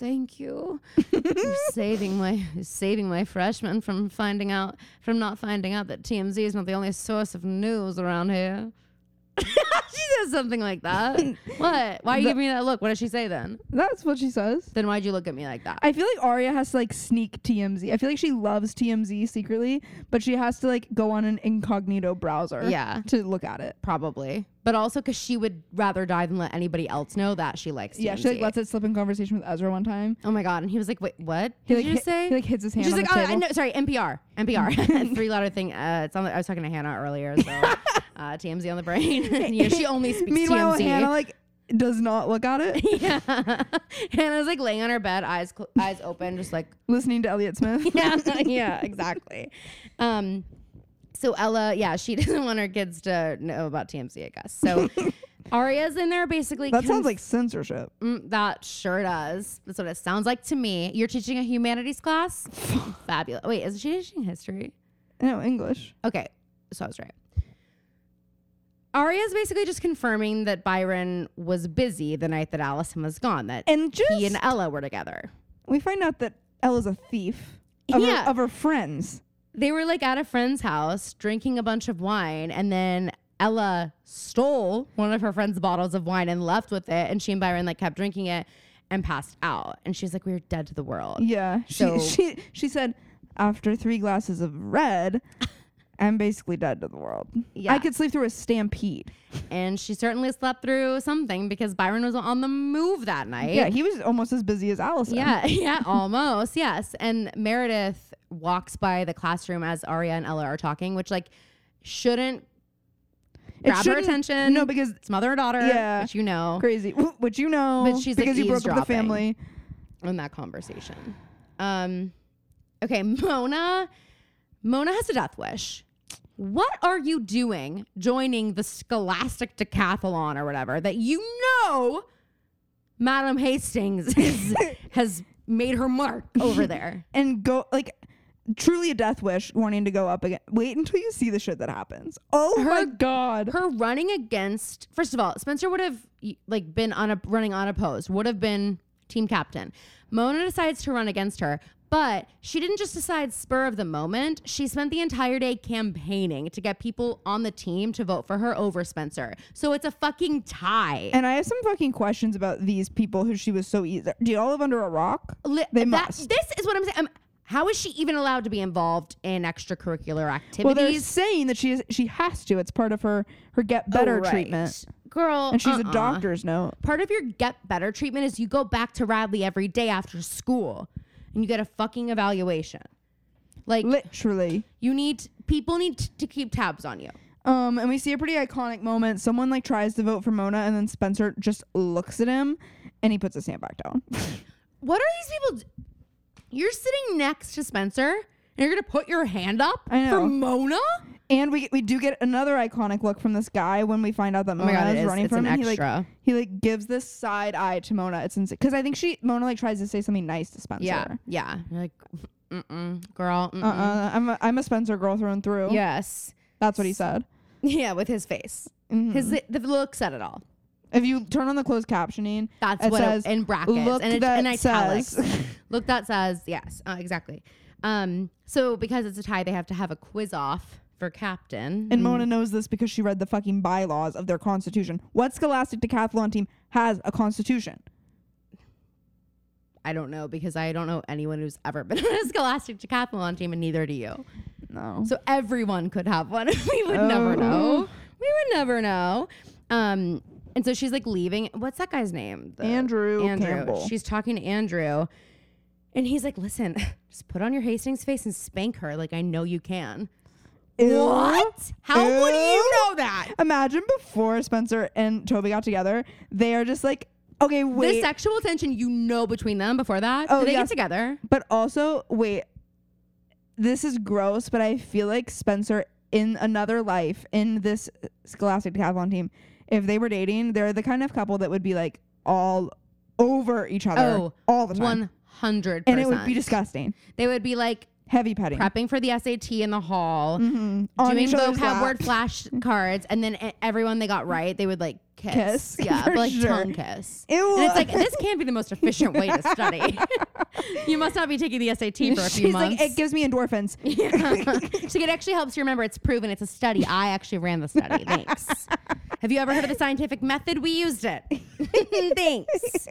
Speaker 2: thank you, you're saving my you're saving my freshmen from finding out from not finding out that TMZ is not the only source of news around here." she says something like that. what? Why are you giving me that look? What does she say then?
Speaker 1: That's what she says.
Speaker 2: Then why'd you look at me like that?
Speaker 1: I feel like Arya has to like sneak TMZ. I feel like she loves TMZ secretly, but she has to like go on an incognito browser
Speaker 2: Yeah.
Speaker 1: to look at it.
Speaker 2: Probably, but also because she would rather die than let anybody else know that she likes.
Speaker 1: Yeah, she like
Speaker 2: TMZ.
Speaker 1: lets it slip in conversation with Ezra one time.
Speaker 2: Oh my god! And he was like, "Wait, what?
Speaker 1: He
Speaker 2: Did
Speaker 1: like
Speaker 2: you just
Speaker 1: hit-
Speaker 2: say?"
Speaker 1: he like hits his hand
Speaker 2: She's
Speaker 1: on
Speaker 2: like,
Speaker 1: the
Speaker 2: oh,
Speaker 1: table.
Speaker 2: I know, sorry, NPR, NPR, three letter thing. Uh, it's on the, I was talking to Hannah earlier, so uh, TMZ on the brain. you know, she only speaks
Speaker 1: Meanwhile,
Speaker 2: TMZ.
Speaker 1: Hannah like does not look at it,
Speaker 2: yeah. And I was like laying on her bed, eyes cl- eyes open, just like
Speaker 1: listening to Elliot Smith.
Speaker 2: yeah, yeah, exactly. Um, so Ella, yeah, she doesn't want her kids to know about TMC, I guess. So Aria's in there basically.
Speaker 1: That
Speaker 2: cons-
Speaker 1: sounds like censorship.
Speaker 2: Mm, that sure does. That's what it sounds like to me. You're teaching a humanities class. Fabulous. Wait, isn't she teaching history?
Speaker 1: No, English.
Speaker 2: Okay, so I was right. Aria's basically just confirming that Byron was busy the night that Allison was gone. That
Speaker 1: And just
Speaker 2: he and Ella were together.
Speaker 1: we find out that Ella's a thief of,
Speaker 2: Yeah.
Speaker 1: her, of her friends.
Speaker 2: they were like at a friend's house drinking a bunch of wine and then ella stole one of her friend's bottles of wine and left with it and she and byron like kept drinking it and passed out and she's like we were dead to the world
Speaker 1: Yeah. She
Speaker 2: So-
Speaker 1: she she said after three glasses of red, I'm basically dead to the world.
Speaker 2: Yeah.
Speaker 1: I could sleep through a stampede.
Speaker 2: and she certainly slept through something because byron was on the move that night
Speaker 1: Yeah, he was almost as busy as Allison.
Speaker 2: yeah, yeah, almost yes and meredith walks by the classroom as aria and ella are talking which like shouldn't
Speaker 1: It
Speaker 2: grab her
Speaker 1: shouldn't-
Speaker 2: attention
Speaker 1: No, because
Speaker 2: it's mother and daughter
Speaker 1: Yeah.
Speaker 2: which you know
Speaker 1: crazy. What you know?
Speaker 2: But she's, like,
Speaker 1: because you broke up the
Speaker 2: eavesdropping.
Speaker 1: family.
Speaker 2: in that conversation. Um, okay, Mona. Mona has a death wish. What are you doing joining the scholastic decathlon or whatever that you know Madam Hastings is, has made her mark over there?
Speaker 1: and go like truly a death wish wanting to go up again wait until you see the shit that happens oh my god
Speaker 2: Her running against, first of all, Spencer would have like been on a running unopposed, would have been team captain. Mona decides to run against her, but she didn't just decide spur of the moment. She spent the entire day campaigning to get people on the team to vote for her over Spencer. So it's a fucking tie.
Speaker 1: and i have some fucking questions about these people who she was so easy do y'all live under a rock
Speaker 2: Li-
Speaker 1: they
Speaker 2: that-
Speaker 1: must.
Speaker 2: This is what I'm saying. I'm, how is she even allowed to be involved in extracurricular
Speaker 1: well they're
Speaker 2: activities?
Speaker 1: saying that she is she has to it's part of her her get better
Speaker 2: Oh, right.
Speaker 1: treatment
Speaker 2: girl.
Speaker 1: and she's
Speaker 2: uh-uh.
Speaker 1: a doctor's note
Speaker 2: part of your get better treatment is you go back to Radley every day after school and you get a fucking evaluation. Like
Speaker 1: literally
Speaker 2: you need people need t- to keep tabs on you.
Speaker 1: um and we see a pretty iconic moment someone like tries to vote for mona and then spencer just looks at him and he puts his hand back down
Speaker 2: What are these people? d- You're sitting next to Spencer and you're gonna put your hand up
Speaker 1: I
Speaker 2: for
Speaker 1: know.
Speaker 2: Mona?
Speaker 1: And we we do get another iconic look from this guy when we find out that
Speaker 2: Oh my
Speaker 1: Mona
Speaker 2: God, it
Speaker 1: is,
Speaker 2: is.
Speaker 1: running
Speaker 2: It's
Speaker 1: from
Speaker 2: an
Speaker 1: him. He like
Speaker 2: extra.
Speaker 1: he like gives this side eye to Mona. It's insane because I think she Mona like tries to say something nice to Spencer.
Speaker 2: yeah. You're like, mm-mm, girl. mm-mm."
Speaker 1: Uh uh-uh,
Speaker 2: Mm-hmm.
Speaker 1: I'm a, I'm a Spencer girl through and through.
Speaker 2: Yes.
Speaker 1: That's what he said.
Speaker 2: Yeah, with his face,
Speaker 1: Mm-hmm.
Speaker 2: his the look said it all.
Speaker 1: If you turn on the closed captioning,
Speaker 2: That's
Speaker 1: it
Speaker 2: what
Speaker 1: says,
Speaker 2: it, in brackets
Speaker 1: "Look
Speaker 2: and it's
Speaker 1: that
Speaker 2: in italics.
Speaker 1: says."
Speaker 2: look that says yes, uh, exactly. Um, so because it's a tie, they have to have a quiz off for captain.
Speaker 1: and Mona knows this because she read the fucking bylaws of their constitution. What scholastic decathlon team has a constitution?
Speaker 2: I don't know because I don't know anyone who's ever been on a Scholastic Decathlon team, and neither do you.
Speaker 1: No.
Speaker 2: So everyone could have one. we would never
Speaker 1: Oh.
Speaker 2: know. We would never know. Um, and so she's like leaving. What's that guy's name? The-
Speaker 1: Andrew
Speaker 2: Andrew.
Speaker 1: Campbell.
Speaker 2: She's talking to Andrew, and he's like, "Listen, just put on your Hastings face and spank her. Like I know you can."
Speaker 1: Ew.
Speaker 2: What? How would you
Speaker 1: Ew.
Speaker 2: know that?
Speaker 1: Imagine before Spencer and Toby got together, they are just like, okay,
Speaker 2: The
Speaker 1: wait.
Speaker 2: sexual tension you know between them before that.
Speaker 1: Oh,
Speaker 2: Did they
Speaker 1: yes.
Speaker 2: get together?
Speaker 1: but also, wait, this is gross, but I feel like Spencer in another life, in this scholastic decathlon team, if they were dating, they're the kind of couple that would be like all over each other
Speaker 2: Oh,
Speaker 1: all the time.
Speaker 2: One hundred
Speaker 1: and it would be
Speaker 2: percent.
Speaker 1: disgusting.
Speaker 2: They would be like
Speaker 1: Heavy petting.
Speaker 2: prepping for the SAT in the hall,
Speaker 1: Mhm. On
Speaker 2: doing
Speaker 1: each other's
Speaker 2: vocab
Speaker 1: lap.
Speaker 2: word flashcards, and then e- everyone they got right, they would like kiss.
Speaker 1: Kiss,
Speaker 2: Yeah,
Speaker 1: for
Speaker 2: but like
Speaker 1: sure.
Speaker 2: tongue kiss.
Speaker 1: Ew.
Speaker 2: And it's like this can't be the most efficient way to study. you must not be taking the SAT for a few
Speaker 1: She's
Speaker 2: months.
Speaker 1: like, it gives me endorphins.
Speaker 2: Yeah. so it actually helps you remember. It's proven. It's a study. I actually ran the study. Thanks. Have you ever heard of the scientific method? We used it. Thanks.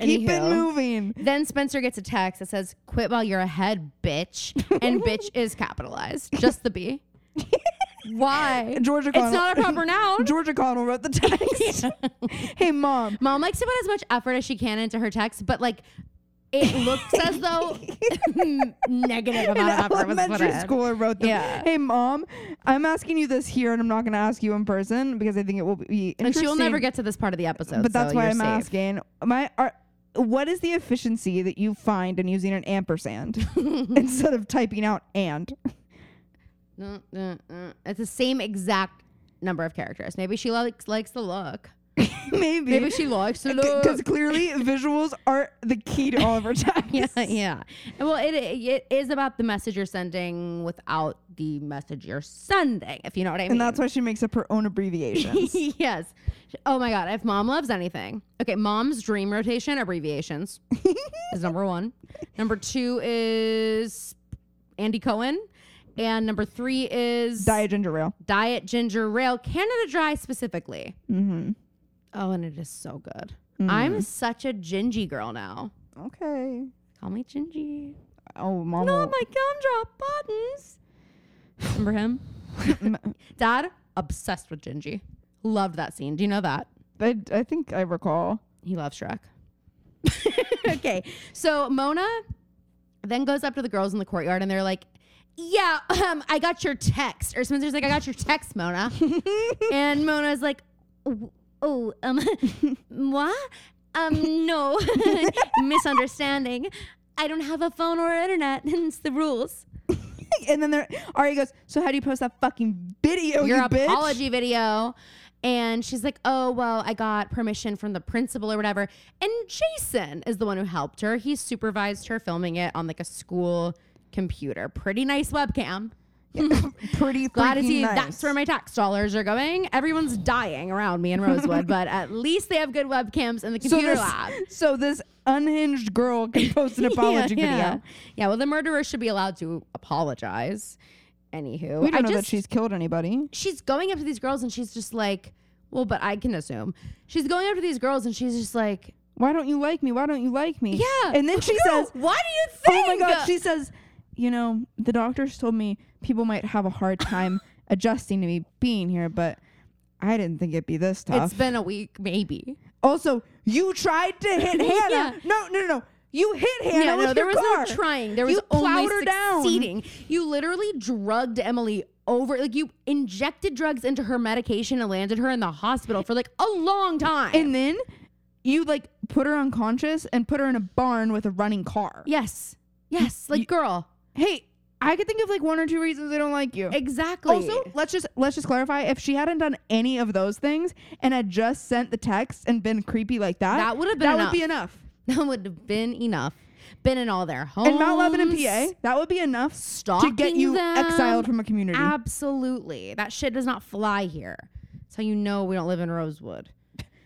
Speaker 1: Keep it
Speaker 2: Anywho.
Speaker 1: moving.
Speaker 2: Then Spencer gets a text that says, "Quit while you're ahead, bitch," and "bitch" is capitalized, just the B. Why?
Speaker 1: Georgia
Speaker 2: It's
Speaker 1: Connell.
Speaker 2: not a proper noun.
Speaker 1: Georgia Connell wrote the text. hey, mom,
Speaker 2: Mom likes to put as much effort as she can into her text, but like it looks as though negative about
Speaker 1: An
Speaker 2: opera was what
Speaker 1: elementary
Speaker 2: it is.
Speaker 1: schooler wrote them.
Speaker 2: Yeah.
Speaker 1: Hey, mom, I'm asking you this here, and I'm not going to ask you in person because I think it will be interesting.
Speaker 2: And she'll never get to this part of the episode.
Speaker 1: But that's
Speaker 2: so
Speaker 1: why
Speaker 2: you're
Speaker 1: I'm
Speaker 2: safe.
Speaker 1: asking. My are, what is the efficiency that you find in using an ampersand instead of typing out and?
Speaker 2: Mm, mm, mm. It's the same exact number of characters. Maybe she likes likes the look.
Speaker 1: Maybe.
Speaker 2: Maybe she likes the look.
Speaker 1: because clearly visuals are the key to all of our tasks.
Speaker 2: yeah, yeah. And well, it, it is about the message you're sending without the message you're sending, if you know what I mean.
Speaker 1: And that's why she makes up her own abbreviations.
Speaker 2: yes. Oh my God. If mom loves anything. Okay. Mom's dream rotation abbreviations is number one. Number two is Andy Cohen. And number three is
Speaker 1: Diet ginger ale.
Speaker 2: Diet ginger ale, Canada Dry specifically.
Speaker 1: Mm-hmm.
Speaker 2: Oh, and it is so good. I'm such a gingy girl now.
Speaker 1: Okay.
Speaker 2: Call me gingy.
Speaker 1: Oh, mom.
Speaker 2: Not
Speaker 1: won't-
Speaker 2: my gumdrop buttons. Remember him? Dad, obsessed with Gingy. Loved that scene. Do you know that?
Speaker 1: I, I think I recall.
Speaker 2: He loves Shrek. okay. So Mona then goes up to the girls in the courtyard and they're like, Yeah, um, I got your text. Or Spencer's like, I got your text, Mona. and Mona's like, "Oh, Oh, um, moi? Um, no. Misunderstanding. I don't have a phone or internet. it's the rules.
Speaker 1: And then there, Ari goes, So how do you post that fucking video?
Speaker 2: your
Speaker 1: Oh, you bitch?
Speaker 2: apology video. And she's like, oh, well, I got permission from the principal or whatever. And Jason is the one who helped her. He supervised her filming it on like a school computer. Pretty nice webcam.
Speaker 1: Pretty
Speaker 2: Glad to
Speaker 1: freaking
Speaker 2: see
Speaker 1: nice.
Speaker 2: that's where my tax dollars are going. Everyone's dying around me in Rosewood, but at least they have good webcams in the
Speaker 1: so
Speaker 2: computer
Speaker 1: this,
Speaker 2: lab.
Speaker 1: so this unhinged girl can post an apology
Speaker 2: yeah, yeah.
Speaker 1: video.
Speaker 2: Yeah, well, the murderer should be allowed to apologize. Anywho,
Speaker 1: We don't
Speaker 2: I
Speaker 1: know that
Speaker 2: just,
Speaker 1: she's killed anybody.
Speaker 2: she's going up to these girls and she's just like, well, but I can assume she's going up to these girls and she's just like,
Speaker 1: Why don't you like me? Why don't you like me?
Speaker 2: yeah.
Speaker 1: And then she
Speaker 2: No,
Speaker 1: says,
Speaker 2: why do you
Speaker 1: Oh
Speaker 2: think?
Speaker 1: my God. She says, You know, the doctors told me people might have a hard time adjusting to me being here, but I didn't think it'd be this tough.
Speaker 2: it's been a week, maybe.
Speaker 1: also, you tried to hit Hannah.
Speaker 2: Yeah.
Speaker 1: No, no, no, no. You hit Hannah.
Speaker 2: no,
Speaker 1: with
Speaker 2: no, there
Speaker 1: your
Speaker 2: was
Speaker 1: car.
Speaker 2: no trying. There was
Speaker 1: You
Speaker 2: only
Speaker 1: plowed her down.
Speaker 2: succeeding. You literally drugged Emily over, like you injected drugs into her medication and landed her in the hospital for like a long time.
Speaker 1: And then you like put her unconscious and put her in a barn with a running car.
Speaker 2: yes, yes, like girl,
Speaker 1: Hey, I could think of like one or two reasons I don't like you.
Speaker 2: exactly.
Speaker 1: Also, let's just let's just clarify if she hadn't done any of those things and had just sent the text and been creepy like that,
Speaker 2: That would have been
Speaker 1: that
Speaker 2: enough.
Speaker 1: would be enough.
Speaker 2: that would have been enough. Been in all their homes.
Speaker 1: In Mount Lebanon, PA, that would be enough to
Speaker 2: stalking
Speaker 1: get you
Speaker 2: them.
Speaker 1: exiled from a community.
Speaker 2: Absolutely, that shit does not fly here. That's how you know we don't live in Rosewood.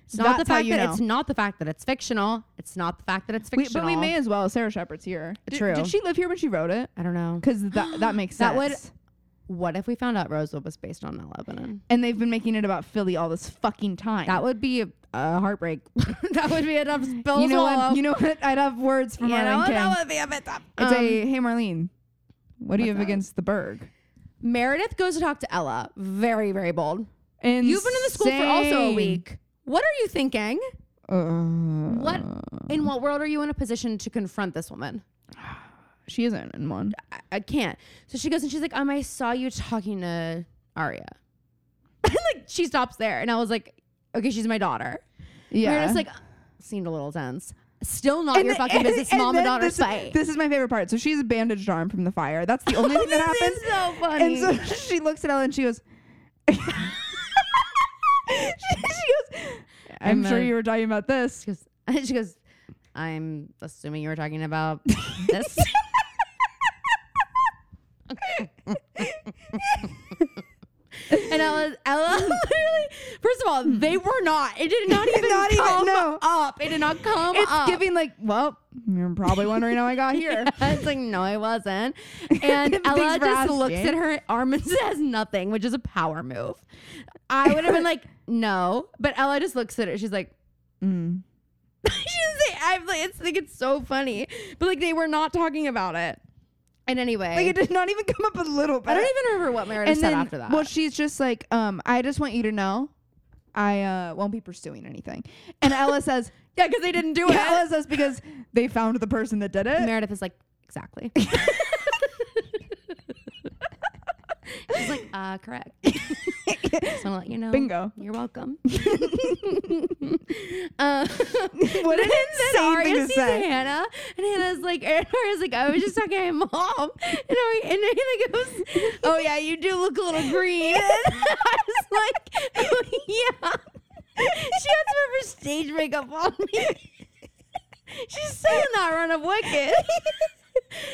Speaker 2: It's not
Speaker 1: That's
Speaker 2: the
Speaker 1: how
Speaker 2: fact
Speaker 1: you
Speaker 2: that
Speaker 1: know.
Speaker 2: it's not the fact that it's fictional. It's not the fact that it's
Speaker 1: We-
Speaker 2: fictional.
Speaker 1: but we may as well. Sarah Shepard's here. Did,
Speaker 2: True.
Speaker 1: Did she live here when she wrote it?
Speaker 2: I don't know.
Speaker 1: Because that that makes sense.
Speaker 2: That would- What if we found out Rosewood was based on Mount Lebanon?
Speaker 1: and they've been making it about Philly all this fucking time.
Speaker 2: That would be a, a heartbreak. that would be enough spills.
Speaker 1: you know what? You know what? I'd have words for Marlene King.
Speaker 2: that would be a bit tough.
Speaker 1: It's
Speaker 2: Um,
Speaker 1: a hey Marlene, what do you have against the Berg?
Speaker 2: Meredith goes to talk to Ella. Very, very bold.
Speaker 1: And
Speaker 2: You've been in the school for also a week. What are you thinking? What
Speaker 1: Uh.
Speaker 2: in what world are you in a position to confront this woman?
Speaker 1: She isn't in one.
Speaker 2: I, I can't. So she goes and she's like, um, I saw you talking to Aria. like she stops there, and I was like, okay, she's my daughter.
Speaker 1: Yeah,
Speaker 2: Meredith's like, seemed a little tense. Still not your
Speaker 1: the-
Speaker 2: fucking business,
Speaker 1: and
Speaker 2: mom and
Speaker 1: then
Speaker 2: daughter
Speaker 1: this,
Speaker 2: fight.
Speaker 1: This is my favorite part. So she's a bandaged arm from the fire. That's the only thing that
Speaker 2: This
Speaker 1: happens.
Speaker 2: is so funny.
Speaker 1: and so she looks at Ella and she goes. she, she goes. I'm,
Speaker 2: I'm
Speaker 1: sure
Speaker 2: a-
Speaker 1: you were talking about this.
Speaker 2: she goes, she goes, I'm assuming you were talking about this. and Ella, Ella literally, first of all, they were not. It did not even
Speaker 1: Not even-
Speaker 2: come
Speaker 1: no.
Speaker 2: up. It did not come
Speaker 1: It's
Speaker 2: up.
Speaker 1: giving like, well, you're probably wondering how I got here.
Speaker 2: it's like, no, I wasn't. And
Speaker 1: Thanks
Speaker 2: Ella
Speaker 1: for
Speaker 2: just looks
Speaker 1: asking.
Speaker 2: at her arm and says nothing, which is a power move. I would have been like, no. But Ella just looks at her. She's like,
Speaker 1: Mm.
Speaker 2: she didn't say, I'm like, it's like, it's so funny. But like, they were not talking about it. And anyway,
Speaker 1: Like it did not even come up a little bit.
Speaker 2: I don't even remember what Meredith
Speaker 1: and
Speaker 2: said
Speaker 1: then,
Speaker 2: after that.
Speaker 1: well, she's just like, um, I just want you to know, I uh, won't be pursuing anything. And Ella says,
Speaker 2: Yeah, because they didn't do it.
Speaker 1: Cat was us because they found the person that did it.
Speaker 2: Meredith is like, exactly. She's like, uh, correct. Just want to let you know.
Speaker 1: Bingo.
Speaker 2: You're welcome. uh,
Speaker 1: What an insane thing to say.
Speaker 2: Hannah, and Hannah's like, and Aria's like, I was just talking to my mom, and, I, and Hannah goes, "Oh yeah, you do look a little green." And I was like, oh, "Yeah." She had some of her stage makeup on me. She's still not run of wicked.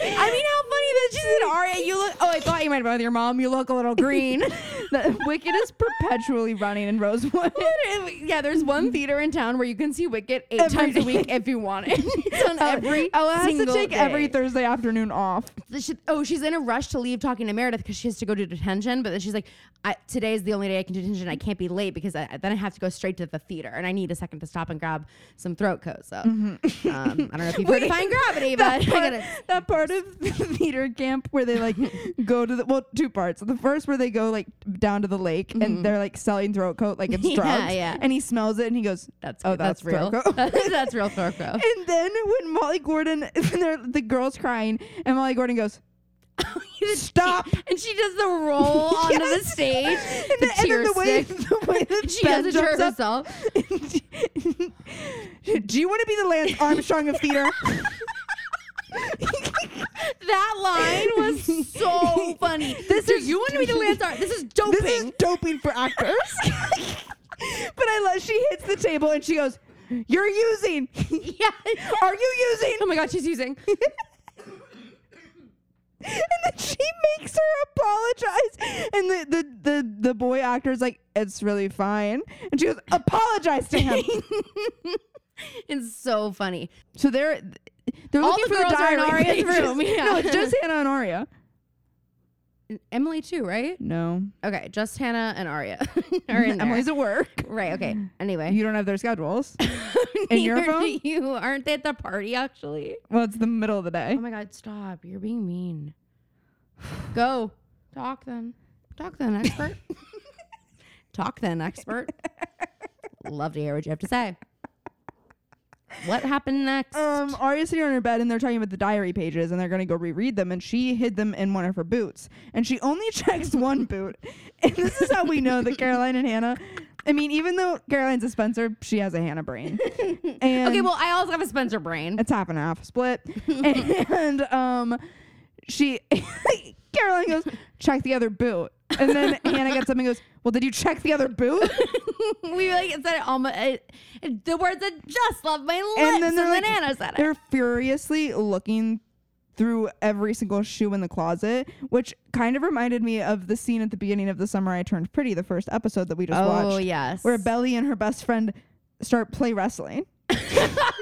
Speaker 2: I mean, how funny that she said, "Aria, you look." Oh, I thought you might have been with your mom. You look a little green.
Speaker 1: The Wicked is perpetually running in Rosewood.
Speaker 2: Literally, yeah, there's one theater in town where you can see Wicked eight
Speaker 1: Every
Speaker 2: times
Speaker 1: day.
Speaker 2: a week if you want it. It's on
Speaker 1: Oh,
Speaker 2: every
Speaker 1: oh, it has to
Speaker 2: single
Speaker 1: take every
Speaker 2: day.
Speaker 1: Thursday afternoon off.
Speaker 2: The- she- oh, she's in a rush to leave talking to Meredith because she has to go to detention. But then she's like, I, "Today is the only day I can do detention. I can't be late because I, then I have to go straight to the theater, and I need a second to stop and grab some throat coat." So um, I don't know if
Speaker 1: Mm-hmm.
Speaker 2: you've heard
Speaker 1: Wait,
Speaker 2: of Defying Gravity,
Speaker 1: that,
Speaker 2: but I
Speaker 1: part,
Speaker 2: gotta
Speaker 1: that part of theater camp where they like go to the well two parts the first where they go like down to the lake and they're like selling throat coat like it's
Speaker 2: Mm-hmm. Yeah,
Speaker 1: drugs
Speaker 2: yeah.
Speaker 1: and he smells it and he goes
Speaker 2: that's
Speaker 1: oh
Speaker 2: that's,
Speaker 1: that's,
Speaker 2: real.
Speaker 1: throat coat
Speaker 2: that's real throat coat.
Speaker 1: and then when molly gordon when they're- the girl's crying and molly gordon goes stop
Speaker 2: And she does the roll onto the
Speaker 1: Yes.
Speaker 2: stage,
Speaker 1: and,
Speaker 2: the
Speaker 1: the, and
Speaker 2: tear
Speaker 1: then the way,
Speaker 2: stick.
Speaker 1: the way that
Speaker 2: She
Speaker 1: ben
Speaker 2: has a tear
Speaker 1: jumps up
Speaker 2: herself.
Speaker 1: do you want to be the lance armstrong of theater
Speaker 2: That line was so funny.
Speaker 1: This
Speaker 2: Do
Speaker 1: is-
Speaker 2: you want to be the Lance Ar- This is doping.
Speaker 1: This is doping for actors. but I love. She hits the table and she goes, "You're using.
Speaker 2: yeah.
Speaker 1: Are you using?"
Speaker 2: Oh my god, she's using.
Speaker 1: And then she makes her apologize. And the the the, the boy actor is like, "It's really fine." And she goes, "Apologize to him."
Speaker 2: It's so funny.
Speaker 1: so they're they're
Speaker 2: All
Speaker 1: looking
Speaker 2: the
Speaker 1: for
Speaker 2: girls
Speaker 1: the
Speaker 2: are in
Speaker 1: diary
Speaker 2: Aria's
Speaker 1: pages.
Speaker 2: room, yeah.
Speaker 1: No, it's just Hannah and Aria.
Speaker 2: And Emily too, right?
Speaker 1: No,
Speaker 2: Okay, just Hannah and Aria are in there.
Speaker 1: Emily's at work.
Speaker 2: right. Okay. Anyway,
Speaker 1: You don't have their schedules. in your
Speaker 2: Neither do
Speaker 1: phone?
Speaker 2: You aren't they at the party actually?
Speaker 1: Well, it's the middle of the
Speaker 2: Oh
Speaker 1: day.
Speaker 2: my god, stop! You're being mean. Go talk then. Talk then, expert. talk then, expert. Love to hear what you have to say. What happened next?
Speaker 1: Um, Arya's sitting on her bed and they're talking about the diary pages and they're gonna go reread them and she hid them in one of her boots and she only checks one boot and this is how we know that Caroline and Hannah. I mean, even though Caroline's a Spencer, she has a Hannah brain. And
Speaker 2: okay, well, I also have um, a Spencer brain.
Speaker 1: it's half and half split. and um, she Caroline goes check the other boot, and then Hannah gets up and goes, "Well, did you check the other boot?"
Speaker 2: we like said it almost. It, it- the words that just left my lips,
Speaker 1: And
Speaker 2: and
Speaker 1: then
Speaker 2: then,
Speaker 1: they're like-
Speaker 2: Anna said it.
Speaker 1: They're furiously looking through every single shoe in the closet, which kind of reminded me of the scene at the beginning of The Summer I Turned Pretty, the first episode that we just
Speaker 2: Oh
Speaker 1: watched,
Speaker 2: yes,
Speaker 1: where Belly and her best friend start play wrestling.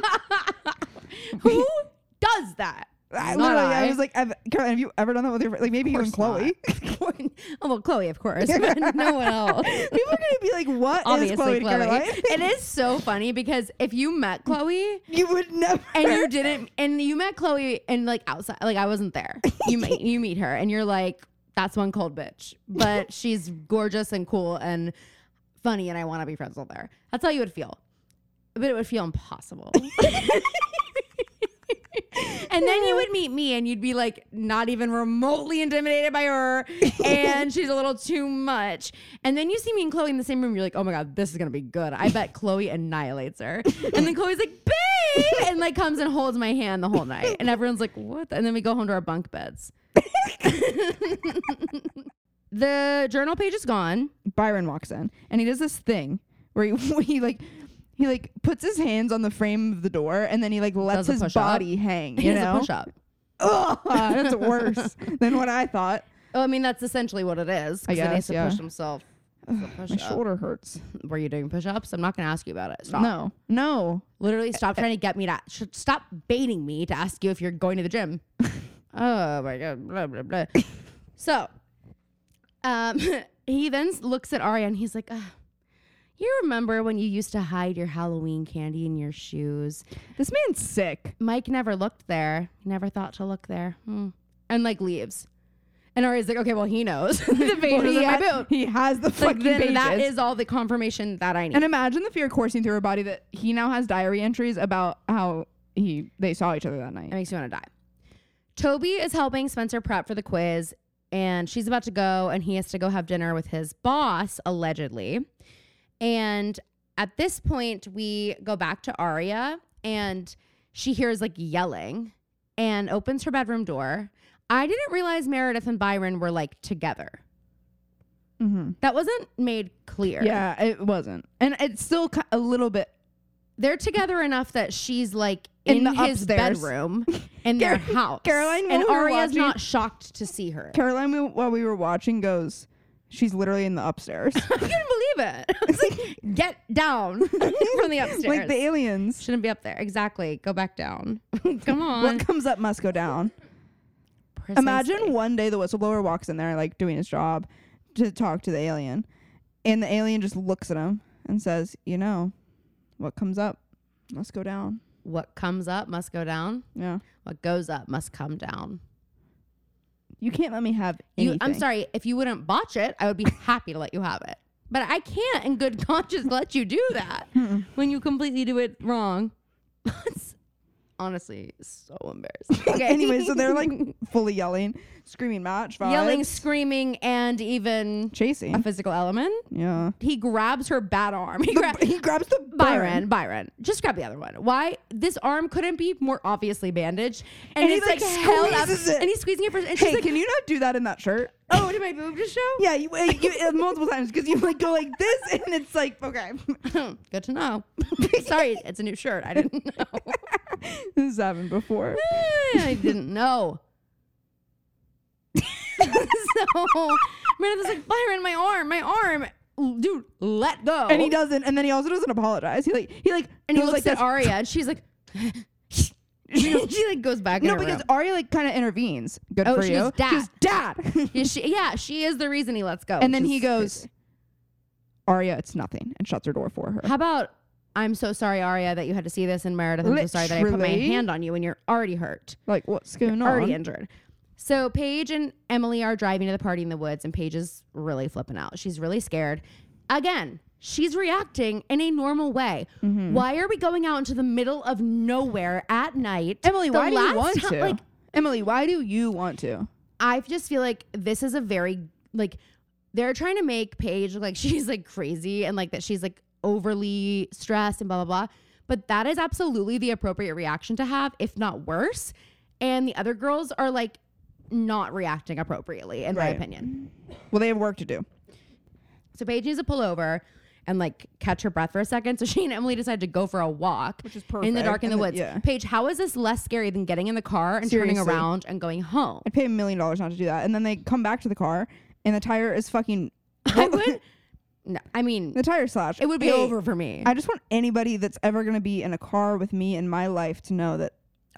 Speaker 2: who does that?
Speaker 1: I,
Speaker 2: Not
Speaker 1: literally, I.
Speaker 2: I.
Speaker 1: was like, I've, Caroline, have you ever done that with your friend? Like maybe you and Chloe?
Speaker 2: oh well, Chloe, of course, but no one else.
Speaker 1: People are gonna be like, "What is
Speaker 2: Obviously,
Speaker 1: Chloe,
Speaker 2: Chloe.
Speaker 1: to Caroline?
Speaker 2: it is so funny because if you met Chloe
Speaker 1: You would never.
Speaker 2: and you didn't, and you met Chloe and like outside, like I wasn't there. You meet, you meet her, and you're like, "That's one cold bitch," but she's gorgeous and cool and funny, and I want to be friends with her. That's how you would feel, but it would feel impossible. And then you would meet me and you'd be like not even remotely intimidated by her and she's a little too much. And then you see me and Chloe in the same room, you're like, oh my God, this is gonna be good. I bet Chloe annihilates her. And then Chloe's like, babe, and like comes and holds my hand the whole night. And everyone's like, what? And then we go home to our bunk beds. the journal page is gone.
Speaker 1: Byron walks in and he does this thing where he, he like he like puts his hands on the frame of the door and then he like lets
Speaker 2: a
Speaker 1: his
Speaker 2: push-up.
Speaker 1: body hang. You
Speaker 2: He
Speaker 1: know,
Speaker 2: has a push up.
Speaker 1: Ugh, that's worse than what I thought.
Speaker 2: Oh, I mean, that's essentially what it is. 'cause
Speaker 1: I
Speaker 2: He has
Speaker 1: guess,
Speaker 2: to
Speaker 1: yeah.
Speaker 2: push himself. It's a
Speaker 1: My
Speaker 2: push-up.
Speaker 1: shoulder hurts.
Speaker 2: were you doing push-ups? I'm not going to ask you about it. Stop.
Speaker 1: No, no.
Speaker 2: Literally
Speaker 1: Eh,
Speaker 2: stop trying to get me to sh- stop baiting me to ask you if you're going to the gym. oh my god, blah blah blah. so, um, he then s- looks at Arya and he's like, "Ugh, "You remember when you used to hide your Halloween candy in your shoes?
Speaker 1: This man's sick.
Speaker 2: Mike never looked there. He never thought to look there." Hmm. And like leaves. And Ari's like, okay, well, he knows the pages
Speaker 1: he,
Speaker 2: in my
Speaker 1: ha-
Speaker 2: boot.
Speaker 1: he has the fucking
Speaker 2: Like, then
Speaker 1: pages.
Speaker 2: that is all the confirmation that I need.
Speaker 1: and imagine the fear coursing through her body that he now has diary entries about how he they saw each other that night.
Speaker 2: It makes you want to die. Toby is helping Spencer prep for the quiz, and she's about to go, and he has to go have dinner with his boss, allegedly. And at this point, we go back to Aria, and she hears like yelling and opens her bedroom door. I didn't realize Meredith and Byron were like together.
Speaker 1: Mm-hmm.
Speaker 2: That wasn't made clear.
Speaker 1: Yeah, it wasn't, and it's still ki- a little bit.
Speaker 2: They're together enough that she's like in,
Speaker 1: In the
Speaker 2: his
Speaker 1: upstairs.
Speaker 2: bedroom in their
Speaker 1: Car-
Speaker 2: house.
Speaker 1: Caroline, while
Speaker 2: and
Speaker 1: we were
Speaker 2: Aria's
Speaker 1: watching-
Speaker 2: not shocked to see her.
Speaker 1: Caroline, we- while we were watching, goes, "She's literally in the upstairs,
Speaker 2: I couldn't believe it. I was like, get down from the upstairs.
Speaker 1: like the aliens.
Speaker 2: Shouldn't be up there. Exactly. Go back down. Come on.
Speaker 1: What comes up must go down."
Speaker 2: Precisely.
Speaker 1: Imagine one day the whistleblower walks in there, like doing his job to talk to the alien, and the alien just looks at him and says, You know, what comes up must go down.
Speaker 2: what comes up must go down.
Speaker 1: Yeah.
Speaker 2: What goes up must come down.
Speaker 1: You can't let me have
Speaker 2: You,
Speaker 1: anything.
Speaker 2: I'm sorry. If you wouldn't botch it, I would be happy to let you have it. But I can't, in good conscience, let you do that
Speaker 1: Hmm.
Speaker 2: when you completely do it wrong. It's honestly so embarrassing. Okay.
Speaker 1: anyway, so they're like fully yelling, screaming match, vibes,
Speaker 2: yelling, screaming, and even a
Speaker 1: chasing.
Speaker 2: physical element.
Speaker 1: Yeah.
Speaker 2: he grabs her bad arm. He
Speaker 1: Hmm. The,
Speaker 2: grabs
Speaker 1: he grabs the
Speaker 2: Byron, Byron. Just grab the other one. Why this arm couldn't be more obviously bandaged? And,
Speaker 1: And he,
Speaker 2: it's
Speaker 1: like,
Speaker 2: like, held up,
Speaker 1: squeezes it.
Speaker 2: and he's squeezing it. For, and she's
Speaker 1: Hey,
Speaker 2: like,
Speaker 1: can you not do that in that shirt?
Speaker 2: "Oh, did my boob just show?"
Speaker 1: Yeah, you, uh, you uh, multiple times because you like go like this, and it's like okay,
Speaker 2: Good to know. Sorry, it's a new shirt. I didn't know.
Speaker 1: this has happened before.
Speaker 2: I didn't know. so Meredith is like, "Byron, my arm, my arm, L- dude, let go."
Speaker 1: And he doesn't, and then he also doesn't apologize. He like he like
Speaker 2: And Oh. he
Speaker 1: goes
Speaker 2: looks
Speaker 1: like
Speaker 2: at Aria, and she's like, she, like goes back. in
Speaker 1: No,
Speaker 2: her room.
Speaker 1: because Arya like kind of intervenes. Good
Speaker 2: Oh,
Speaker 1: for
Speaker 2: she
Speaker 1: you.
Speaker 2: goes, "Dad."
Speaker 1: She goes, "Dad."
Speaker 2: Yeah, she, yeah, she is the reason he lets go.
Speaker 1: and then
Speaker 2: which
Speaker 1: he
Speaker 2: is
Speaker 1: goes,
Speaker 2: crazy.
Speaker 1: Arya, it's nothing, and shuts her door for her.
Speaker 2: "How about I'm so sorry, Aria, that you had to see this, and Meredith, I'm so sorry that I put my
Speaker 1: Literally.
Speaker 2: hand on you, and you're already hurt,
Speaker 1: Like, what's going on?
Speaker 2: already injured." So Paige and Emily are driving to the party in the woods, and Paige is really flipping out. She's really scared. Again, she's reacting in a normal way.
Speaker 1: Mm-hmm.
Speaker 2: Why are we going out into the middle of nowhere at night?
Speaker 1: Emily,
Speaker 2: The
Speaker 1: why do you
Speaker 2: last
Speaker 1: want
Speaker 2: ti-
Speaker 1: to?
Speaker 2: Like,
Speaker 1: Emily, why do you want to?
Speaker 2: I just feel like this is a very like they're trying to make Paige look like she's like crazy and like that she's like overly stressed and blah blah blah. But that is absolutely the appropriate reaction to have, if not worse. And the other girls are like not reacting appropriately, in my
Speaker 1: Right.
Speaker 2: opinion.
Speaker 1: Well, they have work to do.
Speaker 2: So Paige needs to pull over and like catch her breath for a second. So she and Emily decide to go for a walk,
Speaker 1: Which is
Speaker 2: in the
Speaker 1: perfect.
Speaker 2: dark in the
Speaker 1: And the-
Speaker 2: woods.
Speaker 1: yeah.
Speaker 2: Paige, how is this less scary than getting in the car and turning
Speaker 1: Seriously.
Speaker 2: around and going home?
Speaker 1: I'd pay a million dollars not to do that. And then they come back to the car, and the tire is fucking.
Speaker 2: I would. No, I mean,
Speaker 1: The tire slash.
Speaker 2: It would be over for me. I,
Speaker 1: I just want anybody that's ever gonna be in a car with me in my life to know that.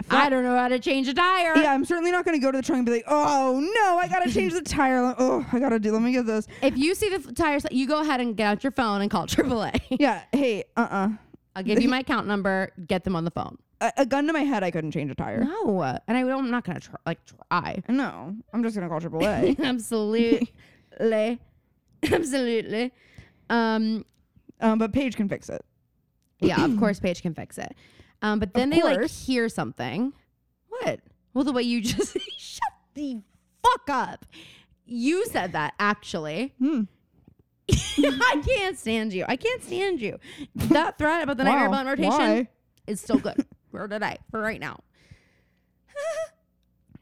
Speaker 2: don't know how to change a tire.
Speaker 1: Yeah, I'm certainly not gonna go to the trunk and be like, oh no, I gotta change the tire. Oh, I gotta do. Let me get this.
Speaker 2: If you see the f- tire, sli- you go ahead and get out your phone and call AAA.
Speaker 1: Yeah. Hey. Uh. uh
Speaker 2: I'll give you my account number. Get them on the phone.
Speaker 1: A, a gun to my head. I couldn't change a tire.
Speaker 2: No, and I don't, I'm not gonna try, like try.
Speaker 1: No. I'm just gonna call AAA.
Speaker 2: Absolutely, absolutely. Um,
Speaker 1: um. But Paige can fix it.
Speaker 2: yeah, of course Paige can fix it. Um, but then they like
Speaker 1: course.
Speaker 2: hear something. What? Well, the way you just shut the fuck up. You said that actually.
Speaker 1: Hmm.
Speaker 2: I can't stand you. I can't stand you. That threat about the nightmare
Speaker 1: Wow.
Speaker 2: blunt rotation
Speaker 1: Why?
Speaker 2: is still good for today, for right now.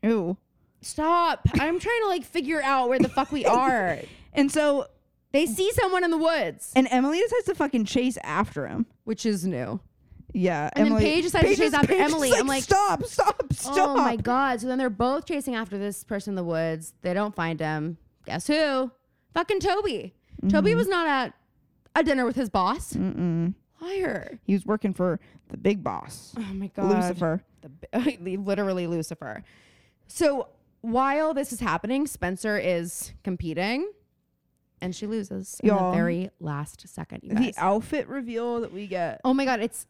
Speaker 1: Ew.
Speaker 2: Stop. I'm trying to like figure out where the fuck we are.
Speaker 1: And so,
Speaker 2: They see someone in the woods,
Speaker 1: and Emily decides to fucking chase after him.
Speaker 2: which is new.
Speaker 1: Yeah.
Speaker 2: And then
Speaker 1: Emily.
Speaker 2: Paige decides to chase
Speaker 1: is-
Speaker 2: after
Speaker 1: Paige is
Speaker 2: Emily. I'm like,
Speaker 1: stop, stop, stop.
Speaker 2: Oh my god. So then they're both chasing after this person in the woods. They don't find him. Guess who? Fucking Toby. Toby was not at a dinner with his boss.
Speaker 1: Mm-mm.
Speaker 2: Liar.
Speaker 1: He was working for the big boss,
Speaker 2: Oh my god.
Speaker 1: Lucifer.
Speaker 2: the bi- literally Lucifer. So while this is happening, Spencer is competing, and she loses in the
Speaker 1: Y'all.
Speaker 2: very last second. You
Speaker 1: The
Speaker 2: guys.
Speaker 1: outfit reveal that we get,
Speaker 2: oh my god, it's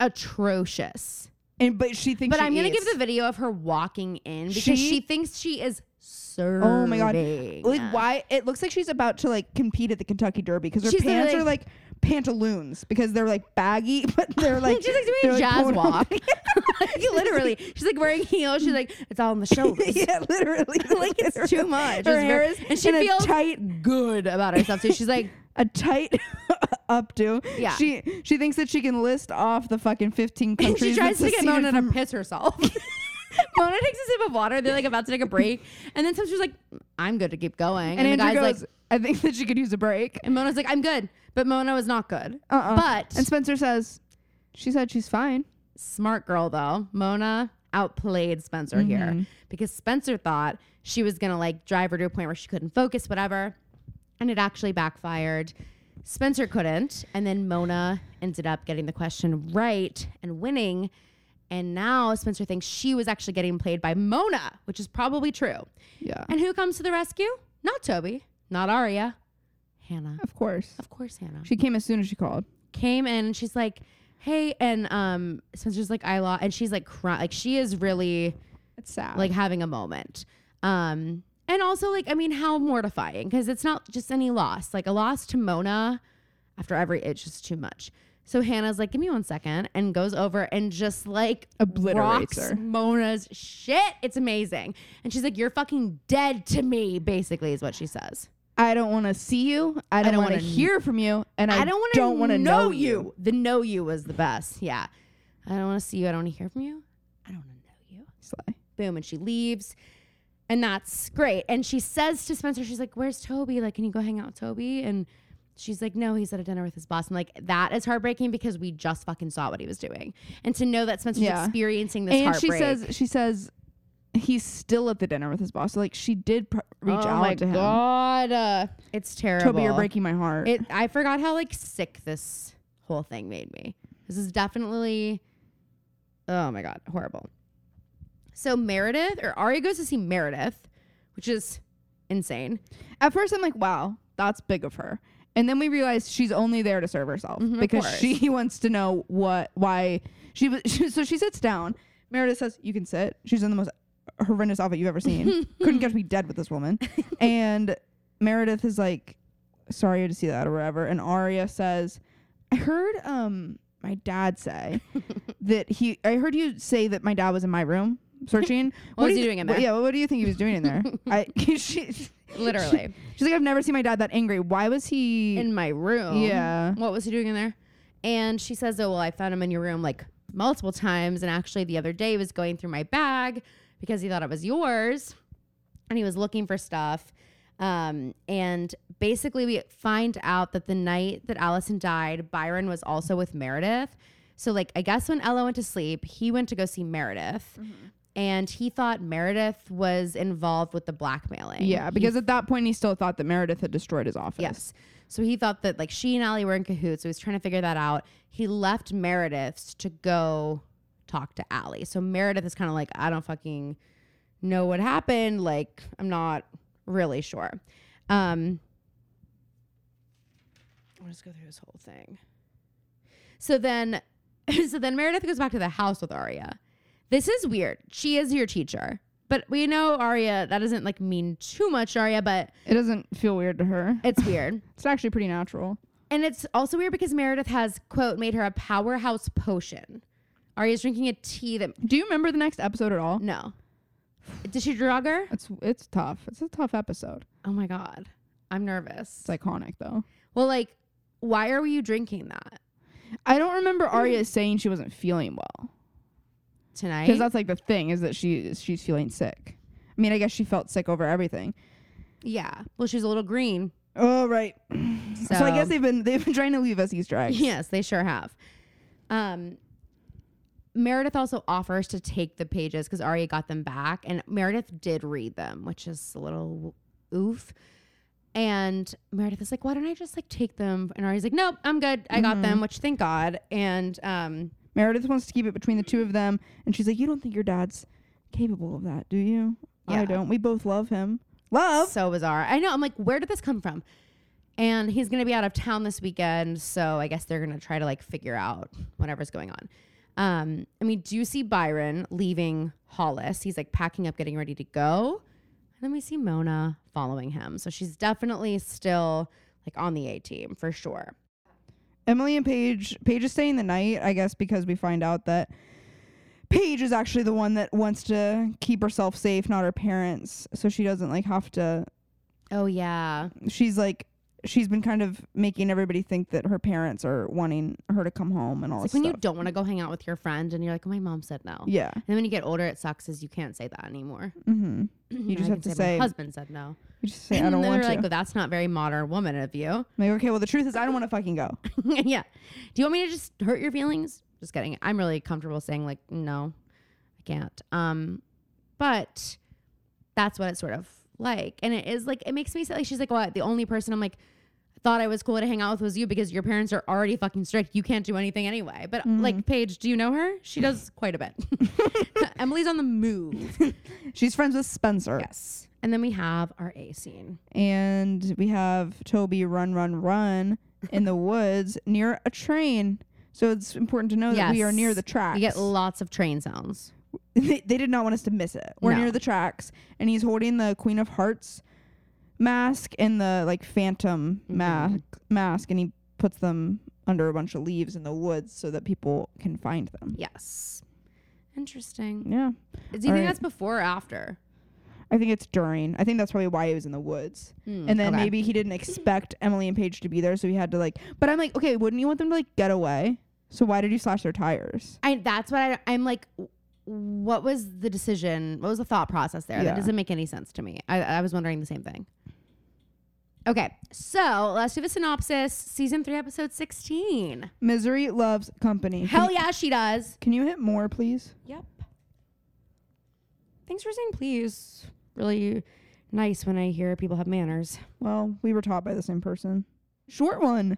Speaker 2: atrocious.
Speaker 1: and but she thinks.
Speaker 2: But
Speaker 1: she
Speaker 2: I'm gonna
Speaker 1: eats.
Speaker 2: give the video of her walking in because she,
Speaker 1: She-
Speaker 2: thinks she is serving.
Speaker 1: Oh my God. Like why? It looks like she's about to like compete at the Kentucky Derby because her
Speaker 2: She's
Speaker 1: pants
Speaker 2: literally-
Speaker 1: are like pantaloons because they're like baggy, but they're like
Speaker 2: she's like
Speaker 1: they're,
Speaker 2: doing a jazz
Speaker 1: pulled up.
Speaker 2: walk. you literally, she's like wearing heels. She's like, it's all on the shoulders.
Speaker 1: yeah, literally.
Speaker 2: like it's too
Speaker 1: Literally.
Speaker 2: much.
Speaker 1: Her
Speaker 2: It's
Speaker 1: hair
Speaker 2: very-
Speaker 1: is
Speaker 2: and she
Speaker 1: in
Speaker 2: feels
Speaker 1: a tight
Speaker 2: good about herself. So she's like,
Speaker 1: a tight updo.
Speaker 2: Yeah.
Speaker 1: She she thinks that she can list off the fucking 15
Speaker 2: and
Speaker 1: countries.
Speaker 2: she tries to
Speaker 1: that's
Speaker 2: get
Speaker 1: seceded
Speaker 2: Mona
Speaker 1: from-
Speaker 2: to piss herself. Mona takes a sip of water. They're like about to take a break, and then sometimes she's like, "I'm good to keep going,"
Speaker 1: And,
Speaker 2: the guy's
Speaker 1: Andrew
Speaker 2: like,
Speaker 1: goes, I think that she could use a break.
Speaker 2: and Mona's like, "I'm good," but Mona was not good.
Speaker 1: Uh-uh.
Speaker 2: But
Speaker 1: And Spencer says, she said she's fine.
Speaker 2: smart girl though, Mona outplayed Spencer here because Spencer thought she was gonna like drive her to a point where she couldn't focus, whatever, and it actually backfired. Spencer couldn't, and then Mona ended up getting the question right and winning. And now Spencer thinks she was actually getting played by Mona, which is probably true.
Speaker 1: Yeah.
Speaker 2: And who comes to the rescue? Not Toby, not Aria, Hannah.
Speaker 1: Of course.
Speaker 2: Of course, Hannah
Speaker 1: She came as soon as she called.
Speaker 2: came in and she's like, "Hey," and um, Spencer's like, "I lost," and she's like, crying. Like she is really
Speaker 1: It's sad.
Speaker 2: like having a moment. Um, and also like, I mean, how mortifying because it's not just any loss. Like a loss to Mona after every it's just too much. So Hannah's like, "Give me one second and goes over and just like
Speaker 1: Obliterates
Speaker 2: rocks
Speaker 1: her.
Speaker 2: Mona's shit. It's amazing. And she's like, "You're fucking dead to me," basically is what she says.
Speaker 1: I don't want to see you. I don't,
Speaker 2: don't
Speaker 1: want to
Speaker 2: wanna-
Speaker 1: hear from you. And I,
Speaker 2: I don't want to
Speaker 1: don't want to
Speaker 2: know, you. The know you was the best. Yeah. I don't want to see you. I don't want to hear from you. I don't want to know you.
Speaker 1: Sly.
Speaker 2: Boom. And she leaves. And that's great. And she says to Spencer, she's like, Where's Toby? Like, can you go hang out with Toby? And she's like, No, he's at a dinner with his boss. And like, that is heartbreaking because we just fucking saw what he was doing. And to know that Spencer's
Speaker 1: Yeah.
Speaker 2: experiencing this
Speaker 1: And she
Speaker 2: heartbreak.
Speaker 1: says, she says, he's still at the dinner with his boss. So like she did pr- reach
Speaker 2: oh
Speaker 1: out
Speaker 2: my
Speaker 1: to him.
Speaker 2: God. Uh, it's terrible.
Speaker 1: Toby, you're breaking my heart.
Speaker 2: It. I forgot how like sick this whole thing made me. This is definitely, oh my god, horrible. So Meredith or Ari goes to see Meredith, which is insane.
Speaker 1: At first, I'm like, wow, that's big of her. And then we realize she's only there to serve herself
Speaker 2: Mhm, of
Speaker 1: because
Speaker 2: course.
Speaker 1: she wants to know what, why she was. so she sits down. Meredith says, "You can sit." She's in the most horrendous outfit you've ever seen. Couldn't get to be dead with this woman. and Meredith is like, "Sorry to see that" or whatever. And Aria says, "I heard um my dad say that he. I heard you say that my dad was in my room." Searching.
Speaker 2: What was
Speaker 1: do
Speaker 2: he
Speaker 1: you-
Speaker 2: doing in there?
Speaker 1: Yeah, what do you think he was doing in there? I she,
Speaker 2: Literally
Speaker 1: She's like, I've never seen my dad that angry. Why was he?
Speaker 2: in Mm. my room.
Speaker 1: Yeah.
Speaker 2: What was he doing in there? And she says, "Oh well, I found him in your room like multiple times, and actually the other day he was going through my bag because he thought it was yours, and he was looking for stuff." Um, and basically, we find out that the night that Allison died, Byron was also with Meredith. So, like, I guess when Ella went to sleep, he went to go see Meredith,
Speaker 1: Mm-hmm.
Speaker 2: and he thought Meredith was involved with the blackmailing.
Speaker 1: yeah,
Speaker 2: He
Speaker 1: because at that point he still thought that Meredith had destroyed his office.
Speaker 2: Yes. So he thought that like she and Allie were in cahoots. So he was trying to figure that out. He left Meredith's to go talk to Allie. So Meredith is kind of like, I don't fucking know what happened. Like, I'm not really sure. Um, I'll just go through this whole thing. So then, so then Meredith goes back to the house with Arya. This is weird. She is your teacher, but we know Arya. That doesn't like mean too much, Arya, but
Speaker 1: It doesn't feel weird to her.
Speaker 2: it's weird.
Speaker 1: It's actually pretty natural.
Speaker 2: And it's also weird because Meredith has, quote, made her a powerhouse potion. Arya's drinking a tea that,
Speaker 1: Do you remember the next episode at all?
Speaker 2: no. Did she drug her?
Speaker 1: It's it's tough. It's a tough episode.
Speaker 2: Oh my God. I'm nervous.
Speaker 1: It's iconic though.
Speaker 2: Well, like, why are you drinking that
Speaker 1: I don't remember Arya saying she wasn't feeling well because
Speaker 2: tonight?
Speaker 1: that's like the thing is that she she's feeling sick. I mean, I guess she felt sick over everything.
Speaker 2: yeah. Well, she's a little green.
Speaker 1: Oh right. So, I guess
Speaker 2: So-
Speaker 1: they've been they've been trying to leave us Easter eggs.
Speaker 2: Yes, they sure have. Um, Meredith also offers to take the pages because Arya got them back, and Meredith did read them, which is a little oof. And Meredith is like, "Why don't I just like take them?" And Arya's like, "Nope, I'm good. I got them." Which thank God. And um,
Speaker 1: Meredith wants to keep it between the two of them, and she's like, "You don't think your dad's capable of that, do you?"
Speaker 2: Yeah.
Speaker 1: I don't. We both love him. Love.
Speaker 2: so bizarre. I know. I'm like, where did this come from? And he's gonna be out of town this weekend, so I guess they're gonna try to like figure out whatever's going on. Um, and we do see Byron leaving Hollis. He's like packing up, getting ready to go. And then we see Mona following him. So she's definitely still like on the A team for sure.
Speaker 1: Emily and Paige. Paige is staying the night, I guess, because we find out that Paige is actually the one that wants to keep herself safe, not her parents. So she doesn't like have to.
Speaker 2: Oh yeah.
Speaker 1: She's like, she's been kind of making everybody think that her parents are wanting her to come home and all
Speaker 2: It's like
Speaker 1: this
Speaker 2: when you
Speaker 1: stuff.
Speaker 2: don't want to go hang out with your friend and you're like, "Oh, my mom said no.
Speaker 1: yeah.
Speaker 2: And then when you get older, it sucks is you can't say that anymore.
Speaker 1: Mm-hmm.
Speaker 2: You
Speaker 1: just
Speaker 2: I
Speaker 1: have
Speaker 2: can
Speaker 1: to say,
Speaker 2: my husband said no.
Speaker 1: You just say,
Speaker 2: and
Speaker 1: I don't
Speaker 2: then
Speaker 1: want
Speaker 2: they're like,
Speaker 1: to.
Speaker 2: well, that's not very modern woman of you.
Speaker 1: I'm like, okay, well, the truth is, I don't want to fucking go.
Speaker 2: yeah. Do you want me to just hurt your feelings? Just kidding. I'm really comfortable saying like, no, I can't. Um, but that's what it's sort of like, and it is like it makes me say like she's like, what? The only person I'm like thought I was cool to hang out with was you because your parents are already fucking strict. You can't do anything anyway. But
Speaker 1: Mm-hmm.
Speaker 2: like Paige, do you know her? She does quite a bit. Emily's on the move.
Speaker 1: She's friends with Spencer.
Speaker 2: yes. And then we have our A scene.
Speaker 1: and we have Toby run, run, run in the woods near a train. So it's important to know that we are near
Speaker 2: Yes.
Speaker 1: the tracks.
Speaker 2: We get lots of train sounds.
Speaker 1: they, they did not want us to miss it. We're
Speaker 2: No.
Speaker 1: near the tracks, and he's holding the Queen of Hearts mask and the like Phantom
Speaker 2: Mm-hmm.
Speaker 1: mask, mask, and he puts them under a bunch of leaves in the woods so that people can find them.
Speaker 2: Yes. Interesting.
Speaker 1: Yeah,
Speaker 2: Do you think
Speaker 1: Alright.
Speaker 2: that's before or after?
Speaker 1: I think it's during. I think that's probably why he was in the woods.
Speaker 2: Hmm,
Speaker 1: and then
Speaker 2: okay.
Speaker 1: maybe he didn't expect Emily and Paige to be there, so he had to like. But I'm like, okay, wouldn't you want them to like get away? So why did you slash their tires?
Speaker 2: I that's what I, I'm like. w- What was the decision? What was the thought process there?
Speaker 1: Yeah.
Speaker 2: That doesn't make any sense to me. I, I was wondering the same thing. Okay, so let's do the synopsis. Season three, episode sixteen.
Speaker 1: Misery loves company.
Speaker 2: Hell
Speaker 1: can,
Speaker 2: yeah, she does.
Speaker 1: Can you hit more, please?
Speaker 2: Yep. Thanks for saying please. Really nice when I hear people have manners.
Speaker 1: Well, we were taught by the same person. Short one.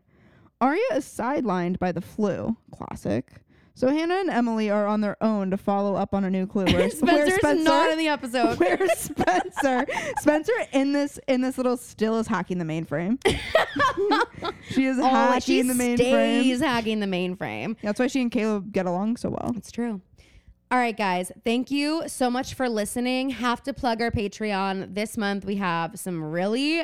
Speaker 1: Arya is sidelined by the flu. Classic. So Hannah and Emily are on their own to follow up on a new clue. Where, where
Speaker 2: Spencer's
Speaker 1: Spencer,
Speaker 2: not in the episode.
Speaker 1: where Spencer? Spencer in this in this little still is hacking the mainframe. she is
Speaker 2: Oh,
Speaker 1: hacking
Speaker 2: she
Speaker 1: the mainframe.
Speaker 2: stays hacking the mainframe.
Speaker 1: That's why she and Caleb get along so well.
Speaker 2: It's true. All right, guys. Thank you so much for listening. Have to plug our Patreon. This month we have some really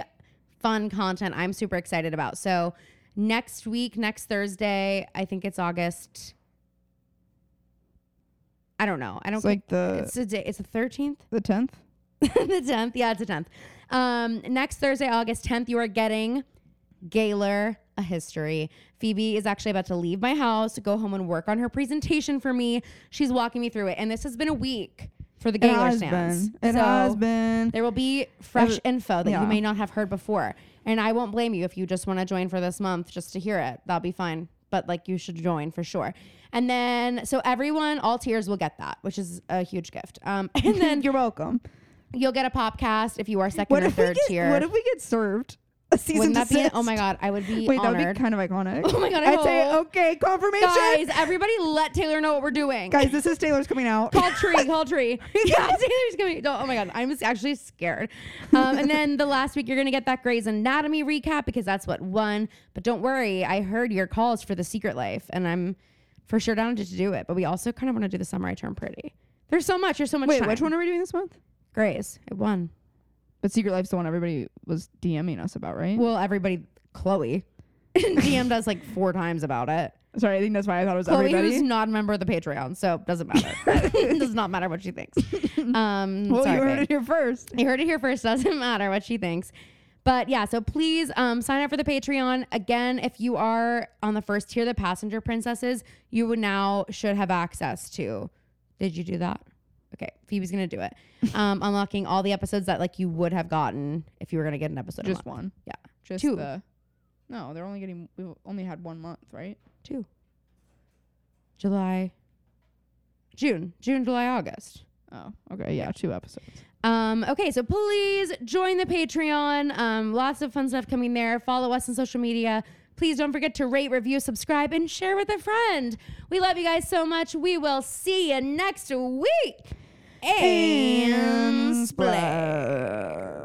Speaker 2: fun content I'm super excited about. So next week, next Thursday, I think it's August. I don't know. I don't
Speaker 1: It's like the
Speaker 2: it's a day, it's the 13th.
Speaker 1: the tenth.
Speaker 2: the 10th. Yeah, it's the 10th. Um, next Thursday, August 10th, you are getting Gaylor a history. Phoebe is actually about to leave my house, go home and work on her presentation for me. She's walking me through it. And this has been a week for the
Speaker 1: It
Speaker 2: Gaylor
Speaker 1: has
Speaker 2: stands.
Speaker 1: been. It
Speaker 2: So
Speaker 1: has been.
Speaker 2: There will be fresh
Speaker 1: Ev-
Speaker 2: info that
Speaker 1: yeah.
Speaker 2: you may not have heard before. And I won't blame you if you just want to join for this month just to hear it. That'll be fine. But like you should join for sure. And then so everyone, all tiers will get that, which is a huge gift. Um, and then
Speaker 1: You're welcome.
Speaker 2: You'll get a podcast if you are second
Speaker 1: What
Speaker 2: or
Speaker 1: if we
Speaker 2: third
Speaker 1: get
Speaker 2: tier.
Speaker 1: what if we get served a season
Speaker 2: Wouldn't that be?
Speaker 1: desist?
Speaker 2: Oh my god, I would be
Speaker 1: Wait, that would
Speaker 2: honored.
Speaker 1: be kind of iconic.
Speaker 2: Oh my God, I
Speaker 1: I'd say
Speaker 2: hope.
Speaker 1: okay, confirmation.
Speaker 2: Guys, everybody, let Taylor know what we're doing.
Speaker 1: Guys, this is Taylor's coming out.
Speaker 2: Call tree, call tree. yeah, Taylor's coming. No, oh my god, I'm just actually scared. Um, and then the last week, you're gonna get that Grey's Anatomy recap because that's what won. But don't worry, I heard your calls for the Secret Life, and I'm for sure down to do it. But we also kind of want to do the summer I turn pretty. There's so much. There's so much.
Speaker 1: Wait,
Speaker 2: time.
Speaker 1: which one are we doing this month?
Speaker 2: Grey's. It won.
Speaker 1: But Secret Life's the one everybody was DMing us about, right?
Speaker 2: Well, everybody, Chloe, DM'd us like four times about it.
Speaker 1: Sorry, I think that's why I thought it was
Speaker 2: Chloe,
Speaker 1: everybody.
Speaker 2: who's not a member of the Patreon, so it doesn't matter. it does not matter what she thinks. Um,
Speaker 1: well,
Speaker 2: sorry,
Speaker 1: you heard
Speaker 2: babe.
Speaker 1: it here first.
Speaker 2: You heard it here first. Doesn't matter what she thinks. But yeah, so please um, sign up for the Patreon. Again, if you are on the first tier, the passenger princesses, you would now should have access to. Did you do that? Okay, Phoebe's gonna do it. Um, unlocking all the episodes that like you would have gotten if you were gonna get an episode. a
Speaker 1: Just
Speaker 2: month.
Speaker 1: one.
Speaker 2: Yeah.
Speaker 1: Just
Speaker 2: Two.
Speaker 1: the No, they're only getting we've only had one month, right?
Speaker 2: Two. July. June. June, July, August.
Speaker 1: Oh, okay, yeah, two episodes.
Speaker 2: Um, okay, so please join the Patreon. Um, lots of fun stuff coming there. Follow us on social media. Please don't forget to rate, review, subscribe, and share with a friend. We love you guys so much. We will see you next week. And splash.
Speaker 1: splash.